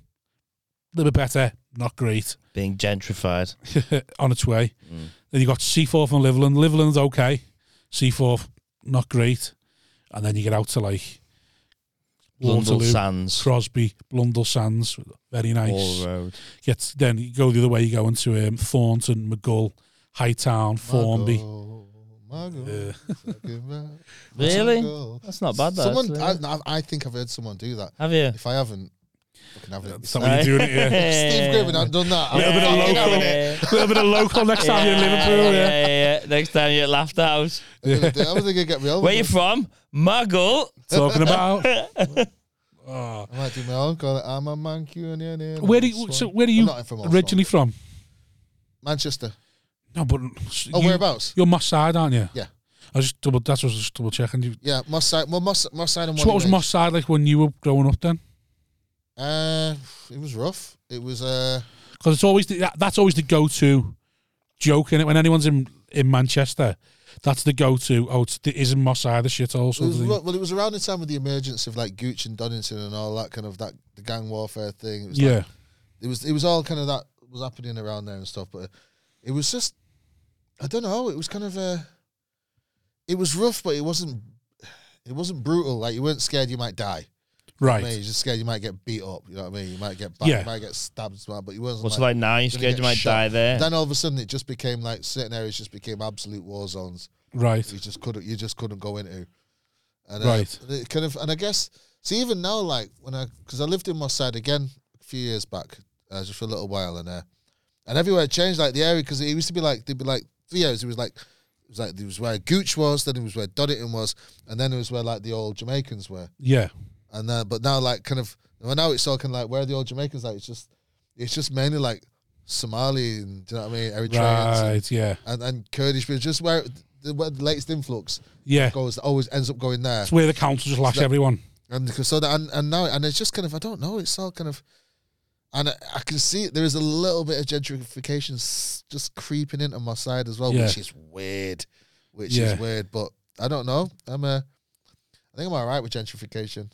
A: little bit better, not great,
B: being gentrified.
A: on its way.
D: Mm.
A: Then you've got C4 from Liverland. Liverland's okay, C4, not great. And then you get out to like
B: Blundell
A: Waterloo,
B: Sands.
A: Crosby, Blundell Sands, very nice.
B: Hall Road.
A: Get, then you go the other way, you go into um, Thornton, McGull, Hightown, Formby. Uh,
D: Margot, Margot,
A: Yeah.
D: talking about
B: Really?
D: Margot.
B: That's not bad. That
D: Someone,
B: actually.
D: I, I- I think I've heard someone do that.
B: have you?
D: If I haven't, fucking haven't. It's
A: Somebody
D: like,
B: Aye.
A: doing it, yeah.
D: Steve Griffin, I've done that.
A: Little bit of
D: Fucking
A: local.
D: haven't it.
A: A little bit of local next time you're in Liverpool, yeah.
B: yeah, yeah. Next time you're at Laughed House.
D: I don't think I get me over.
B: Where you
D: it.
B: from? Muggle.
A: Talking about. Oh.
D: I might do my own. Call it. I'm a Mancunian.
A: Where do you, so where are you
D: I'm not from Oxford.
A: originally from?
D: Manchester.
A: No, but
D: Oh,
A: you,
D: whereabouts?
A: You're Moss Side, aren't you?
D: Yeah.
A: I was just double. That's what I was just double checking. You,
D: Yeah, Moss Side. Well, Moss, Moss Side and
A: so what was
D: Wallingford.
A: Moss Side like when you were growing up then?
D: Uh, it was rough. It was uh,
A: Because it's always the, that, that's always the go-to joke in it when anyone's in in Manchester. That's the go-to. Oh, it's, the- isn't Moss Side a shithole?
D: it
A: Sort of
D: was
A: thing.
D: ru- well, it was around the time of the emergence of like Gooch and Donington and all that kind of that the gang warfare thing. It was like,
A: yeah,
D: it was it was all kind of that was happening around there and stuff. But it was just, I don't know. It was kind of uh, it was rough, but it wasn't it wasn't brutal. Like you weren't scared you might die.
A: Right.
D: I mean, you're just scared you might get beat up. You know what I mean? You might get banged,
A: Yeah.
D: you might get stabbed as well. But you wasn't.
B: What's like now? You're
D: gonna
B: scared you
D: get
B: might
D: shot.
B: die there.
D: Then all of a sudden, it just became like certain areas just became absolute war zones.
A: Right.
D: You just couldn't. You just couldn't go into. And, uh,
A: Right.
D: and It kind of, and I guess see even now, like when I because I lived in Moss Side again a few years back, uh, just for a little while, and uh, and everywhere it changed like the area because it used to be like there'd be like three areas. It was like it was like there was where Gooch was, then it was where Dodditon was, and then it was where like the old Jamaicans were
A: Yeah.
D: and uh, but now like kind of well now it's all kind of like where are the old Jamaicans like it's just it's just mainly like Somali and do you know what I mean Eritreans
A: Right. Yeah.
D: and, and Kurdish but just where the, where the latest influx
A: Yeah.
D: goes always ends up going there
A: It's where the council just lash everyone.
D: and because- so that and, and now and it's just kind of I don't know it's all kind of and I, I can see there is a little bit of gentrification s- just creeping into my side as well
A: Yeah.
D: which is weird which
A: Yeah.
D: is weird but I don't know I'm uh, I think I'm alright with gentrification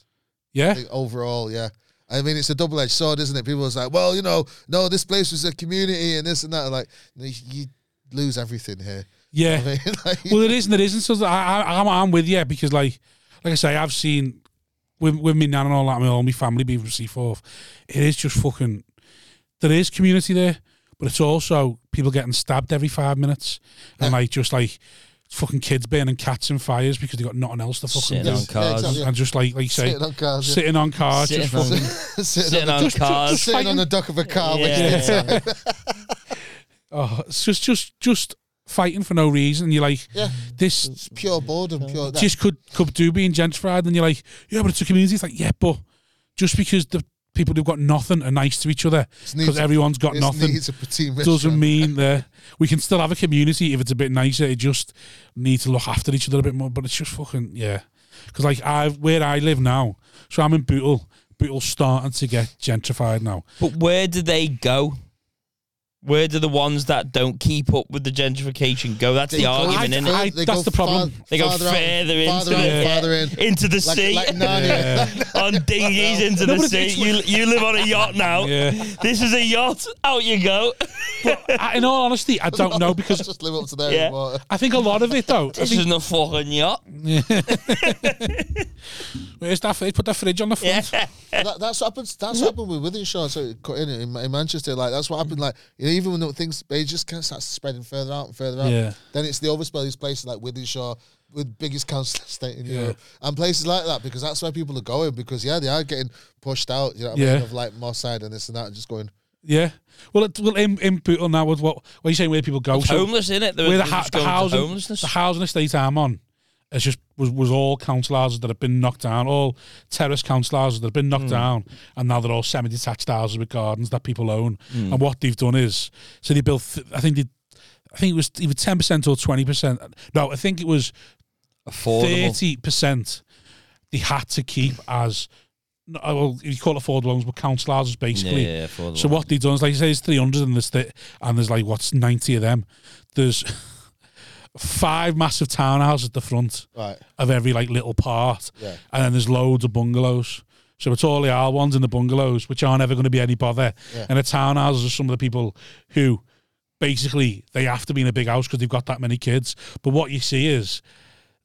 A: Yeah.
D: think overall, yeah. I mean, it's a double edged sword, isn't it? People was like, well, you know, no, this place was a community and this and that. Like, you, you lose everything here. I
A: Yeah.
D: mean, like,
A: Well, it is and it isn't. So I, I, I'm, I'm with you because, like, like I say, I've seen with with me nan and all that, and all my family being from Seaforth. It is just fucking. There is community there, but it's also people getting stabbed every five minutes, and like just like fucking kids burning cats in fires because they got nothing else to fucking
B: Sitting
A: do,
B: on cars.
D: exactly.
A: and just like like you say,
D: sitting on cars, yeah.
A: sitting on cars,
B: Sitting
A: just
B: on-
A: fucking
D: sitting,
B: Sitting
D: on,
B: on
A: Just-
B: cars.
A: just-
D: sitting on the dock of a car. Yeah.
B: Yeah.
A: oh, it's just just just fighting for no reason. You're like,
D: yeah.
A: this
D: It's pure boredom, pure. That.
A: just could could do being gentrified, and you're like, yeah, but it's a community. It's like, yeah, but just because the people who've got nothing are nice to each other
D: needs-
A: because everyone's got
D: It's
A: nothing
D: needs a pretty
A: doesn't
D: restaurant.
A: mean that we can still have a community if it's a bit nicer. It just need to look after each other a bit more. But it's just fucking yeah, because like I where I live now, so I'm in Bootle. Bootle's starting to get gentrified now.
B: But where do they go? Where do the ones that don't keep up with the gentrification go? That's
D: They
B: the
D: go
B: argument,
D: fur-
B: isn't
A: I-
D: they
A: that's
D: go
A: the problem.
D: far-
B: They go
D: out,
B: further into
D: farther out,
B: it.
D: farther in.
B: Into the
D: Like,
B: sea,
D: like Narnia.
B: on dinghies into the sea. You, you live on a yacht now.
A: Yeah.
B: This is a yacht. Out you go.
A: I, in all honesty, I don't know because
D: just live up to there.
B: Yeah.
D: in water.
A: I think a lot of it though. I
B: This
A: think-
B: isn't a fucking yacht.
A: where's that? fridge? Put that fridge on the
B: Yeah.
A: front.
D: that, that's what happened. That's what happened with Withenshaw. So it cut in, in in Manchester. Like that's what happened. Like you know, even when the things they just kind of start spreading further out and further out.
A: Yeah.
D: Then it's the overspill. These places like Withenshaw, with biggest council estate in Europe, and places like that because that's where people are going. Because yeah, they are getting pushed out. You know what I
A: Yeah.
D: mean? Of like Moss Side and this and that, and just going.
A: Yeah. Well, it, well, in, in Bootle now with what? What are you saying? Where people go? So
B: Homeless, innit? They're,
A: where the,
B: they're
A: ha-
B: just
A: the
B: going to
A: housing,
B: homelessness.
A: the housing estate I'm on, it's just was, was all council houses that have been knocked down, all terrace council houses that have been knocked
B: Hmm.
A: down, and now they're all semi-detached houses with gardens that people own.
B: Hmm.
A: And what they've done is, so they built. th- I think they, I think it was either ten percent or twenty percent. No, I think it was
B: Affordable.
A: thirty percent they had to keep as no, well you call it affordable homes, but council houses basically.
B: Yeah, yeah, affordable.
A: So what they done is like you say, it's three hundred and there's th- and there's like what's ninety of them. There's five massive townhouses at the front
D: Right.
A: of every like little part,
D: Yeah.
A: and then there's loads of bungalows. So it's all the R ones and the bungalows, which aren't ever going to be any bother.
D: Yeah.
A: And the townhouses are some of the people who basically they have to be in a big house because they've got that many kids. But what you see is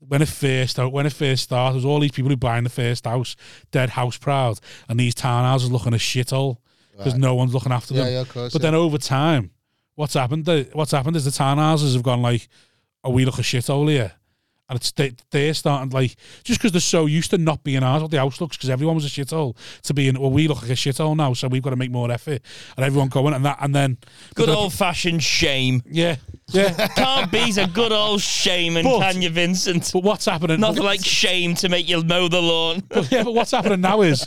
A: when it first out, when it first started, there's all these people who buying the first house, dead house proud, and these townhouses looking a shithole because no one's looking after
D: Yeah,
A: them.
D: yeah, of course,
A: but
D: yeah.
A: then over time, what's happened? the- What's happened is the townhouses have gone like, "Oh, we look a shithole here," and it's they, they're starting like just because they're so used to not being ours, what the house looks because everyone was a shithole to being. Well, we look like a shithole now, so we've got to make more effort, and everyone going and that, and then
B: Good old fashioned shame.
A: yeah, yeah.
B: Can't beat a good old shame and
A: But-
B: can you, Vincent?
A: but what's happening?
B: Nothing like shame to make you mow the lawn.
A: But yeah, but what's happening now is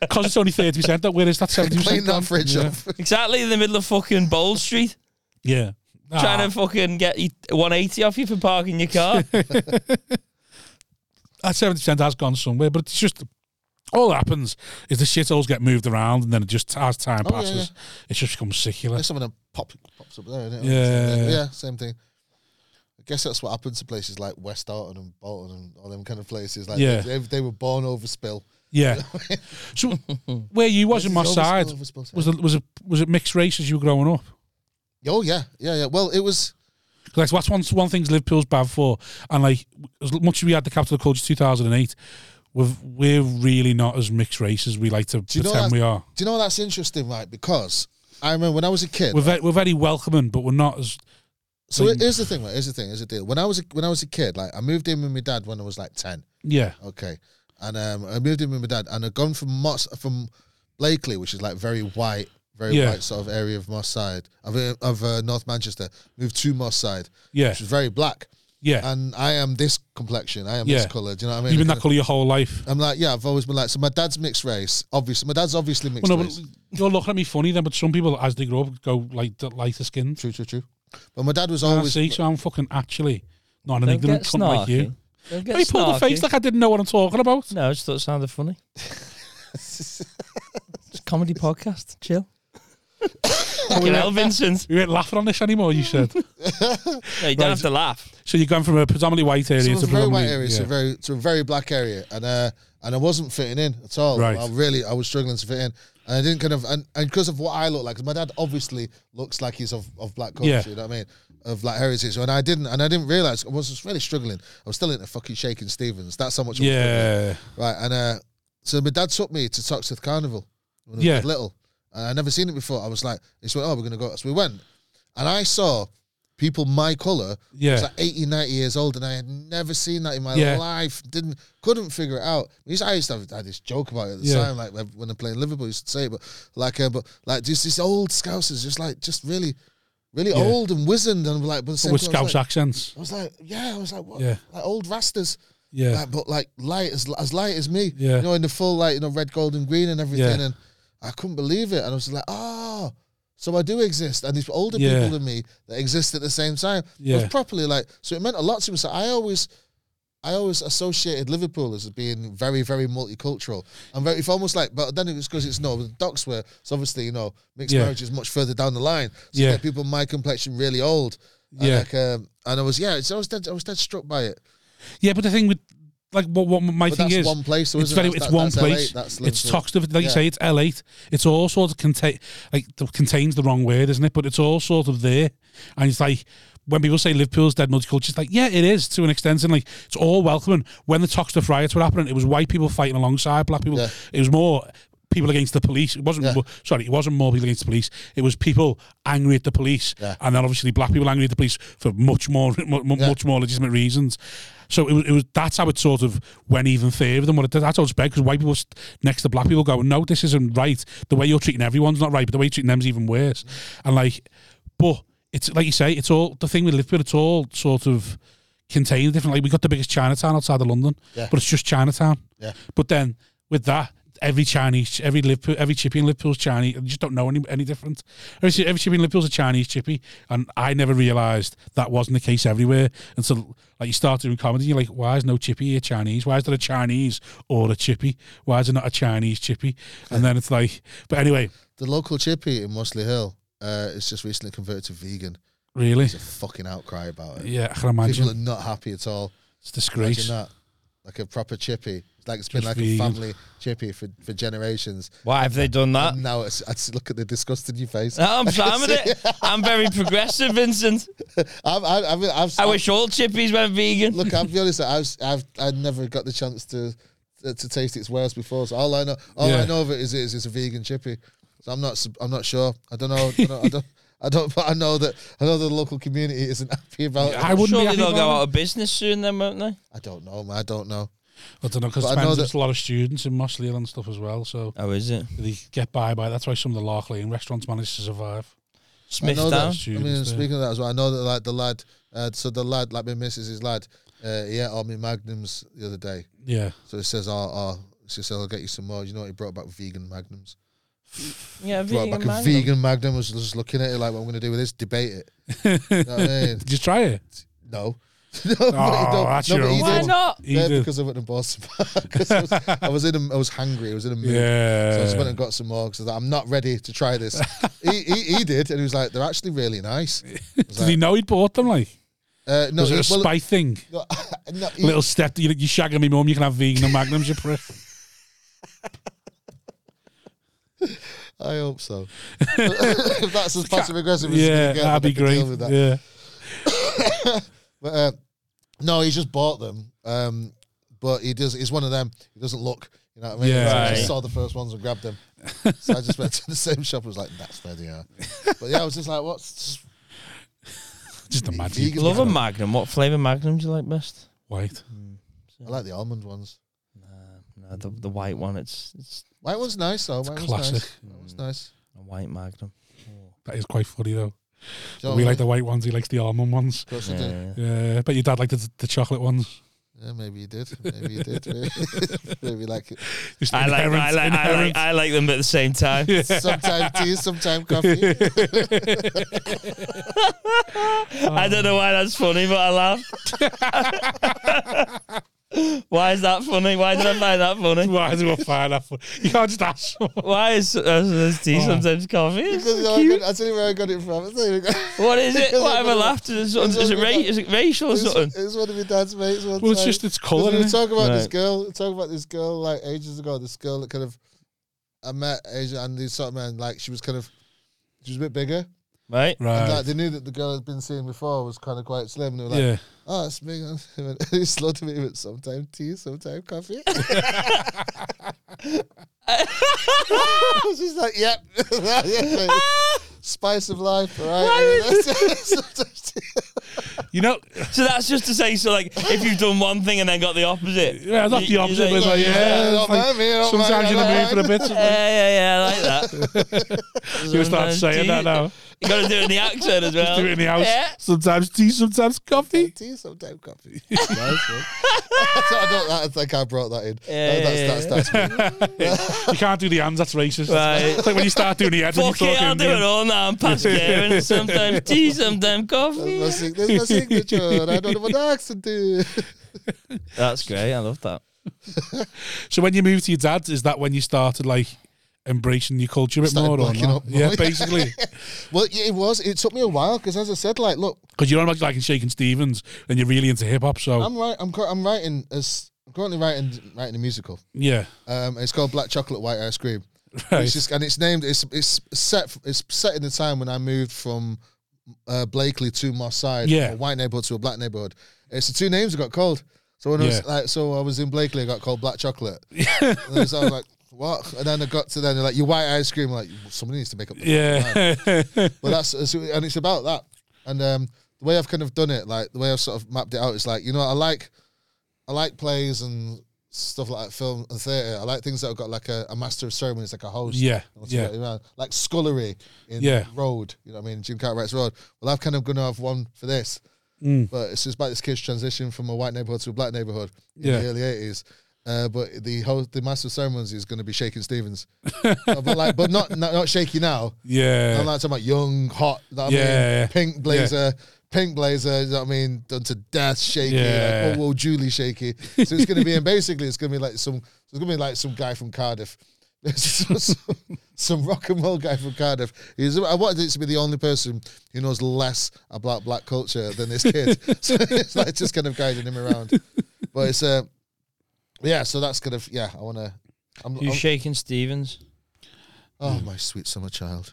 A: because it's only thirty percent. That where is that seventy
D: Clean
A: percent?
D: that fridge
A: yeah.
D: up.
B: Exactly in the middle of fucking Bold Street,
A: Yeah. Nah.
B: trying to fucking get you 180 off you for parking your car.
A: that seventy percent has gone somewhere, but it's just all that happens is the shitholes get moved around, and then it just as time
D: Oh, yeah,
A: passes, it just becomes
D: There's
A: ridiculous.
D: something that pop, pops up there, isn't it?
A: Yeah.
D: yeah, same thing. I guess that's what happened to places like West Orton and Bolton and all them kind of places. Like
A: Yeah.
D: they, they were born overspill.
A: Yeah. so where you was in my
D: Overspill,
A: side
D: overspill,
A: was it was it was it mixed race as you were growing up?
D: Oh yeah, yeah, yeah. Well, it was
A: 'Cause Like that's one one thing Liverpool's bad for, and like as much as we had the capital culture two thousand and eight, We've, we're really not as mixed race as we like to
D: Do you know
A: pretend
D: that-
A: we are.
D: Do you know that's interesting, right? Because I remember when I was a kid.
A: We're very, we're very welcoming, but we're not as
D: so here's the thing, right? Here's the thing. Here's the deal. When I was a, when I was a kid, like I moved in with my dad when I was like ten.
A: yeah
D: Okay, and um, I moved in with my dad, and I'd gone from Moss from Blakely, which is like very white, very
A: Yeah.
D: white sort of area of Moss Side of uh, of uh, North Manchester, moved to Moss Side,
A: yeah
D: which was very black.
A: yeah.
D: And I am this complexion, I am
A: Yeah.
D: this color. Do you know what I mean?
A: You've been that colour your whole life.
D: I'm like, yeah, I've always been like. So my dad's mixed race, obviously. My dad's obviously mixed
A: Well, no,
D: race.
A: but you're looking at me funny then. But some people, as they grow up, go like the lighter skinned.
D: True, true, true. But my dad was
A: I
D: always.
A: see, so I'm fucking actually not an
B: Don't
A: ignorant
B: get
A: cunt like you.
B: snarky. Don't get
A: He pulled a face
B: snarky.
A: like I didn't know what I'm talking about.
B: No, I just thought it sounded funny. it's a comedy podcast. Chill. Fucking hell, Vincent.
A: You ain't laughing on this anymore. You said
B: No, you don't have to laugh.
A: so. You're going from a predominantly white area
D: So it was
A: to
D: a very white
A: predominantly
D: area to, a
A: yeah.
D: very, to a very black area, and uh, and I wasn't fitting in at all.
A: Right.
D: I really, I was struggling to fit in, and I didn't kind of, and, and because of what I look like, 'cause my dad obviously looks like he's of, of black culture.
A: Yeah.
D: You know what I mean? Of black heritage, and I didn't, and I didn't realize I was just really struggling. I was still into fucking shaking Stevens. That's how much. I was struggling.
A: yeah.
D: Right, and uh, so my dad took me to Toxteth Carnival when I
A: Yeah.
D: was little, and I never seen it before. I was like, he said, "Oh, we're gonna go." So we went, and I saw people my color.
A: Yeah.
D: was like 80, 90 years old, and I had never seen that in my
A: Yeah.
D: life. Didn't, couldn't figure it out. We used to- I used to have I had this joke about it at the
A: Yeah.
D: time, like when when I played in Liverpool, I used to say, it, but like, uh, but like, just these old scousers, just like, just really, really old and wizened, and like, but at the same
A: With
D: time, I was
A: Scouse
D: like-
A: accents.
D: I was like, yeah, I was like, what?
A: Yeah.
D: Like old rastas.
A: Yeah.
D: Like, but like light as as light as me.
A: Yeah.
D: You know, in the full like you know red, gold, and green and everything,
A: Yeah.
D: and I couldn't believe it. And I was like, oh, so I do exist, and these older
A: Yeah.
D: people than me that exist at the same time. It
A: Yeah.
D: was properly like so it meant a lot to me. So I always. I always associated Liverpool as being very, very multicultural, and very, it's almost like. But then it was because it's no the docks were so obviously you know mixed
A: Yeah.
D: marriage is much further down the line. So you
A: Yeah.
D: get people my complexion really old. and
A: Yeah.
D: like, um, and I was yeah, it's, I was dead, I was dead struck by it.
A: Yeah, but the thing with like what, what my
D: But
A: thing
D: that's
A: is,
D: one place, though,
A: it's
D: isn't
A: very
D: it?
A: it's
D: That-
A: one
D: that's LA,
A: place.
D: that's
A: it's
D: Liverpool.
A: toxic. Like you
D: Yeah.
A: say, it's L eight. It's all sort of contain like the, contains the wrong word, isn't it? But it's all sort of there, and it's like. When people say Liverpool's dead multicultural, it's like, yeah, it is to an extent. And like, it's all welcoming. When the Toxteth riots were happening, it was white people fighting alongside black people.
D: Yeah.
A: It was more people against the police. It wasn't,
D: Yeah.
A: more- sorry, it wasn't more people against the police. It was people angry at the police.
D: Yeah.
A: And then obviously black people angry at the police for much more, mu- mu-
D: Yeah.
A: much more legitimate reasons. So it was, it was that's how it sort of went even further than what it did. That's how it's bad because white people st- next to black people go, no, this isn't right. The way you're treating everyone's not right, but the way you're treating them's even worse. And like, but it's like you say, it's all the thing with Liverpool. It's all sort of contained different. Like we got the biggest Chinatown outside of London,
D: Yeah.
A: but it's just Chinatown.
D: Yeah.
A: But then with that. Every Chinese, every Liverpool, every chippy in Liverpool's Chinese. You just don't know any any different. Every, chi- every chippy in Liverpool's a Chinese chippy, and I never realised that wasn't the case everywhere until like you start doing comedy. You're like, why is no chippy here Chinese? Why is there a Chinese or a chippy? Why is there not a Chinese chippy? And then it's like, but anyway,
D: The local chippy in Mosley Hill uh, is just recently converted to vegan.
A: really,
D: There's a fucking outcry about it.
A: yeah, I can
D: People
A: imagine
D: are not happy at all.
A: it's a
D: Imagine
A: disgrace.
D: that. Like a proper chippy. It's like it's been
A: Just
D: like
A: vegan.
D: a family chippy for, for generations.
B: Why have they done that?
D: And now it's, I just look at the disgust in your face.
B: I'm fine with it. I'm very progressive, Vincent.
D: I've, I've, I've, I've,
B: I wish all chippies went vegan.
D: Look, I'll be honest. I've, I've, I never got the chance to to taste its wares before. So all I know, all
A: Yeah.
D: I know of it is, is it's a vegan chippy. So I'm not, su- I'm not sure. I don't know. I don't, I don't, I don't but I know that I know the local community isn't happy about
A: I
D: it.
A: wouldn't
B: Surely
A: be happy
B: they'll go
A: about
B: out of business soon, then, won't they?
D: I don't know. man, I don't know.
A: I don't know because
D: But I know that-
A: there's a lot of students in Moss Leal and stuff as well, so
B: Oh, is it?
A: they get by by. That's why some of the Lark Lane restaurants manage to survive.
D: I
B: Smith
D: know
B: down.
D: that. I mean,
A: Students, yeah.
D: speaking of that as well, I know that like the lad. Uh, so the lad, like my missus, his lad, uh, he ate all my magnums the other day.
A: Yeah,
D: So he says, "Oh, oh," she says, "I'll get you some more." You know, what he brought back vegan magnums.
B: Yeah,
D: Brought back
B: vegan
D: a
B: man.
D: vegan magnum. I was just looking at it like, "What I'm going to do with this? Debate it." You know what I mean?
A: did you try it? Oh,
D: No. no, but you don't-
A: that's
D: no,
A: your
D: but
A: own
D: you
B: Why
D: don't.
B: not?
A: He
D: Yeah,
A: did.
D: because I went and bought some. 'cause I was, I was in. A, I was hungry. I was in a mood.
A: yeah,
D: So I just went and got some more because I'm not ready to try this. he, he, he did, and he was like, "They're actually really nice." I was
A: did he
D: like,
A: know he'd bought them? Like,
D: uh, no,
A: was it a
D: well,
A: spy thing?
D: no, no, he-
A: Little step, you, you shagging me mum, you can have vegan and magnums, you prick.
D: I hope so. if that's as passive aggressive as you
A: yeah,
D: can get,
A: that'd
D: then
A: be
D: I can deal
A: great.
D: with that.
A: Yeah,
D: But uh, no, he just bought them. Um, But he does. He's one of them. He doesn't look. You know what I mean?
A: Yeah.
D: So I
B: Right.
D: just saw the first ones and grabbed them. so I just went to the same shop. and was like, that's bloody hard. But yeah, I was just like, what's
A: Just imagine.
D: vegan?
B: Love a Magnum. What flavour Magnum do you like best?
A: White.
D: I like the almond ones.
B: No, Mm, the, the white one. It's it's mm,
D: White one's nice though. White one's
A: classic.
D: nice. White one's nice.
B: a white Magnum.
A: That is quite funny though.
D: Do you know
A: we
D: what
A: like
D: I
A: the white ones. He likes the almond ones.
D: mean? Of course I do.
B: Yeah.
A: Yeah, but your dad liked the, the chocolate ones.
D: Yeah, maybe you did. Maybe you did. maybe you like it.
A: Just
B: I like, I
A: inherent-
B: like, I
A: inherent.
B: like, I like them at the same time.
D: Sometime tea, sometime coffee.
B: I don't know why that's funny, but I laughed. why is that funny? Why did I find that funny?
A: Why do I find that? funny? You can't just ask someone.
B: Why is uh, there's tea
A: Oh.
B: sometimes coffee? It's
D: Because I
B: cute.
D: got- I tell you where I got it from. I tell you where I got-
B: What is it?
D: Because
B: Why
D: I
B: have I
D: got it-
B: laughed? Is it, something-
D: because
B: is
D: I
B: it,
D: got
B: ra-
D: it-
B: is it racial or
D: It was-
B: something?
D: It was one of my dad's mates. One
A: Well, it's
D: time.
A: just it's
D: 'Cause
A: colour.
D: We were
A: innit?
D: talking about this
B: Right.
D: girl. we were Talking about this girl like ages ago. This girl that kind of I met Asia and these sort of men. Like she was kind of she was a bit bigger.
B: Right?
D: And,
A: Right.
D: like they knew that the girl had been seen before was kind of quite slim. And they were like,
A: Yeah.
D: "Oh, it's big." And he went- he slowed to me. He went, "Sometime tea, sometime coffee." I was just like, "Yep, Yeah, like, spice of life, all right?" And then- Sometimes tea.
A: You know,
B: So that's just to say, so like, if you've done one thing and then got the opposite.
A: yeah, not the
B: You-
A: opposite, but
B: you're
A: it's like, yeah.
D: Yeah,
A: it's
D: don't
A: like,
D: mind me, don't mind
A: sometimes
D: me,
A: you're in the
D: don't
A: mood for a
D: mind.
A: bit.
B: Yeah, yeah, yeah, I like that.
A: You start saying that now.
B: You gotta do it in the accent as well.
A: Do it in the house.
B: Yeah.
A: Sometimes tea, sometimes coffee.
D: tea, sometimes coffee. nice one. so I, don't, I think I brought that in.
B: Yeah,
D: That-
B: yeah,
D: that's, that's, that's me.
A: You can't do the hands, that's racist.
B: Right.
A: It's like when you start doing the head when you
B: Fuck
A: talk
B: it, I'll do it
A: Indian.
B: all now. I'm past caring. Sometimes tea, sometimes
D: That's my,
B: coffee.
D: sig- that's my signature. I don't know what accent to do.
B: That's great. I love that.
A: So when you moved to your dad's, is that when you started like embracing your culture a bit
D: Started
A: more? Or
D: blacking
A: not?
D: up more.
A: Yeah, basically.
D: Well, yeah, it was. It took me a while because, as I said, like, look,
A: Because you're on about like Shaking Stevens and you're really into hip hop, so
D: I'm right. I'm cur- I'm writing as I'm currently writing writing a musical.
A: yeah.
D: Um, it's called Black Chocolate White Ice Cream.
A: Right.
D: It's just, and it's named. It's it's set. It's set in the time when I moved from uh, Blakely to Moss Side,
A: Yeah.
D: from a white neighborhood to a black neighborhood. It's the two names that got called. So when I was
A: Yeah.
D: like, so I was in Blakely, I got called Black Chocolate. and then so I was like, what? And then I got to then they're like your white ice cream. I'm like somebody needs to make up. The
A: Yeah.
D: but that's it's- and it's about that. And um, the way I've kind of done it, like the way I've sort of mapped it out, is like you know I like, I like plays and stuff like that, film and theatre. I like things that have got like a, a master of ceremonies, like a host.
A: Yeah,
D: What's
A: yeah.
D: it around? Like scullery in
A: Yeah.
D: Road. You know what I mean? Jim Cartwright's Road. Well, I've kind of gonna have one for this,
A: Mm.
D: but it's just about this kid's transition from a white neighborhood to a black neighborhood in
A: Yeah.
D: the early eighties. Uh, but the host, the master of ceremonies is going to be Shaking Stevens, but like, but not not, not shaky now. I'm
A: yeah.
D: not talking about young, hot, you know what I
A: Yeah,
D: mean?
A: yeah, yeah.
D: pink blazer, pink blazer, you know what I mean? Done to death, shaky,
A: Yeah.
D: like, oh, well, Julie shaky. So it's gonna be, and basically it's gonna be like some, it's gonna be like some guy from Cardiff. some, some- some rock and roll guy from Cardiff. He's, I wanted it to be the only person who knows less about black culture than this kid. so it's like just kind of guiding him around. But it's, uh, yeah, so that's kind of, yeah, I wanna, I'm,
B: You
D: I'm-
B: shaking Stevens?
D: oh, my sweet summer child.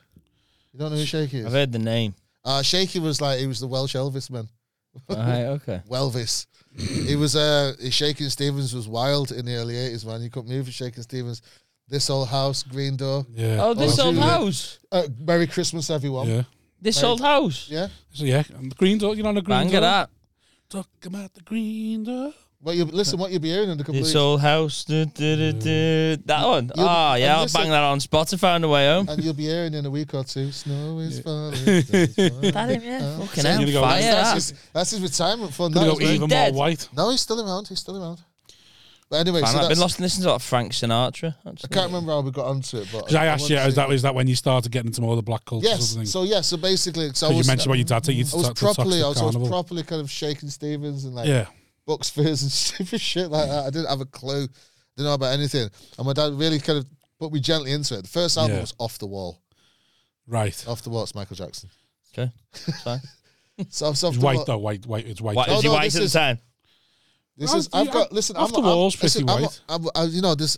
D: You don't know who Shaky is?
B: I've heard the name.
D: Uh, Shaky was like he was the Welsh Elvis man.
B: Right, okay.
D: Welvis. he was uh Shaking Stevens was wild in the early eighties, man. You couldn't move for Shaking Stevens. This old house, Green Door.
A: Yeah.
B: Oh, this
D: Oh,
B: old
D: Julie.
B: house.
D: Uh, Merry Christmas, everyone. Yeah.
A: Yeah.
B: This old house.
A: So yeah, and the green door, you know, the green
B: Bang
A: door.
B: at that.
A: Talk about the green door.
D: Well, you listen. What you'll be hearing in a couple
B: This
D: of
B: old house. Du, du, du, du. That one.
D: you'll-
B: Ah,
D: and
B: yeah, I'll
D: listen-
B: bang that on Spotify on the way home.
D: and you'll be hearing in a week or two. Snow is falling. snow is falling.
B: That ain't yeah, fucking
A: so you're
B: hell.
A: gonna go-
B: Fire
D: that's,
B: that.
D: his, that's his retirement fund.
A: Gonna
D: That
A: go
D: is,
A: even
B: dead.
A: more white.
D: no, he's still around. He's still around. But anyway,
B: Man,
D: so
B: I've been
D: that's,
B: lost and listening to like Frank Sinatra.
D: I can't remember how we got onto it, but
A: Because I asked
D: wanted
A: you,
D: to
A: is
D: see-
A: that is that when you started getting into more of the black culture?
D: Yes.
A: sort of thing?
D: So yeah. So basically, so
A: Because
D: I
A: you
D: was-
A: mentioned about your dad taking you
D: I
A: to
D: was
A: to
D: properly,
A: Toxic
D: I was, I was
A: Carnival.
D: properly kind of shaking Stevens and like
A: yeah,
D: box fairs and stupid shit like that. I didn't have a clue, didn't know about anything. And my dad really kind of put me gently into it. The first album
A: Yeah.
D: was Off the Wall.
A: right.
D: Off the Wall, it's Michael Jackson.
B: Okay. it's fine.
D: So, so off
A: It's
D: the
A: white
D: wall,
A: though. White, white. It's white.
B: Why,
D: Oh,
B: is he
D: no,
B: white
D: this
B: at the
D: is-
B: time?
D: This
A: Oh,
D: is I've
A: yeah,
D: got listen.
A: Off
D: I'm,
A: the
D: I'm,
A: Wall's pretty
D: listen, I'm-
A: white.
D: I'm, I, you know this.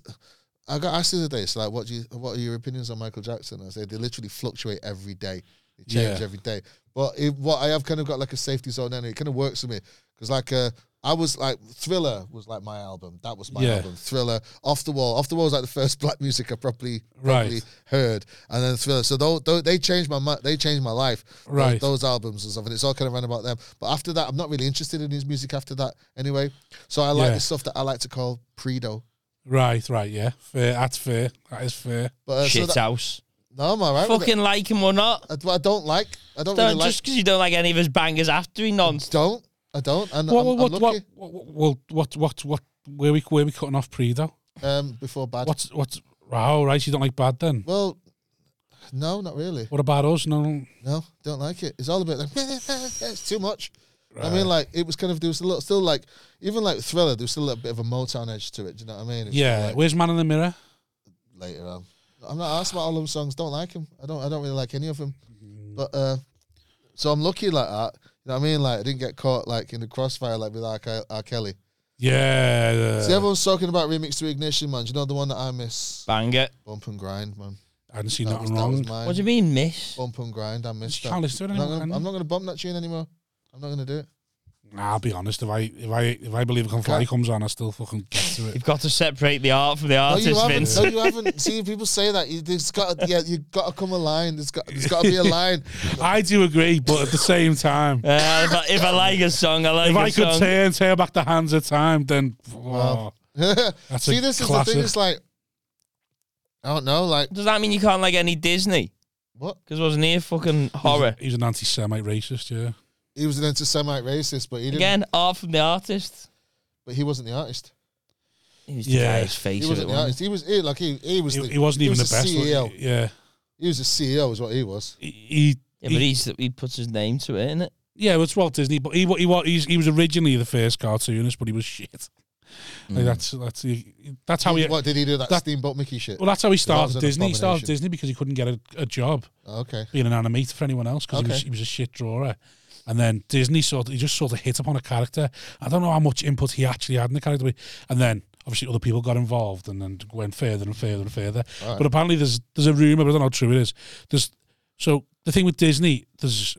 D: I got asked the other day. It's like, what do you? What are your opinions on Michael Jackson? I said they literally fluctuate every day. They change
A: Yeah.
D: every day. But it, what I have kind of got like a safety zone anyway. It kind of works for me because like uh, I was like Thriller was like my album. That was my
A: Yeah.
D: album. Thriller, Off the Wall. Off the Wall was like the first black music I properly,
A: Right.
D: properly heard, and then Thriller. So tho- tho- they changed my mi- they changed my life. tho-
A: Right.
D: Those, albums and stuff, and it's all kind of ran about them. But after that, I'm not really interested in his music after that anyway. So I like
A: Yeah.
D: the stuff that I like to call Predo.
A: Right, right, yeah. Fair. That's fair. That is fair.
D: But uh, so
B: Shit
D: that-
B: house.
D: no, I'm all right. with it.
B: Fucking like him or not.
D: I, I don't like. I don't,
B: Don't,
D: really like.
B: just because you don't like any of his bangers after he non
D: Don't. I don't. And
A: What,
D: I'm,
A: what,
D: I'm
A: what,
D: lucky.
A: what, what, what, what, what, what, where we, where we cutting off pre though?
D: Um, before bad.
A: What's, what's, oh, right, you don't like bad then?
D: Well, no, not really.
A: What about us? No.
D: No, don't like it. It's all about like, it's too much. I mean, like it was kind of there was a little, still like even like Thriller, there was still a little bit of a Motown edge to it. Do you know what I mean? It's
A: Yeah.
D: like,
A: Where's Man in the Mirror?
D: later on, I'm not asked about all them songs. Don't like them. I don't. I don't really like any of them.
B: Mm-hmm.
D: But uh, so I'm lucky like that. You know what I mean? Like I didn't get caught like in the crossfire like with R. Ke- R. Kelly.
A: Yeah.
D: See, everyone's talking about remix to ignition, man. Do you know the one that I miss?
B: banger.
D: Bump and grind, man.
A: I hadn't seen
D: That
A: nothing
D: was, that was
A: wrong.
D: mine.
B: What do you mean, miss?
D: Bump and grind. I missed that.
A: Can't listen to it
D: I'm not
A: anymore.
D: gonna-
A: can
D: I'm
A: you?
D: not going to bump that tune anymore. I'm not going to do it.
A: Nah, I'll be honest. If I if I if I believe I can fly
D: Can't-
A: comes on, I still fucking get to it.
B: You've got to separate the art from the artist,
D: no, you haven't.
B: Vince. Uh,
D: No, you haven't. See, people say that. You, there's got, to, yeah, you got to come a line. There's got, there's got to be a line.
A: I do agree, but at the same time,
B: Uh, if, I, if I like a song, I like
A: if
B: a
A: I could
B: song.
A: turn turn back the hands of time, then oh, that's
D: See,
A: a
D: this is the
A: classic.
D: thing. It's like, I don't know. Like,
B: Does that mean you can't like any Disney?
D: what?
B: Because wasn't he a fucking horror?
A: He's an anti-Semite racist. Yeah.
D: He was an anti-Semite racist, but he didn't.
B: Again, art from the artist.
D: But he wasn't the artist.
B: He was
A: Yeah.
B: the guy's face.
D: He
B: of it,
D: wasn't the
B: wasn't
D: artist. He was he, like he. He was.
A: He,
D: the, E
A: he wasn't even
D: was
A: the best. was he?
D: CEO.
A: Yeah.
D: He was the CEO, is what he was.
A: He, he-
B: Yeah, but he's, he puts his name to it, innit?
A: yeah, it was Walt Disney, but he wa- he wa- he's, he was originally the first cartoonist, but he was shit. Like, that's that's he- that's how he.
D: what did Hmm. he do? That,
A: that-
D: steamboat Mickey shit.
A: Well, that's how he
D: was
A: started
D: an
A: Disney. He started
D: abomination.
A: Disney because he couldn't get a, a job.
D: Oh, okay.
A: being an animator for anyone else because he, was,
D: Okay.
A: he was a shit drawer. And then Disney sort of, he just sort of hit upon a character. I don't know how much input he actually had in the character. but- And then obviously other people got involved and then went further and further and further.
D: Alright.
A: But apparently there's there's a rumor, but I don't know how true it is. There's so the thing with Disney, there's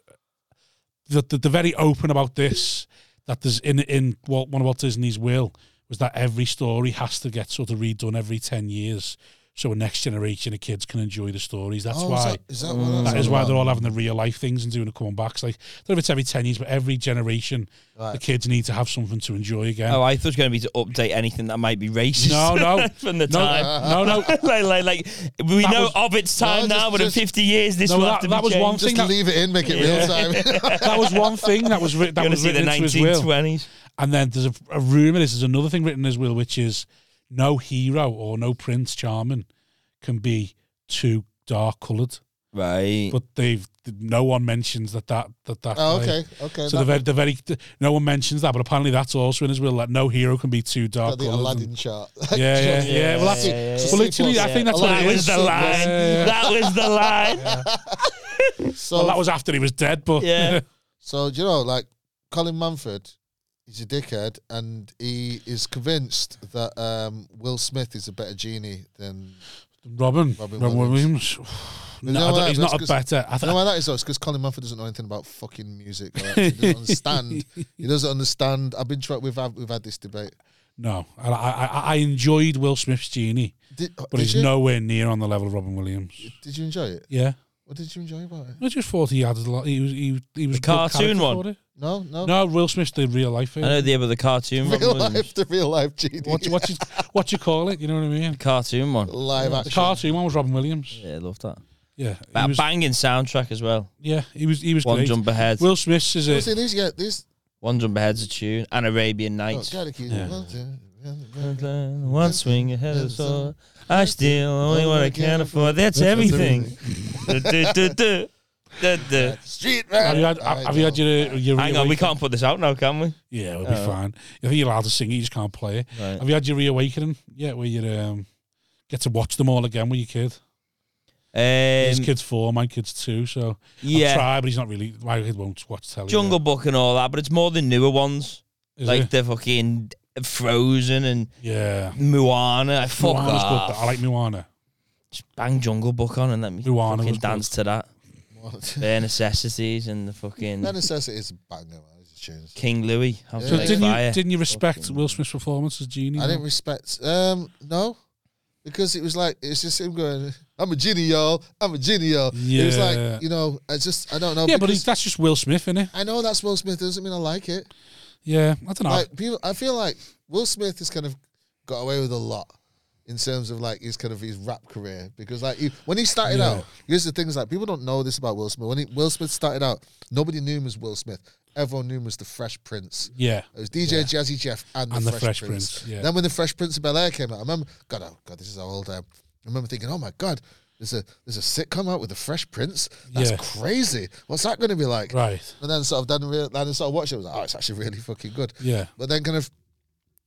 A: that the, they're very open about this. That there's in in Walt, one of Walt Disney's will was that every story has to get sort of redone every ten years, so a next generation of kids can enjoy the stories. That's
D: Oh,
A: why
D: is that, is that, what
A: that is why they're
D: about?
A: all having the real life things and doing the comebacks. Like, I don't know if it's every 10 years, but every generation, the
D: Right.
A: kids need to have something to enjoy again.
B: Oh, I thought it was going to be to update anything that might be racist.
A: No, no.
B: from the time.
A: no, no, no.
B: like, like, like, we
A: That
B: know
A: was-
B: of its time
D: No,
B: now,
D: just-
B: but
D: just-
B: in 50 years, this
A: No,
B: will
A: that-
B: have to be
A: that was one
B: changed.
A: thing
D: Just
A: that-
D: leave it in. Make it
A: Yeah.
D: real time.
A: That was one thing that was written, that
B: You're going to
A: was
B: see the
A: written into his will.
B: 1920s.
A: And then there's a, a rumor, this is another thing written in his will, which is no hero or no Prince Charming can be too dark coloured.
B: Right.
A: But they've, no one mentions that that, that, that.
D: oh,
A: like,
D: okay. Okay.
A: So
D: that-
A: the very, the very, no one mentions that, but apparently that's also in his will. Like, no hero can be too dark.
D: Like the
A: coloured and-
D: Aladdin chart.
A: Yeah, yeah,
B: Yeah,
A: yeah. Well, that's
B: yeah, yeah,
A: well, literally,
D: yeah.
A: I think that's what
B: that
A: it
B: was
A: is.
B: the line.
A: Yeah.
B: That was the line.
D: So,
A: Well, that was after he was dead, but
B: Yeah.
D: so do you know, like Colin Manford, he's a dickhead, and he is convinced that um, Will Smith is a better genie than.
A: Robin,
D: Robin
A: Robin Williams. No,
D: You know
A: I don't-
D: why?
A: he's
D: That's
A: not a
D: 'cause-
A: better. I
D: You
A: th-
D: know why that is though? It's because Colin Manford doesn't know anything about fucking music. Or he doesn't understand. He doesn't understand. I've been trying. We've had, we've had this debate.
A: no, I, I, I- I enjoyed Will Smith's genie,
D: Did,
A: but
D: uh, did
A: he's
D: you,
A: nowhere near on the level of Robin Williams.
D: Did you enjoy it?
A: Yeah,
D: What did you enjoy about it?
A: I just thought he added a lot. He was he, he was
B: The
A: good
B: cartoon
A: character
B: one.
A: for it.
D: No, no.
A: No, Will Smith's the real life.
B: I
A: version.
B: know the end of the cartoon Robin
D: real
B: Williams.
D: life, the real life genie.
A: What you- what you what you call it? You know what I mean?
B: Cartoon one.
D: Live
A: The
D: action.
A: cartoon one was Robin Williams.
B: Yeah, I love that.
A: Yeah, he
B: That
A: was,
B: banging soundtrack as well.
A: yeah, he was he was
B: One
A: great.
B: jump ahead.
A: Will Smith's is
D: You
A: a
D: see, these, yeah, these.
B: One jump ahead's a tune. And Arabian
D: Oh,
B: Nights.
D: gotta keep-
A: Oh,
B: One swing ahead of us all. I steal only what I can afford. That's everything. Du- du- du- du. Du- du.
D: Street man.
A: Have you had,
D: I
A: have you had
D: know.
A: your, your
B: Hang on, we Uh.
A: reawakening?
B: can't put this out now, can we?
A: Yeah, we'll be fine. I think you're allowed to sing it, you just can't play it.
B: Right.
A: Have you had your reawakening yet where you um, get to watch them all again with your kid? His
B: Um,
A: kid's four, my kid's two, so I'll
B: yeah,
A: try, but he's not really, my kid won't watch telly.
B: Jungle Book and all that, but it's more the newer ones,
A: yeah. Is
B: like
A: it?
B: the fucking Frozen and
A: Yeah.
B: Moana. Fuck
A: Moana's
B: off.
A: good, though. I like Moana.
B: Just bang Jungle Book on and let me
A: Moana
B: fucking
A: was
B: dance to that. Bare necessities and the fucking
A: Mm.
D: Bare necessities is a banger. Man. It's tunes.
B: King Louis. How
A: So
D: Like
A: didn't
B: fire.
A: you didn't you respect Will Smith's performance as Genie?
D: I didn't respect. Um, no, because it was like it's just him going, "I'm a genie, y'all. I'm a genie, y'all." It was
A: Yeah.
D: like you know, I just I don't know.
A: yeah, but
D: because
A: he's, that's just Will Smith, isn't it?
D: I know that's Will Smith. Doesn't mean I like it.
A: Yeah, I don't know.
D: Like people, I feel like Will Smith has kind of got away with a lot in terms of like his kind of his rap career because like he, when he started
A: Yeah.
D: out, here's the thing: is like people don't know this about Will Smith. When he, Will Smith started out, nobody knew him as Will Smith. Everyone knew him as the Fresh Prince.
A: yeah,
D: It was DJ Jazzy Jeff and the,
A: And the Fresh
D: Fresh, Prince.
A: Prince, yeah.
D: Then when the Fresh Prince of Bel Air came out, I remember God, oh God, this is how old I am. I remember thinking, oh my God, there's a there's a sitcom out with the Fresh Prince. That's
A: Yeah.
D: crazy. What's that going to be like?
A: right.
D: And then sort of then, real, then I sort of watched it. I was like, oh, it's actually really fucking good.
A: Yeah,
D: But then kind of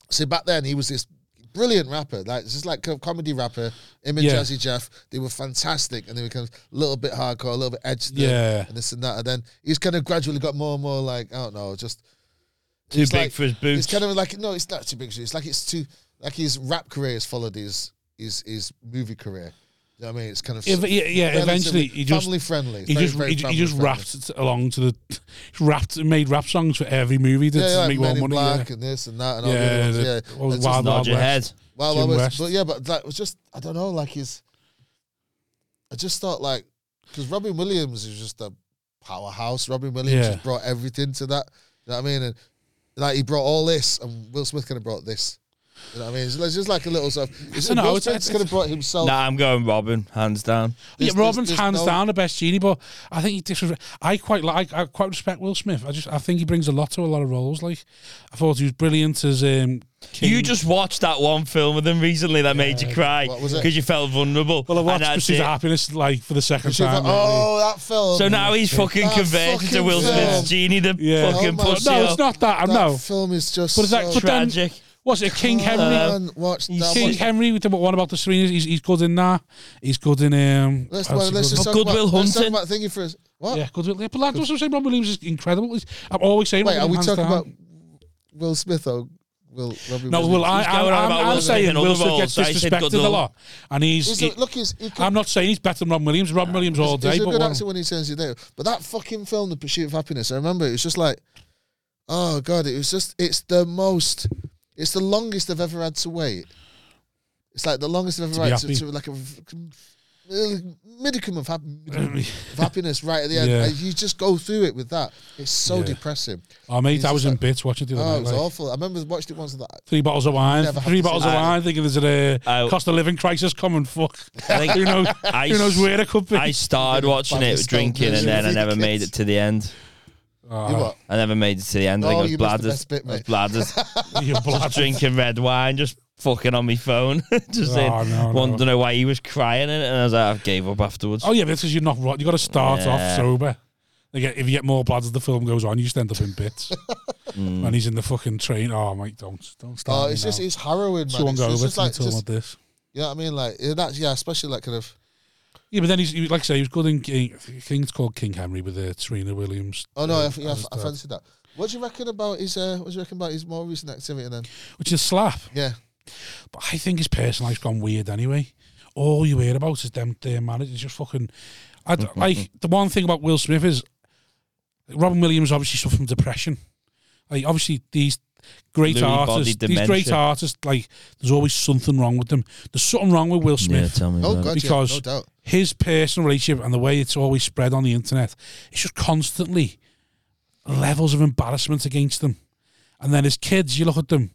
D: see back then he was this brilliant rapper, like just like kind of comedy rapper. Him and
A: Yeah.
D: Jazzy Jeff, they were fantastic, and they were kind of a little bit hardcore, a little bit edge, to them,
A: Yeah.
D: and this and that. And then he's kind of gradually got more and more like I don't know, just
B: Too
D: it's
B: big
D: like-
B: for his
D: it's
B: boots.
D: kind of like no, it's not too big. for you. It's like it's too like his rap career has followed his his his movie career. You know what I mean? It's kind of
A: Ev- yeah, yeah,
D: relatively
A: eventually he just-
D: family friendly. It's
A: he
D: very,
A: just
D: very
A: he, ju- he
D: family
A: just
D: friendly.
A: rapped t- along to the he rapped and made rap songs for every movie that
D: Yeah, yeah,
A: make
D: like Men
A: more
D: in
A: money.
D: Black
A: yeah.
D: and this and that and all the
A: Yeah,
D: other ones.
A: the-
D: Yeah,
A: what was Wild
D: It's just-
A: Wild
B: Nod your
A: West.
B: head.
D: Well, I
A: Jim
D: was,
A: West.
D: but yeah, but that was just I don't know, like his. I just thought like because Robin Williams is just a powerhouse. Robin Williams
A: Yeah.
D: just brought everything to that. You know what I mean? And like he brought all this, and Will Smith kind of brought this. You know what I mean? It's like- just like a little sort of. It's,
A: don't know,
D: Will
A: it's-
D: Smith's
A: it's-
D: kind of brought himself.
B: Nah, I'm going Robin, hands down.
A: Yeah,
D: There's-
A: Robin's
D: there's- there's
A: hands
D: no-
A: down the best genie, but I think he disres- I quite like I quite respect Will Smith. I just I think he brings a lot to a lot of roles. Like I thought he was brilliant as um King.
B: You just watched that one film with him recently that made you cry
D: What was it?
B: because you felt vulnerable.
A: well I watched
B: And that's
A: Pursuit
B: it.
A: of Happiness like for the second
D: She was
A: time.
D: like, oh, that film.
B: So now he's fucking
D: That
B: converted
D: fucking
B: to Will
D: film.
B: Smith's genie, the
A: Yeah.
B: fucking
D: Oh my-
B: pussy.
A: no,
B: up.
A: it's not that. I
D: that
A: know.
D: film is just.
A: But is that
D: so
A: but then-
B: tragic.
A: What's it King Henry?
D: Come on, watch Uh, that
B: he's-
D: one.
A: King Henry with the one about the Serenas, he's, he's good in that. He's good in um.
D: Let's,
A: what
D: well,
A: else he
D: let's
A: good
D: just
A: in?
D: talk
B: Good
D: about,
B: Will
D: let's talk
B: Hunting.
D: about thingy for us. What?
A: yeah, good. But like, that's what I'm saying. Robin Williams is incredible. He's- I'm always saying.
D: Wait,
A: Robin
D: are we
A: hands
D: talking
A: down.
D: about Will Smith or Will Robbie
A: No, well, I,
B: He's going
A: I,
B: on
A: I'm,
B: about
A: I'm
B: Will Smith
A: saying
B: in other
A: Will Smith
B: roles,
A: gets
B: so he said good
A: disrespected a
B: lull.
A: lot, and he's.
D: He's
A: he-
D: a, look, he's, he could,
A: I'm not saying he's better than Robin Williams. Robin Williams all
D: he's
A: day,
D: a
A: but
D: good
A: one,
D: actor when he turns you there. But that fucking film, The Pursuit of Happiness, I remember it was just like, oh god, it was just, it's the most, it's the longest I've ever had to wait. It's like the longest I've ever
A: be
D: had to,
A: happy.
D: to like a uh, midicum of, hap- midicum of happiness right at the end.
A: Yeah.
D: And you just go through it with that. It's so
A: Yeah.
D: depressing.
A: oh mate,
D: he's
A: I
D: just
A: was in
D: like-
A: bits watching it the other
D: Oh, it
A: night.
D: was
A: like,
D: awful. I remember I watched it once and that.
A: Three bottles of wine,
D: Never
A: three
D: happened
A: bottles
D: to
A: of
D: me.
A: wine, thinking there's a uh,
B: I-
A: cost of living crisis coming. Fuck,
B: I think-
A: who knows?
B: I
A: who knows
B: s-
A: where it could be?
B: I started watching
D: Fucking
B: it
D: stone
B: drinking,
D: blizzard.
B: and then I never made it to the end.
D: You
A: oh,
D: what?
B: I never made it to the end. I
D: Oh,
B: think
D: you
B: it was
D: missed
B: bladders.
D: the best bit,
B: I was
D: mate.
B: bladders.
A: you blood.
B: just drinking red wine, just fucking on my phone. just
A: Oh,
B: saying,
A: no, no.
B: wanted to know why he was crying, in it, and I was like, I gave up afterwards.
A: Oh yeah, because you're not right. You got to start off
B: Yeah.
A: sober. They get, if you get more blood as the film goes on, you just end up in bits. And he's in the fucking train. Oh, mate, don't don't start.
D: Oh, it's just, it's harrowing, man.
A: someone
D: it's,
A: go
D: it's
A: over
D: just
A: to me
D: like,
A: talking
D: just,
A: about this.
D: You know what I mean? Like yeah, that's yeah, especially like kind of.
A: Yeah, but then he's he, was- like I say, he was good in King. I think it's called King Henry with uh, Serena Williams.
D: Oh no,
A: uh,
D: I, f- yeah, I,
A: as
D: f- I
A: the-
D: fancy that. What do you reckon about his? Uh, what do you reckon about his more recent activity then?
A: which is slap.
D: Yeah,
A: But I think his personal life's gone weird anyway. All you hear about is them damn managers just fucking. I
B: Mm-hmm.
A: d like the one thing about Will Smith is Robin Williams obviously suffered from depression. Like obviously these great
B: Lewy body
A: artists, these
B: dementia.
A: great artists, like there's always something wrong with them. There's something wrong with Will
B: yeah,
A: Smith.
B: tell me.
D: oh
B: about
D: god,
B: it.
A: because-
D: yeah, no doubt.
A: His personal relationship and the way it's always spread on the internet, it's just constantly levels of embarrassment against them. And then his kids, you look at them,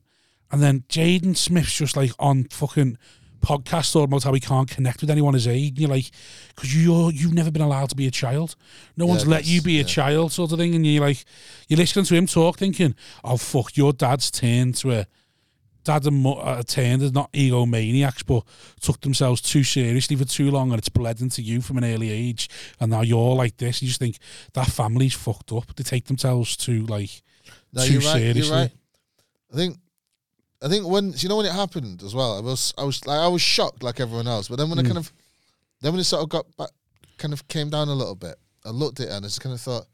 A: and then Jaden Smith's just like on fucking podcast talking about how he can't connect with anyone his age. And you're like, because you're you've never been allowed to be a child. No one's let
D: that's-
A: you be a
D: yeah.
A: child, sort of thing. And you're like, you're listening to him talk, thinking, oh fuck, your dad's turned to a dad and mu- uh, turned as not egomaniacs, but took themselves too seriously for too long, and it's bled into you from an early age. And now you're like this. You just think that family's fucked up. They take themselves too like
D: No,
A: too
D: you're right.
A: seriously.
D: You're right. I think, I think when do you know when it happened as well. I was, I was, like, I was shocked like everyone else. But then when I kind of, then when it sort of got back, kind of came down a little bit. I looked at it and I just kind of thought,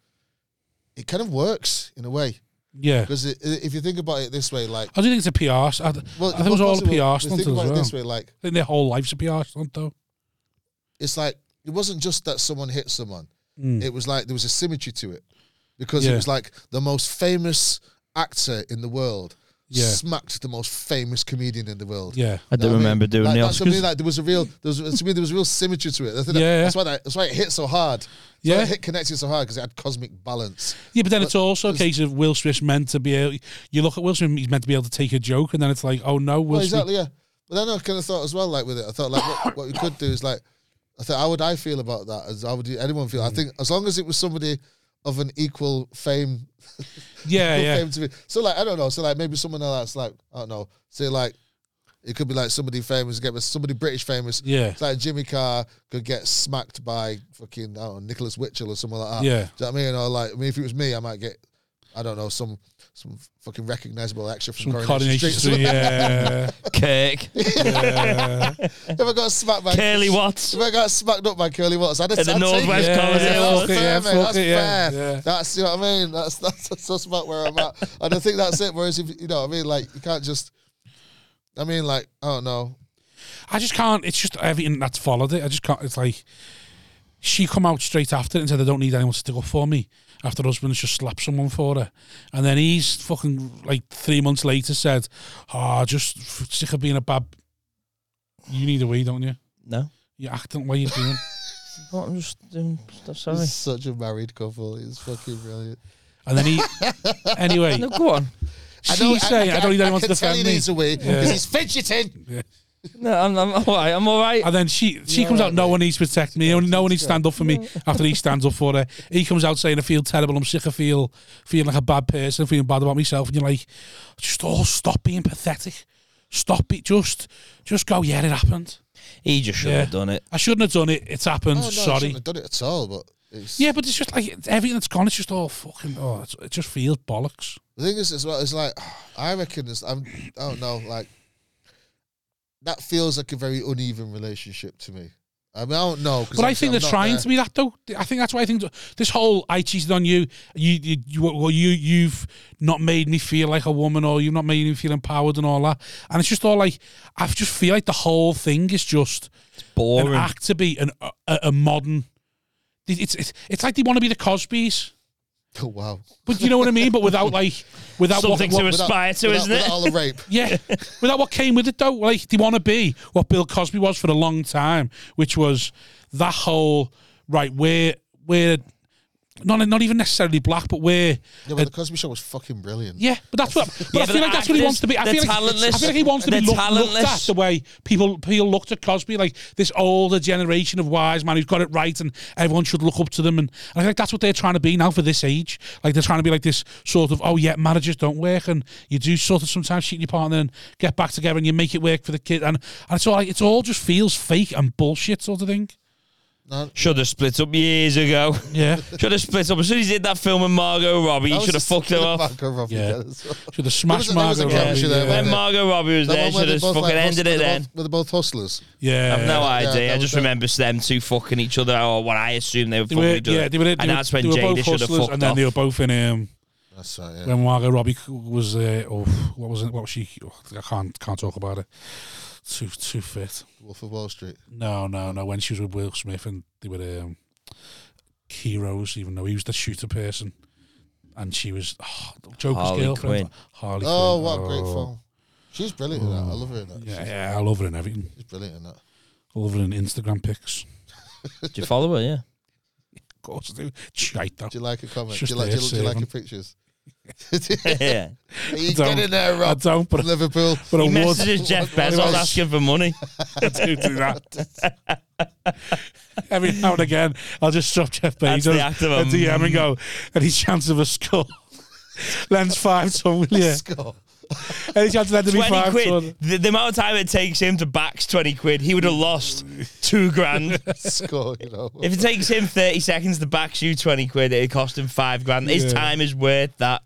D: it kind of works in a way
A: Yeah.
D: because if you think about it this way, like.
A: I do think it's a PR. st- I, th- I think it was all a
D: possible-
A: PR
D: but
A: stunt as
D: Think about
A: well.
D: it this way, like
A: I think their whole life's a PR stunt, though.
D: it's like it wasn't just that someone hit someone. It was like there was a symmetry to it. because
A: Mm. Yeah.
D: it was like the most famous actor in the world
A: Yeah.
D: smacked the most famous comedian in the world.
A: Yeah.
B: I do
D: Know what
B: remember
D: mean?
B: doing
D: like,
B: the
D: that's what I mean,
B: Oscars.
D: Like there was a real, there was, to me, there was a real symmetry to it. I think
A: Yeah.
D: that, that's why that, that's why it hit so hard. That's why
A: Yeah.
D: it hit connected so hard because it had cosmic balance.
A: Yeah, but then it's also a case of Will Smith's meant to be able. You look at Will Smith; he's meant to be able to take a joke, and then it's like, oh no, Will
D: Well, exactly, yeah. But then I kind of thought as well, like with it, I thought like what, what we could do is like, I thought how would I feel about that? As how would you- anyone feel? I think as long as it was somebody of an equal fame,
A: Smith. Yeah,
D: equal
A: yeah,
D: fame to me. So like I don't know. So like maybe someone else that's like I don't know. Say like. It could be like somebody famous, get somebody British famous.
A: Yeah.
D: It's like Jimmy Carr could get smacked by fucking, I don't know, Nicholas Witchell or someone like that.
A: Yeah.
D: Do you know what I mean? Or like, I mean, if it was me, I might get, I don't know, some some fucking recognizable actor
A: some
D: from Coronation,
A: coordination.
D: Street.
A: Street, yeah,
B: Kirk,
D: if I got smacked by
B: Curly Watts.
D: If I got smacked up by Curly Watts, I'd have
B: At the
D: I'd take
B: Northwest
D: it.
B: Comedy
A: Fuck
B: Award.
D: that's
A: it, yeah,
D: fair, mate.
A: fuck
D: That's
A: it, yeah,
D: fair.
A: yeah.
D: That's you know what I mean. That's that's that's, that's about where I'm at, and I think that's it. Whereas if you know what I mean, like you can't just. I mean, like I don't know.
A: I just can't. It's just everything that's followed it. I just can't. It's like she come out straight after it and said, "I don't need anyone to stick up for me." After her husband's just slapped someone for her, and then he's fucking like three months later said, "Ah, just f- sick of being a bad. You need a way, don't you?
B: No,
A: You're acting like you're doing."
B: I'm just doing stuff. Sorry.
D: It's such a married couple. It's fucking brilliant.
A: And then he, anyway,
B: No, go on.
A: she's saying, I, don't need anyone to
D: I can tell
A: defend
D: he
A: me.
D: needs a wee because he's fidgeting.
B: No, I'm, I'm all right. I'm all right.
A: And then she she
D: Yeah,
A: comes out,
D: right,
A: no
D: mate.
A: one needs to protect me, no, no one needs to
D: good.
A: stand up for me after he stands up for her. He comes out saying, I feel terrible, I'm sick, I feel, feeling like a bad person, feeling bad about myself. And you're like, just oh, stop being pathetic. Stop it. Just just go, yeah, it happened.
B: He just should
A: Yeah.
B: have done it.
A: I shouldn't have done it. It's happened.
D: Oh, no, I
A: Sorry.
D: shouldn't have done it at all. But it's,
A: Yeah, but it's just like it's- everything that's gone, it's just all fucking, oh, it's, it just feels bollocks.
D: The thing is, as well, it's like I reckon it's I'm I don't know, like that feels like a very uneven relationship to me. I mean, I don't know, 'cause
A: But I
D: obviously
A: think they're
D: I'm not
A: trying
D: there.
A: to be that though. I think that's why I think this whole I cheated on you, you, you, you well, you, you've not made me feel like a woman, or you've not made me feel empowered, and all that. And it's just all like I just feel like the whole thing is just an
B: Boring.
A: act to be an, a, a modern. It's, it's it's like they want to be the Cosbys,
D: Oh, wow,
A: but you know what I mean. But without like without what-
B: Something
A: what,
B: to aspire to,
D: without,
B: isn't
D: without
B: it?
D: all the rape.
A: yeah, without what came with it though. Like, do you want to be what Bill Cosby was for a long time, which was that whole right? We're we're not not even necessarily black, but we're
D: Yeah, but the Cosby Show was fucking brilliant.
A: yeah. But that's what. But I
B: but
A: feel like that's what he
B: actors,
A: wants to be. I
B: they're
A: feel like
B: talentless.
A: I feel like he wants to be
B: They're
A: looked, looked at
B: talentless.
A: the way people people looked at Cosby, like this older generation of wise man who's got it right, and everyone should look up to them. And, and I think that's what they're trying to be now for this age. Like they're trying to be like this sort of oh yeah, marriages don't work, and you do sort of sometimes cheat on your partner and get back together, and you make it work for the kid. And, and it's all like, it's all just feels fake and bullshit sort of thing.
B: Should have split up years ago.
A: Yeah,
B: Should have split up. As soon as he did that film with Margot Robbie, he
D: That was
B: should have
D: just-
B: fucked her
D: should've
B: off.
D: fucked her off,
A: Yeah.
D: yeah, that's-
A: should have
D: was
A: smashed
D: a- there was
A: Margot
D: a
A: Robbie.
D: chemistry there,
A: Yeah,
B: When
D: wasn't it?
B: Margot Robbie was
D: That
B: there, should
D: one where they
B: have
D: both,
B: fucking
D: like, hust-
B: ended it
D: where they
B: then.
D: both- Were they both hustlers?
A: yeah.
B: I've no
D: yeah,
B: idea. I
D: that
B: just
D: was it.
B: remember them two fucking each other, or what I assumed they were
A: They
B: fucking
A: were,
B: each other.
A: yeah, they were, they
B: and
A: were,
B: that's when
A: they were
B: Jada
A: both
B: should have
A: hustlers,
B: fucked
A: and then
B: off.
A: they were both in um,
D: That's right. Yeah.
A: when Margot Robbie was uh, oh, what was it? What was she? oh, I can't can't talk about it. Too too fit.
D: Wolf of Wall Street.
A: No, no, no. When she was with Will Smith and they were um, heroes, even though he was the shooter person, and she was oh, Joker's
B: Harley
A: girlfriend,
B: Quinn.
A: Harley.
D: Oh,
A: Quinn.
D: what a great
A: Oh.
D: film. She's brilliant in that. I love her in that.
A: Yeah, yeah, I love her in everything.
D: She's brilliant in that.
A: I love her in Instagram pics.
B: Do you follow her? Yeah.
A: Of course, I do. Shite though.
D: Do you like her comment? Do
A: Just
D: you like, do you,
A: there,
D: do you like her
A: saving.
D: pictures?
B: yeah.
D: Are you
A: Don't-
D: getting there,
A: I
D: Rob?
A: don't, but
D: Liverpool.
A: but I
B: He
A: would.
B: messages Jeff
D: what-
B: Bezos
D: what-
B: asking for money.
A: I do do that. Every now and again, I'll just stop Jeff
B: That's the
A: Bezos
B: act of a
A: a DM and go, any chance of a score? Lens five ton, will you?
D: Score.
A: Any chance of that to be
B: 20
A: five
B: quid.
A: ton?
B: The, the amount of time it takes him to backs 20 quid, he would have lost two grand.
D: Score, you know.
B: if it takes him 30 seconds to backs you 20 quid, it cost him five grand. His
A: Yeah.
B: time is worth that.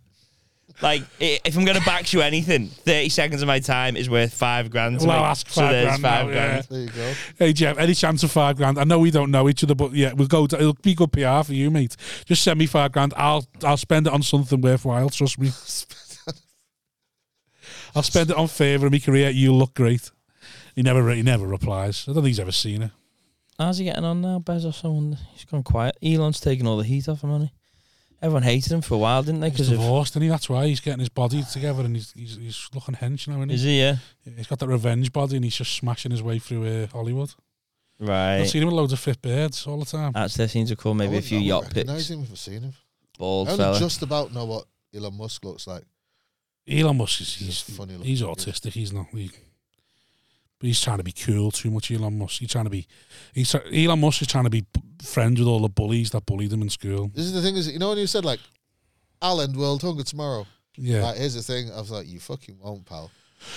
B: Like, i- if I'm going to backs you anything, 30 seconds of my time is worth five grand. to
A: Well,
B: me.
A: I'll ask
B: So
A: five
B: there's
A: grand
B: five
A: now,
B: grand.
D: There you go.
A: Hey Jeff, any chance of five grand? I know we don't know each other, but yeah, we'll go. To, it'll be good PR for you, mate. Just send me five grand. I'll I'll spend it on something worthwhile. Trust me. I'll spend it on favour of my career. You look great. He never re- he never replies. I don't think he's ever seen her.
B: How's he getting on now, Bezos? I wonder. He's gone quiet. Elon's taking all the heat off him, hasn't he? Everyone hated him for a while, didn't they?
A: He's
B: Because of
A: divorced, and he that's why he's getting his body together, and he's he's, he's looking hench now, isn't he?
B: is he? Yeah,
A: He's got that revenge body, and he's just smashing his way through uh, Hollywood. I've
B: right. Uh,
A: seen him with loads of fit birds all the time.
B: That's their seems to call maybe a few yacht
D: Recognize
B: picks.
D: him if I've seen him.
B: Bald
D: I only
B: fella.
D: just about know what Elon Musk looks like.
A: Elon Musk is
D: He's a
A: he's
D: funny looking
A: he's
D: dude.
A: autistic. He's not. He, but he's trying to be cool too much. Elon Musk. He's trying to be. He's try- Elon Musk is trying to be b- friends with all the bullies that bullied him in school.
D: This is the thing is, you know when you said like, I'll end world hunger tomorrow.
A: Yeah,
D: Like, here's the thing. I was like, you fucking won't, pal,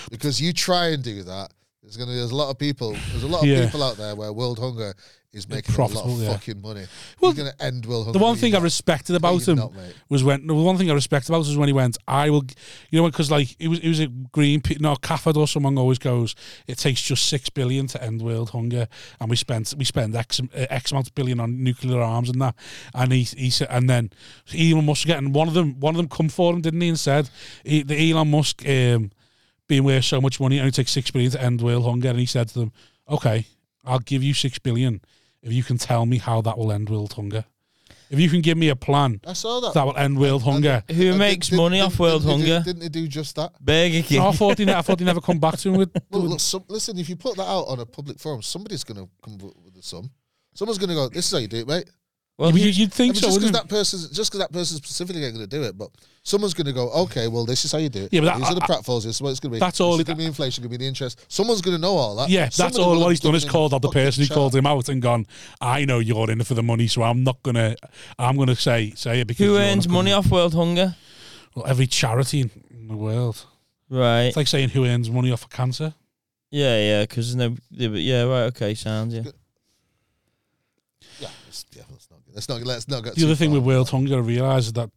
D: because you try and do that. There's gonna there's a lot of people. There's a lot of
A: Yeah.
D: people out there where world hunger is making a lot
A: profitable,
D: of
A: yeah.
D: fucking money.
A: Well,
D: Well, You're gonna end world hunger.
A: the one
D: but
A: thing
D: you're
A: I
D: not.
A: respected
D: No,
A: about
D: you're
A: him
D: not, mate.
A: was when the one thing I respect about was when he went, I will, g- you know, because like it was it was a green pe- no Cafford or someone always goes, it takes just six billion to end world hunger, and we spent we spend x am- uh, x amount of billion on nuclear arms and that, and he he said, and then Elon Musk getting one of them one of them come for him, didn't he? And said he, the Elon Musk um, being worth so much money, it only takes six billion to end world hunger, and he said to them, okay, I'll give you six billion if you can tell me how that will end world hunger. If you can give me a plan
D: I saw that.
A: that will end world hunger.
D: Uh,
B: Who
D: did-
B: makes
D: did-
B: money
D: did-
B: off world
D: didn't he do-
B: hunger?
D: Didn't he do just that?
B: Burger King.
A: No, I thought he, ne- I thought he never come back to him with.
D: Well, look, some, listen, if you put that out on a public forum, somebody's going to come up with a sum. Someone's going to go, this is how you do it, mate.
B: Well,
A: you, you'd
D: I mean,
A: think so,
D: just because
A: wouldn't
D: that person's just 'cause that person specifically ain't going to do it, but someone's going to go, okay, well, this is how you do it.
A: Yeah, but that-
D: These are the
A: I-
D: pratfalls. This is what it's going to be.
A: That's all
D: It's
A: it-
D: going to be inflation. Going to be the interest. Someone's going to know all that.
A: you? Yeah, that's
D: uh, Somebody
A: all.
D: will
A: What
D: have
A: he's done is
D: it in
A: called out the
D: fucking
A: person who
D: chat.
A: called him out and gone. I know you're in it for the money, so I'm not gonna. I'm gonna say say it because
B: who
A: you're not
B: earns
A: gonna-
B: money off world hunger?
A: Well, every charity in- in the world.
B: Right.
A: It's like saying who earns money off of cancer.
B: Yeah, yeah. Because no. Yeah, but yeah, right. Okay. Sounds yeah.
D: Yeah, it's- yeah, let's not get- let's not let's not get
A: The other
D: too
A: thing
D: far.
A: with world hunger, I realise is that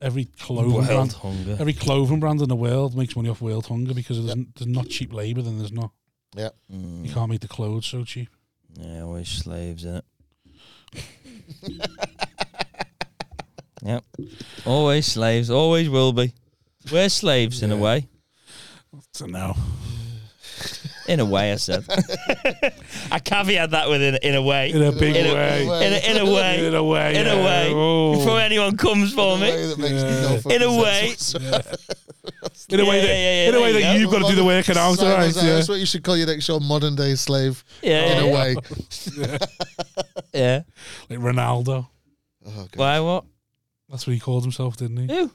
A: every clothing brand,
B: hunger.
A: every clothing brand in the world makes money off world hunger because there's, n- there's not cheap labour, then there's not.
D: yeah,
B: Mm.
A: You can't make the clothes so cheap.
B: Yeah, always slaves in it. yep. Always slaves. Always will be. We're slaves in a way.
A: So no.
B: In a way, I said. I caveat that with in, in a way.
A: In a big
B: In a-
A: way.
B: In a, in a way.
A: In a way.
B: In a
A: yeah.
B: way.
A: Oh.
B: Before anyone comes for
D: In a way
B: me.
D: that makes
A: Yeah.
D: no
A: In a
D: fucking sense
B: way-
D: whatsoever.
A: In a way
B: Yeah,
A: that,
B: yeah, yeah,
A: in a way
B: there you
A: that
B: go.
A: you've got to do the work and out,
D: Simon
A: right?
D: Zak,
A: Yeah.
D: That's what you should call your next show, modern day slave.
B: Yeah.
D: In a
B: yeah,
D: way,
B: Yeah.
A: Like Ronaldo.
D: oh, God.
B: Why what?
A: That's what he called himself, didn't he?
B: Who?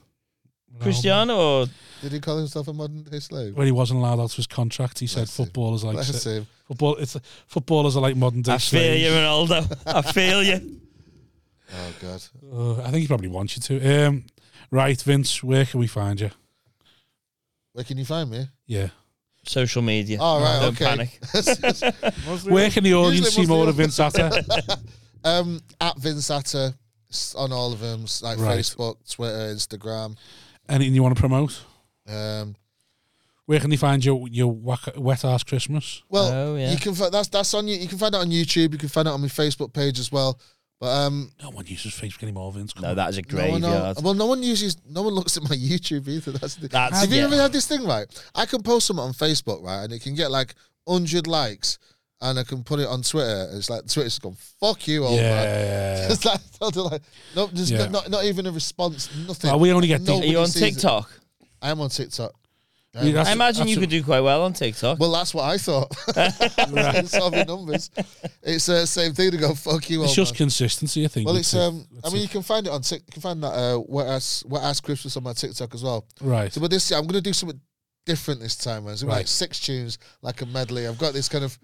A: Ronaldo.
B: Cristiano or
D: did he call himself a modern day slave?
A: When he wasn't allowed out of his contract, he said
D: Bless him.
A: footballers are like
D: Bless him.
A: football. It's footballers are like modern day
B: I feel you,
A: slaves.
B: Ronaldo. I feel you.
D: Oh God.
A: Uh, I think he probably wants you to. Um, right, Vince, where can we find you?
D: Where can you find me?
A: Yeah.
B: Social media.
D: Oh, All right,
B: Don't
D: okay.
B: panic.
A: Where can the audience
D: Usually
A: see more of
D: mostly-
A: Vince Atta?
D: um, at Vince Atta s- on all of them, s- like
A: Right.
D: Facebook, Twitter, Instagram.
A: Anything you want to promote?
D: Um,
A: Where can they find your your whack, wet ass Christmas?
D: well,
B: Oh, yeah.
D: you can fi- that's that's on you. You can find it on YouTube. You can find it on my Facebook page as well. But um,
A: No one uses Facebook anymore, Vince. come
B: No,
A: on.
B: that is a
D: no one,
B: graveyard.
D: know- well, no one uses, no one looks at my YouTube either. That's the,
B: That's-
D: have you
B: yeah.
D: ever had this thing right? I can post something on Facebook right, and it can get like hundred likes, and I can put it on Twitter. It's like Twitter's gone fuck you, old man.
A: yeah.
D: It's like, totally like- no, there's
A: Yeah.
D: not, not, not even a response, nothing.
A: Well, we only get
D: No
A: the-
B: Are you on
D: sees it.
B: TikTok?
D: I am on TikTok.
A: Yeah,
D: am.
A: that's-
B: I imagine you
A: that's-
B: could do quite well on TikTok.
D: Well, that's what I thought. Solving numbers. It's the uh, same thing to go fuck you.
A: It's
D: old
A: just
D: man.
A: consistency, I think.
D: well,
A: with
D: it's
A: it.
D: um. I
A: That's
D: mean, you
A: it.
D: can find it on Tik. You can find that uh, what ass what ass Christmas on my TikTok as well.
A: right.
D: So, but this I'm gonna do something different this time. It's like
A: Right.
D: six tunes, like a medley. I've got this kind of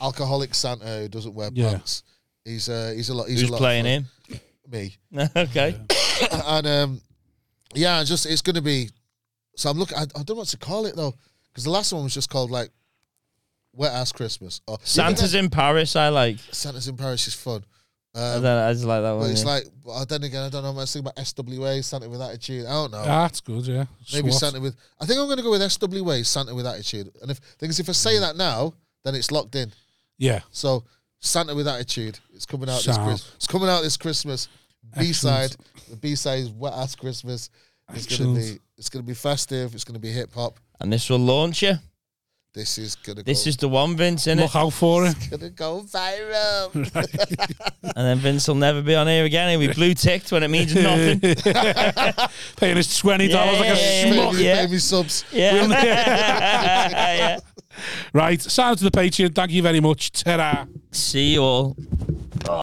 D: alcoholic Santa who doesn't wear
A: Yeah.
D: pants. He's uh, he's a lot. He's
B: Who's
D: a lot
B: playing
D: of
B: him?
D: fun. Me.
B: okay.
D: and um, yeah, it's just it's going to be. So I'm looking. I, I don't know what to call it though, because the last one was just called like "Wet Ass Christmas" Oh, or
B: Santa's in Paris. I like.
D: Santa's in Paris is fun.
B: I,
D: Um,
B: don't, I just like that one.
D: but it's
B: yeah.
D: like, well, then again, I don't know. I'm thinking about SWA Santa with attitude. I don't know.
B: Ah,
A: That's good, yeah.
D: Maybe
A: Swat.
D: Santa with. I think I'm going to go with SWA Santa with attitude. And if things, if
B: Mm-hmm.
D: I say that now, then it's locked in.
A: Yeah.
D: So Santa with attitude. It's coming out. This
A: Sound.
D: Chris, it's coming out this Christmas. B side. The B side is wet ass Christmas. It's gonna
A: Excellent.
D: be. It's gonna be festive. It's gonna be hip hop.
B: and this will launch you.
D: This is gonna.
B: This
D: go,
B: is the one, Vince, innit?
A: Look out for it.
D: gonna go viral.
B: And then Vince will never be on here again. He'll be blue ticked when it means nothing.
A: Paying his twenty dollars
B: Yeah,
A: like a
B: yeah, yeah,
A: schmuck.
D: Baby,
B: Yeah.
D: baby subs.
B: Yeah. yeah.
A: Right, shout out to the Patreon. Thank you very much. ta
B: See you all.